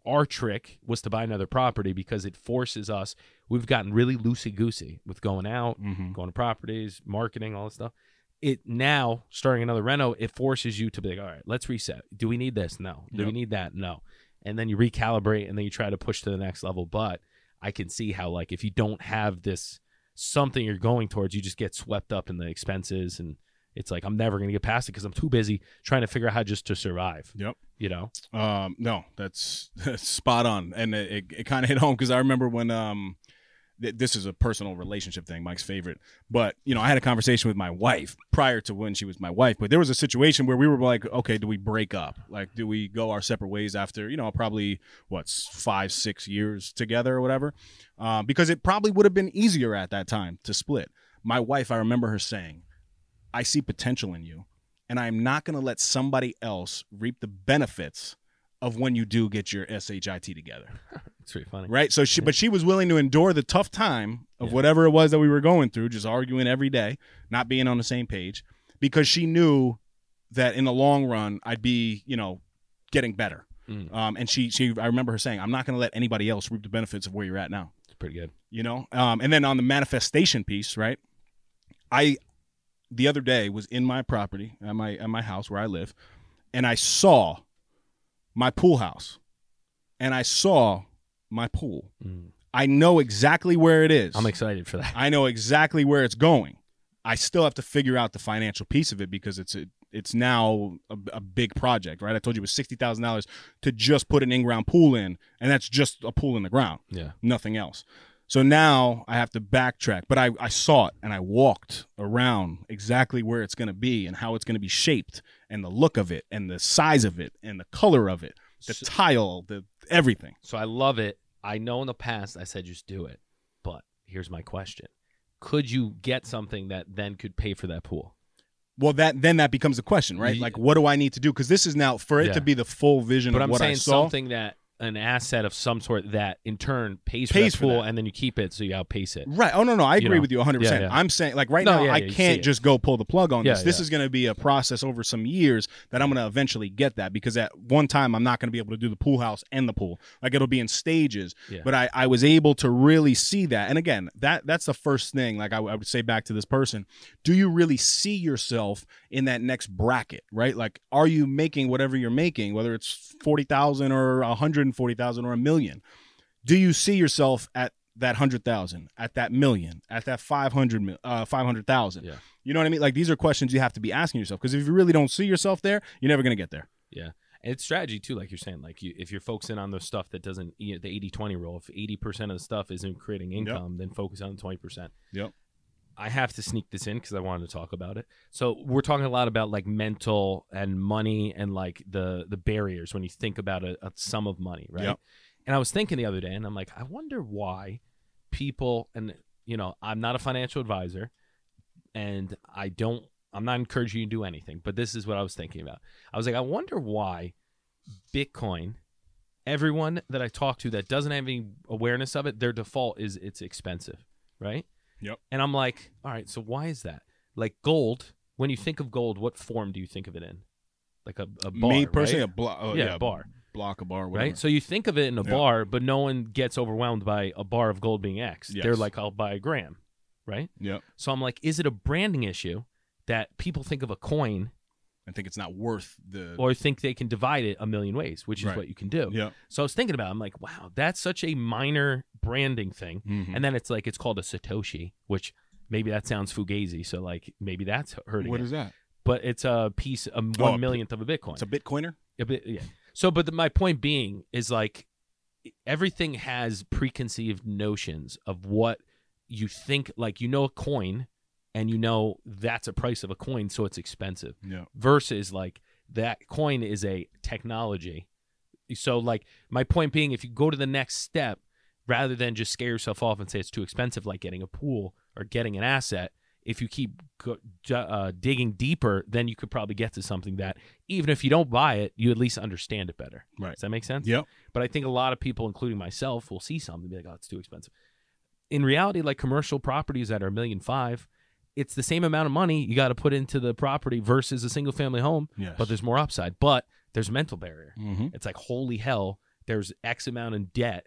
[SPEAKER 1] our trick was to buy another property because it forces us. We've gotten really loosey goosey with going out,
[SPEAKER 3] Mhm.
[SPEAKER 1] Mm-hmm. going to properties, marketing, all this stuff. It now starting another reno, it forces you to be like, all right, let's reset. Do we need this? No. Do we
[SPEAKER 3] Yep.
[SPEAKER 1] need that? No. And then you recalibrate and then you try to push to the next level. But I can see how like if you don't have this something you're going towards, you just get swept up in the expenses and it's like I'm never gonna get past it because I'm too busy trying to figure out how just to survive.
[SPEAKER 3] Yep.
[SPEAKER 1] You know?
[SPEAKER 3] Um, no, that's, [LAUGHS] that's spot on, and it, it, it kind of hit home because I remember when um, th- this is a personal relationship thing, Mike's favorite. But you know, I had a conversation with my wife prior to when she was my wife. But there was a situation where we were like, okay, do we break up? Like, do we go our separate ways after you know probably what's five, six years together or whatever? Um, because it probably would have been easier at that time to split. My wife, I remember her saying, "I see potential in you." And I'm not going to let somebody else reap the benefits of when you do get your shit together
[SPEAKER 1] It's pretty funny.
[SPEAKER 3] right so she but she was willing to endure the tough time of whatever it was that we were going through just arguing every day not being on the same page because she knew that in the long run i'd be you know getting better
[SPEAKER 1] Mm.
[SPEAKER 3] um, and she she i remember her saying i'm not going to let anybody else reap the benefits of where you're at now
[SPEAKER 1] It's pretty good.
[SPEAKER 3] you know um, and then on the manifestation piece right i the other day was in my property at my at my house where i live and i saw my pool house and i saw my pool
[SPEAKER 1] Mm.
[SPEAKER 3] i know exactly where it is
[SPEAKER 1] I'm excited for that.
[SPEAKER 3] i know exactly where it's going I still have to figure out the financial piece of it because it's a, it's now a, a big project, right? I told you it was sixty thousand dollars to just put an in-ground pool in, and that's just a pool in the ground,
[SPEAKER 1] Yeah.
[SPEAKER 3] nothing else. So now I have to backtrack, but I, I saw it and I walked around exactly where it's going to be and how it's going to be shaped and the look of it and the size of it and the color of it, the
[SPEAKER 1] So-
[SPEAKER 3] tile, the everything.
[SPEAKER 1] So I love it. I know in the past I said just do it, but here's my question: Could you get something that then could pay for that pool?
[SPEAKER 3] Well, that then that becomes the question, right?
[SPEAKER 1] Ye-
[SPEAKER 3] Like, what do I need to do? Because this is now for it
[SPEAKER 1] Yeah.
[SPEAKER 3] to be the full vision
[SPEAKER 1] But
[SPEAKER 3] of
[SPEAKER 1] I'm
[SPEAKER 3] what
[SPEAKER 1] saying
[SPEAKER 3] I saw.
[SPEAKER 1] something that an asset of some sort that in turn pays,
[SPEAKER 3] Pays
[SPEAKER 1] for
[SPEAKER 3] for
[SPEAKER 1] that pool,
[SPEAKER 3] that.
[SPEAKER 1] and then you keep it, so you outpace it.
[SPEAKER 3] Right. Oh no, no, I
[SPEAKER 1] You
[SPEAKER 3] agree
[SPEAKER 1] know.
[SPEAKER 3] with you 100.
[SPEAKER 1] Yeah,
[SPEAKER 3] percent
[SPEAKER 1] yeah.
[SPEAKER 3] I'm saying like right
[SPEAKER 1] No,
[SPEAKER 3] now
[SPEAKER 1] yeah,
[SPEAKER 3] I
[SPEAKER 1] yeah, you see
[SPEAKER 3] can't
[SPEAKER 1] it.
[SPEAKER 3] just go pull the plug on
[SPEAKER 1] Yeah,
[SPEAKER 3] this. This
[SPEAKER 1] yeah.
[SPEAKER 3] is going to be a process over some years that I'm going to eventually get that because at one time I'm not going to be able to do the pool house and the pool. Like it'll be in stages.
[SPEAKER 1] Yeah.
[SPEAKER 3] But I I was able to really see that. And again, that that's the first thing. Like I, w- I would say back to this person, do you really see yourself in that next bracket? Right. Like are you making whatever you're making, whether it's forty thousand or a hundred and forty thousand or a million? do you see yourself at that 100,000, at that million, at that 500 mil- uh 500,000?
[SPEAKER 1] Yeah.
[SPEAKER 3] You know what I mean? Like these are questions you have to be asking yourself because if you really don't see yourself there, you're never going to get there.
[SPEAKER 1] And it's strategy too, like you're saying. Like you, if you're focusing on the stuff that doesn't you know, the 80-20 rule, if eighty percent of the stuff isn't creating income, then focus on the twenty percent.
[SPEAKER 3] Yep.
[SPEAKER 1] I have to sneak this in because I wanted to talk about it. So we're talking a lot about like mental and money and like the the barriers when you think about a, a sum of money, right?
[SPEAKER 3] Yep.
[SPEAKER 1] And I was thinking the other day, and I'm like, I wonder why people and you know I'm not a financial advisor, and I don't I'm not encouraging you to do anything, but this is what I was thinking about. I was like, I wonder why Bitcoin, everyone that I talk to that doesn't have any awareness of it, their default is it's expensive, right?
[SPEAKER 3] Yep.
[SPEAKER 1] And I'm like, all right, so why is that? Like gold, when you think of gold, what form do you think of it in? Like a, a bar.
[SPEAKER 3] Me personally
[SPEAKER 1] right?
[SPEAKER 3] a block
[SPEAKER 1] yeah, bar.
[SPEAKER 3] block a bar whatever.
[SPEAKER 1] Right? So you think of it in a
[SPEAKER 3] Yeah.
[SPEAKER 1] bar, but no one gets overwhelmed by a bar of gold being X. They're
[SPEAKER 3] Yes.
[SPEAKER 1] like, I'll buy a gram, right?
[SPEAKER 3] Yep.
[SPEAKER 1] So I'm like, is it a branding issue that people think of a coin
[SPEAKER 3] I think it's not worth the
[SPEAKER 1] or think they can divide it a million ways, which is
[SPEAKER 3] Uh, Right.
[SPEAKER 1] what you can do?
[SPEAKER 3] Yep.
[SPEAKER 1] So I was thinking about it. I'm like, wow, that's such a minor branding thing.
[SPEAKER 3] Mhm.
[SPEAKER 1] And then it's like, it's called a Satoshi, which maybe that sounds fugazi. So, like, maybe that's hurting
[SPEAKER 3] What
[SPEAKER 1] it.
[SPEAKER 3] is that?
[SPEAKER 1] but it's a piece, a one
[SPEAKER 3] a
[SPEAKER 1] millionth
[SPEAKER 3] p-
[SPEAKER 1] of a Bitcoin.
[SPEAKER 3] It's a bitcoiner?
[SPEAKER 1] A bit- yeah. So, but the, my point being is like e, everything has preconceived notions of what you think. Like you know a coin, and you know that's a price of a coin, so it's expensive.
[SPEAKER 3] Yeah.
[SPEAKER 1] Versus like that coin is a technology. So, like my point being, if you go to the next step, rather than just scare yourself off and say it's too expensive, like getting a pool or getting an asset. If you keep go, ju- uh, digging deeper, then you could probably get to something that even if you don't buy it, you at least understand it better.
[SPEAKER 3] Right.
[SPEAKER 1] Does that make sense?
[SPEAKER 3] Yep.
[SPEAKER 1] But I think a lot of people, including myself, will see something and be like, "Oh, it's too expensive." In reality, like commercial properties that are a million five, it's the same amount of money you got to put into the property versus a single family home,
[SPEAKER 3] Yes.
[SPEAKER 1] but there's more upside. But there's a mental barrier.
[SPEAKER 3] Mhm.
[SPEAKER 1] It's like, holy hell, there's X amount in debt.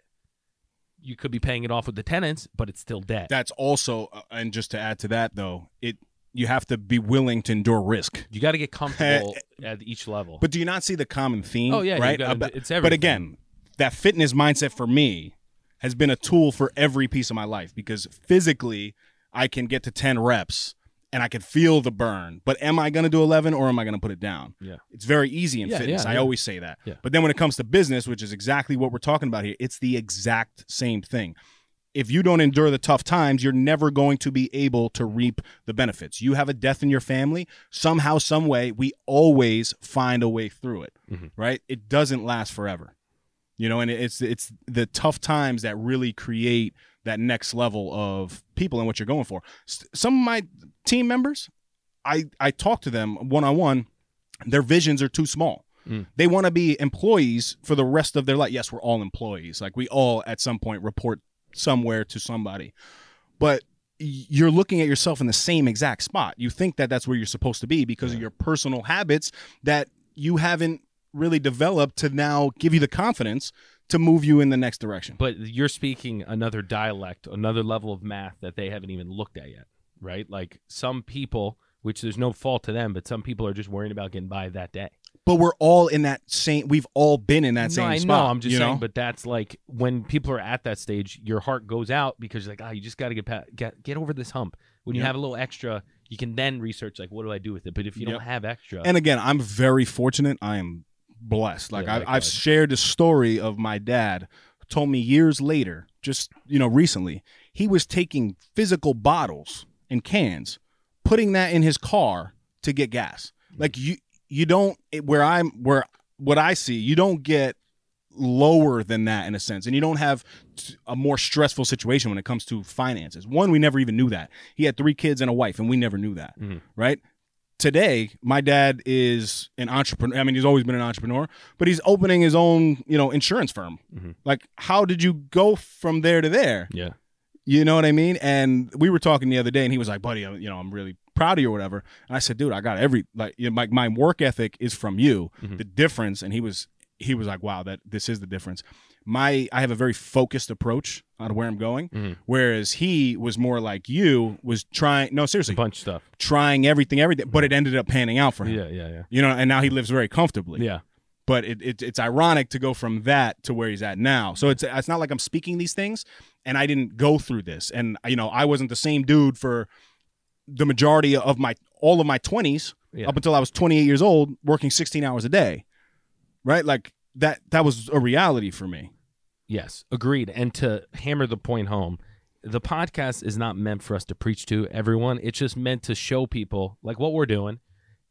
[SPEAKER 1] You could be paying it off with the tenants, but it's still debt.
[SPEAKER 3] That's also uh, and just to add to that though, it you have to be willing to endure risk.
[SPEAKER 1] you got to get comfortable at each level.
[SPEAKER 3] But do you not see the common theme?
[SPEAKER 1] Oh, yeah, you
[SPEAKER 3] right.
[SPEAKER 1] gotta-
[SPEAKER 3] About-
[SPEAKER 1] it's
[SPEAKER 3] But
[SPEAKER 1] everything.
[SPEAKER 3] again, that fitness mindset for me has been a tool for every piece of my life because physically I can get to ten reps and I can feel the burn. But am I going to do eleven or am I going to put it down?
[SPEAKER 1] Yeah.
[SPEAKER 3] it's very easy in
[SPEAKER 1] Yeah,
[SPEAKER 3] fitness.
[SPEAKER 1] yeah,
[SPEAKER 3] I
[SPEAKER 1] yeah.
[SPEAKER 3] always say that.
[SPEAKER 1] Yeah.
[SPEAKER 3] But then when it comes to business, which is exactly what we're talking about here, it's the exact same thing if you don't endure the tough times, you're never going to be able to reap the benefits. You have a death in your family, somehow, some way, we always find a way through it,
[SPEAKER 1] Mhm.
[SPEAKER 3] right? It doesn't last forever, you know. And it's it's the tough times that really create that next level of people and what you're going for. S- Some of my team members, I I talk to them one on one. Their visions are too small.
[SPEAKER 1] Mm.
[SPEAKER 3] They want to be employees for the rest of their life. Yes, we're all employees. Like we all at some point report somewhere to somebody. But y- you're looking at yourself in the same exact spot. You think that that's where you're supposed to be because of your personal habits that you haven't really developed to now give you the confidence to move you in the next direction.
[SPEAKER 1] But you're speaking another dialect, another level of math that they haven't even looked at yet, right? Like some people, which there's no fault to them, but some people are just worrying about getting by that day.
[SPEAKER 3] But we're all in that same we've all been in that
[SPEAKER 1] no,
[SPEAKER 3] same
[SPEAKER 1] I
[SPEAKER 3] spot.
[SPEAKER 1] know. I'm just
[SPEAKER 3] you
[SPEAKER 1] saying,
[SPEAKER 3] know?
[SPEAKER 1] but that's like when people are at that stage, your heart goes out because you're like, ah, you just got to get pa- get get over this hump. When you
[SPEAKER 3] Yep.
[SPEAKER 1] have a little extra, you can then research like what do I do with it. But if you
[SPEAKER 3] Yep.
[SPEAKER 1] don't have extra,
[SPEAKER 3] And again, I'm very fortunate. I am blessed. Like
[SPEAKER 1] Yeah,
[SPEAKER 3] I, I've
[SPEAKER 1] likewise.
[SPEAKER 3] shared the story of my dad who told me years later, just you know, recently, he was taking physical bottles and cans, putting that in his car to get gas. Like you, you don't it- where I'm where what I see, you don't get lower than that in a sense and you don't have t- a more stressful situation when it comes to finances one we never even knew that he had three kids and a wife and we never knew that
[SPEAKER 1] Mhm.
[SPEAKER 3] right today my dad is an entrepreneur i mean he's always been an entrepreneur but he's opening his own you know insurance firm
[SPEAKER 1] Mhm.
[SPEAKER 3] like how did you go from there to there
[SPEAKER 1] yeah,
[SPEAKER 3] you know what i mean and we were talking the other day and he was like buddy I'm, you know i'm really proud of you or whatever and i said dude i got every like you know, my, my work ethic is from you
[SPEAKER 1] Mhm.
[SPEAKER 3] the difference and he was he was like wow that this is the difference my i have a very focused approach on where i'm going
[SPEAKER 1] Mhm.
[SPEAKER 3] whereas he was more like you was trying no seriously
[SPEAKER 1] bunch
[SPEAKER 3] [CLEARS THROAT]
[SPEAKER 1] stuff.
[SPEAKER 3] trying everything everything but it ended up panning out for him
[SPEAKER 1] Yeah, yeah, yeah,
[SPEAKER 3] you know, and now he lives very comfortably.
[SPEAKER 1] yeah.
[SPEAKER 3] But it, it, it's ironic to go from that to where he's at now. So it's it's not like I'm speaking these things and I didn't go through this. And you know, I wasn't the same dude for the majority of my all of my 20s
[SPEAKER 1] Yeah.
[SPEAKER 3] up until I was 28 years old working 16 hours a day. Right? Like that that was a reality for me.
[SPEAKER 1] Yes, agreed. And to hammer the point home, the podcast is not meant for us to preach to everyone. It's just meant to show people like what we're doing.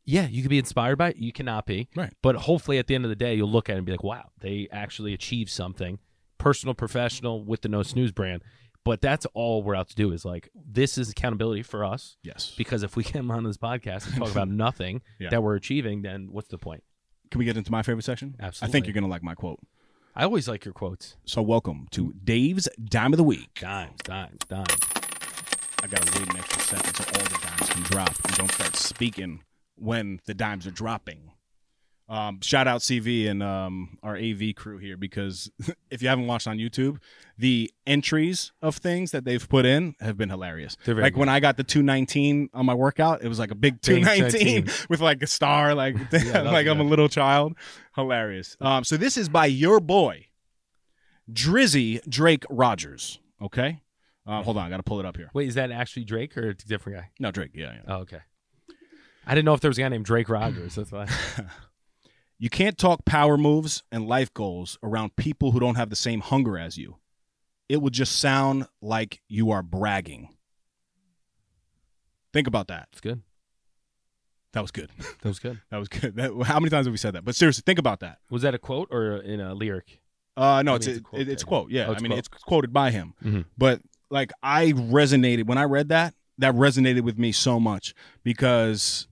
[SPEAKER 1] Yeah, you can be inspired by it. You cannot be.
[SPEAKER 3] Right.
[SPEAKER 1] But hopefully at the end of the day, you'll look at it and be like, wow, they actually achieved something personal, professional with the No Snooze brand. But that's all we're out to do is like, this is accountability for us.
[SPEAKER 3] Yes.
[SPEAKER 1] Because if we come on this podcast and [LAUGHS] talk about nothing
[SPEAKER 3] Yeah.
[SPEAKER 1] that we're achieving, then what's the point?
[SPEAKER 3] Can we get into my favorite section? I think
[SPEAKER 1] Absolutely.
[SPEAKER 3] you're going to like my quote.
[SPEAKER 1] I always like your quotes.
[SPEAKER 3] So welcome to Dave's Dime of the Week.
[SPEAKER 1] Dimes, dimes, dimes.
[SPEAKER 3] I gotta wait an extra second so all the dimes can drop and don't start speaking when the dimes are dropping. Um, shout out CV and um, our AV crew here because [LAUGHS] if you haven't watched on YouTube, the entries of things that they've put in have been hilarious.
[SPEAKER 1] They're very
[SPEAKER 3] Like when I got the 219 on my workout, it was like a big
[SPEAKER 1] Big
[SPEAKER 3] 219 [LAUGHS] with like a star,
[SPEAKER 1] [LAUGHS]
[SPEAKER 3] like
[SPEAKER 1] that was
[SPEAKER 3] [LAUGHS] like I'm a
[SPEAKER 1] good.
[SPEAKER 3] little child. Hilarious. Um, so this is by your boy, Drizzy Drake Rogers. Okay. Uh, hold on, I gotta pull it up here.
[SPEAKER 1] Wait, is that actually Drake or a different guy?
[SPEAKER 3] No, Drake. Yeah, yeah.
[SPEAKER 1] Oh, okay. I didn't know if there was a guy named Drake Rogers. That's why.
[SPEAKER 3] You can't talk power moves and life goals around people who don't have the same hunger as you. It will just sound like you are bragging. Think about that.
[SPEAKER 1] It's good.
[SPEAKER 3] That was good.
[SPEAKER 1] That was good.
[SPEAKER 3] That was good. [LAUGHS] That, how many times have we said that? But seriously, think about that.
[SPEAKER 1] Was that a quote or in a lyric?
[SPEAKER 3] Uh, no,
[SPEAKER 1] I
[SPEAKER 3] it's
[SPEAKER 1] mean, it's a
[SPEAKER 3] it's
[SPEAKER 1] quote,
[SPEAKER 3] a quote. It's
[SPEAKER 1] yeah.
[SPEAKER 3] quote. Yeah,
[SPEAKER 1] Oh,
[SPEAKER 3] I
[SPEAKER 1] it's
[SPEAKER 3] mean,
[SPEAKER 1] quote.
[SPEAKER 3] it's quoted by him.
[SPEAKER 1] Mhm.
[SPEAKER 3] But like, I resonated when I read that. That resonated with me so much because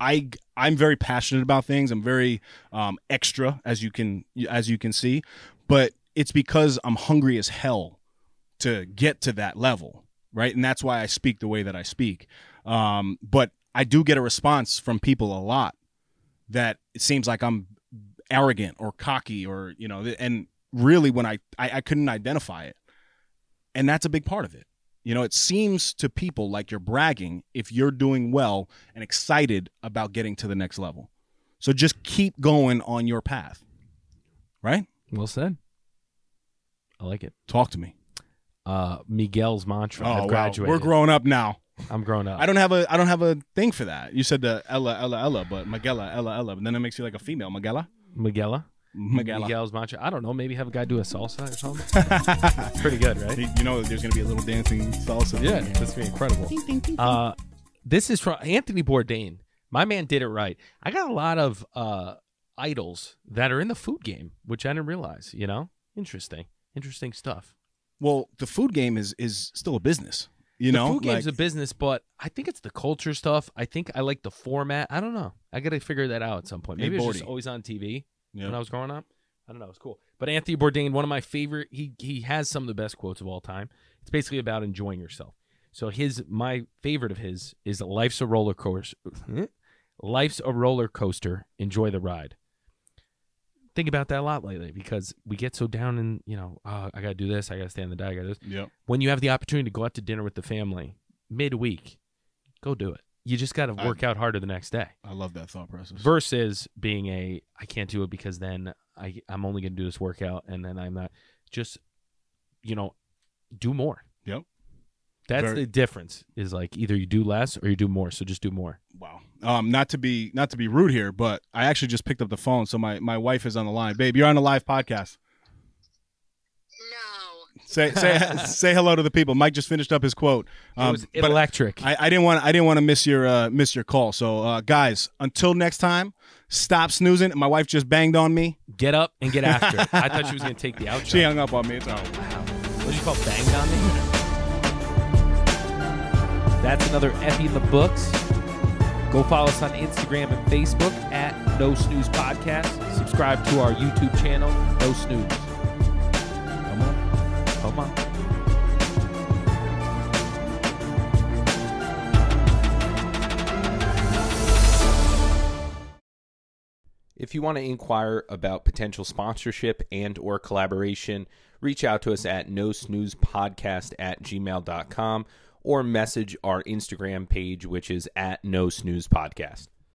[SPEAKER 3] I I'm very passionate about things. I'm very um, extra, as you can as you can see. But it's because I'm hungry as hell to get to that level, right? And that's why I speak the way that I speak. Um, but I do get a response from people a lot that it seems like I'm arrogant or cocky or you know, th- and really when I I, I couldn't identify it, and that's a big part of it. You know, it seems to people like you're bragging if you're doing well and excited about getting to the next level. So just keep going on your path, right?
[SPEAKER 1] Well said. I like it.
[SPEAKER 3] Talk to me.
[SPEAKER 1] Uh, Miguel's mantra.
[SPEAKER 3] Oh,
[SPEAKER 1] I've
[SPEAKER 3] wow.
[SPEAKER 1] graduated.
[SPEAKER 3] we're grown up now.
[SPEAKER 1] I'm grown up.
[SPEAKER 3] I don't have a I don't have a thing for that. You said the Ella Ella Ella, but Magella Ella Ella, but then it makes you like a female Magella.
[SPEAKER 1] Miguela.
[SPEAKER 3] Magella.
[SPEAKER 1] Miguel's mantra. I don't know. Maybe have a guy do a salsa or something. Pretty good, right?
[SPEAKER 3] [LAUGHS] you know, there's gonna be a little dancing salsa.
[SPEAKER 1] Yeah, that's be incredible. Uh, this is from Anthony Bourdain. My man did it right. I got a lot of uh, idols that are in the food game, which I didn't realize. You know, interesting, interesting stuff.
[SPEAKER 3] Well, the food game is is still a business. You know,
[SPEAKER 1] the food game's
[SPEAKER 3] Like,
[SPEAKER 1] a business, but I think it's the culture stuff. I think I like the format. I don't know. I got to figure that out at some point.
[SPEAKER 3] Hey,
[SPEAKER 1] Maybe it's just
[SPEAKER 3] Bordy.
[SPEAKER 1] always on TV
[SPEAKER 3] yeah.
[SPEAKER 1] when I was growing up. I don't know. It's cool. But Anthony Bourdain, one of my favorite, he he has some of the best quotes of all time. It's basically about enjoying yourself. So his my favorite of his is life's a roller coaster. life's a roller coaster. Enjoy the ride. Think about that a lot lately because we get so down and you know uh, I got to do this, I got to stay on the diet, I got to do this
[SPEAKER 3] Yep.
[SPEAKER 1] when you have the opportunity to go out to dinner with the family midweek, go do it. You just got to
[SPEAKER 3] I-
[SPEAKER 1] work out harder the next day
[SPEAKER 3] I love that thought process.
[SPEAKER 1] versus being a I can't do it because then I I'm only going to do this workout and then I'm not just you know do more.
[SPEAKER 3] Yep.
[SPEAKER 1] That's
[SPEAKER 3] Very-
[SPEAKER 1] the difference. Is like either you do less or you do more. So just do more.
[SPEAKER 3] Wow. Um, not to be not to be rude here, but I actually just picked up the phone, so my my wife is on the line. Babe, you're on a live podcast.
[SPEAKER 6] No.
[SPEAKER 3] Say say say hello to the people. Mike just finished up his quote.
[SPEAKER 1] it
[SPEAKER 3] Um,
[SPEAKER 1] was
[SPEAKER 3] but
[SPEAKER 1] electric.
[SPEAKER 3] I, I didn't want I didn't want to miss your uh, miss your call. So uh, guys, until next time, stop snoozing. My wife just banged on me.
[SPEAKER 1] get up and get after. it. I thought she was gonna take
[SPEAKER 3] [LAUGHS]
[SPEAKER 1] the outro.
[SPEAKER 3] She hung up on me. It's over.
[SPEAKER 1] what do you call banged on me? That's another Effie in the books. Go follow us on Instagram and Facebook at No Snooze Podcast. Subscribe to our YouTube channel, No Snooze. Come on. Come on.
[SPEAKER 7] If you want to inquire about potential sponsorship and or collaboration, reach out to us at no snooze podcast at gmail.com or message our Instagram page, which is at no snooze podcast.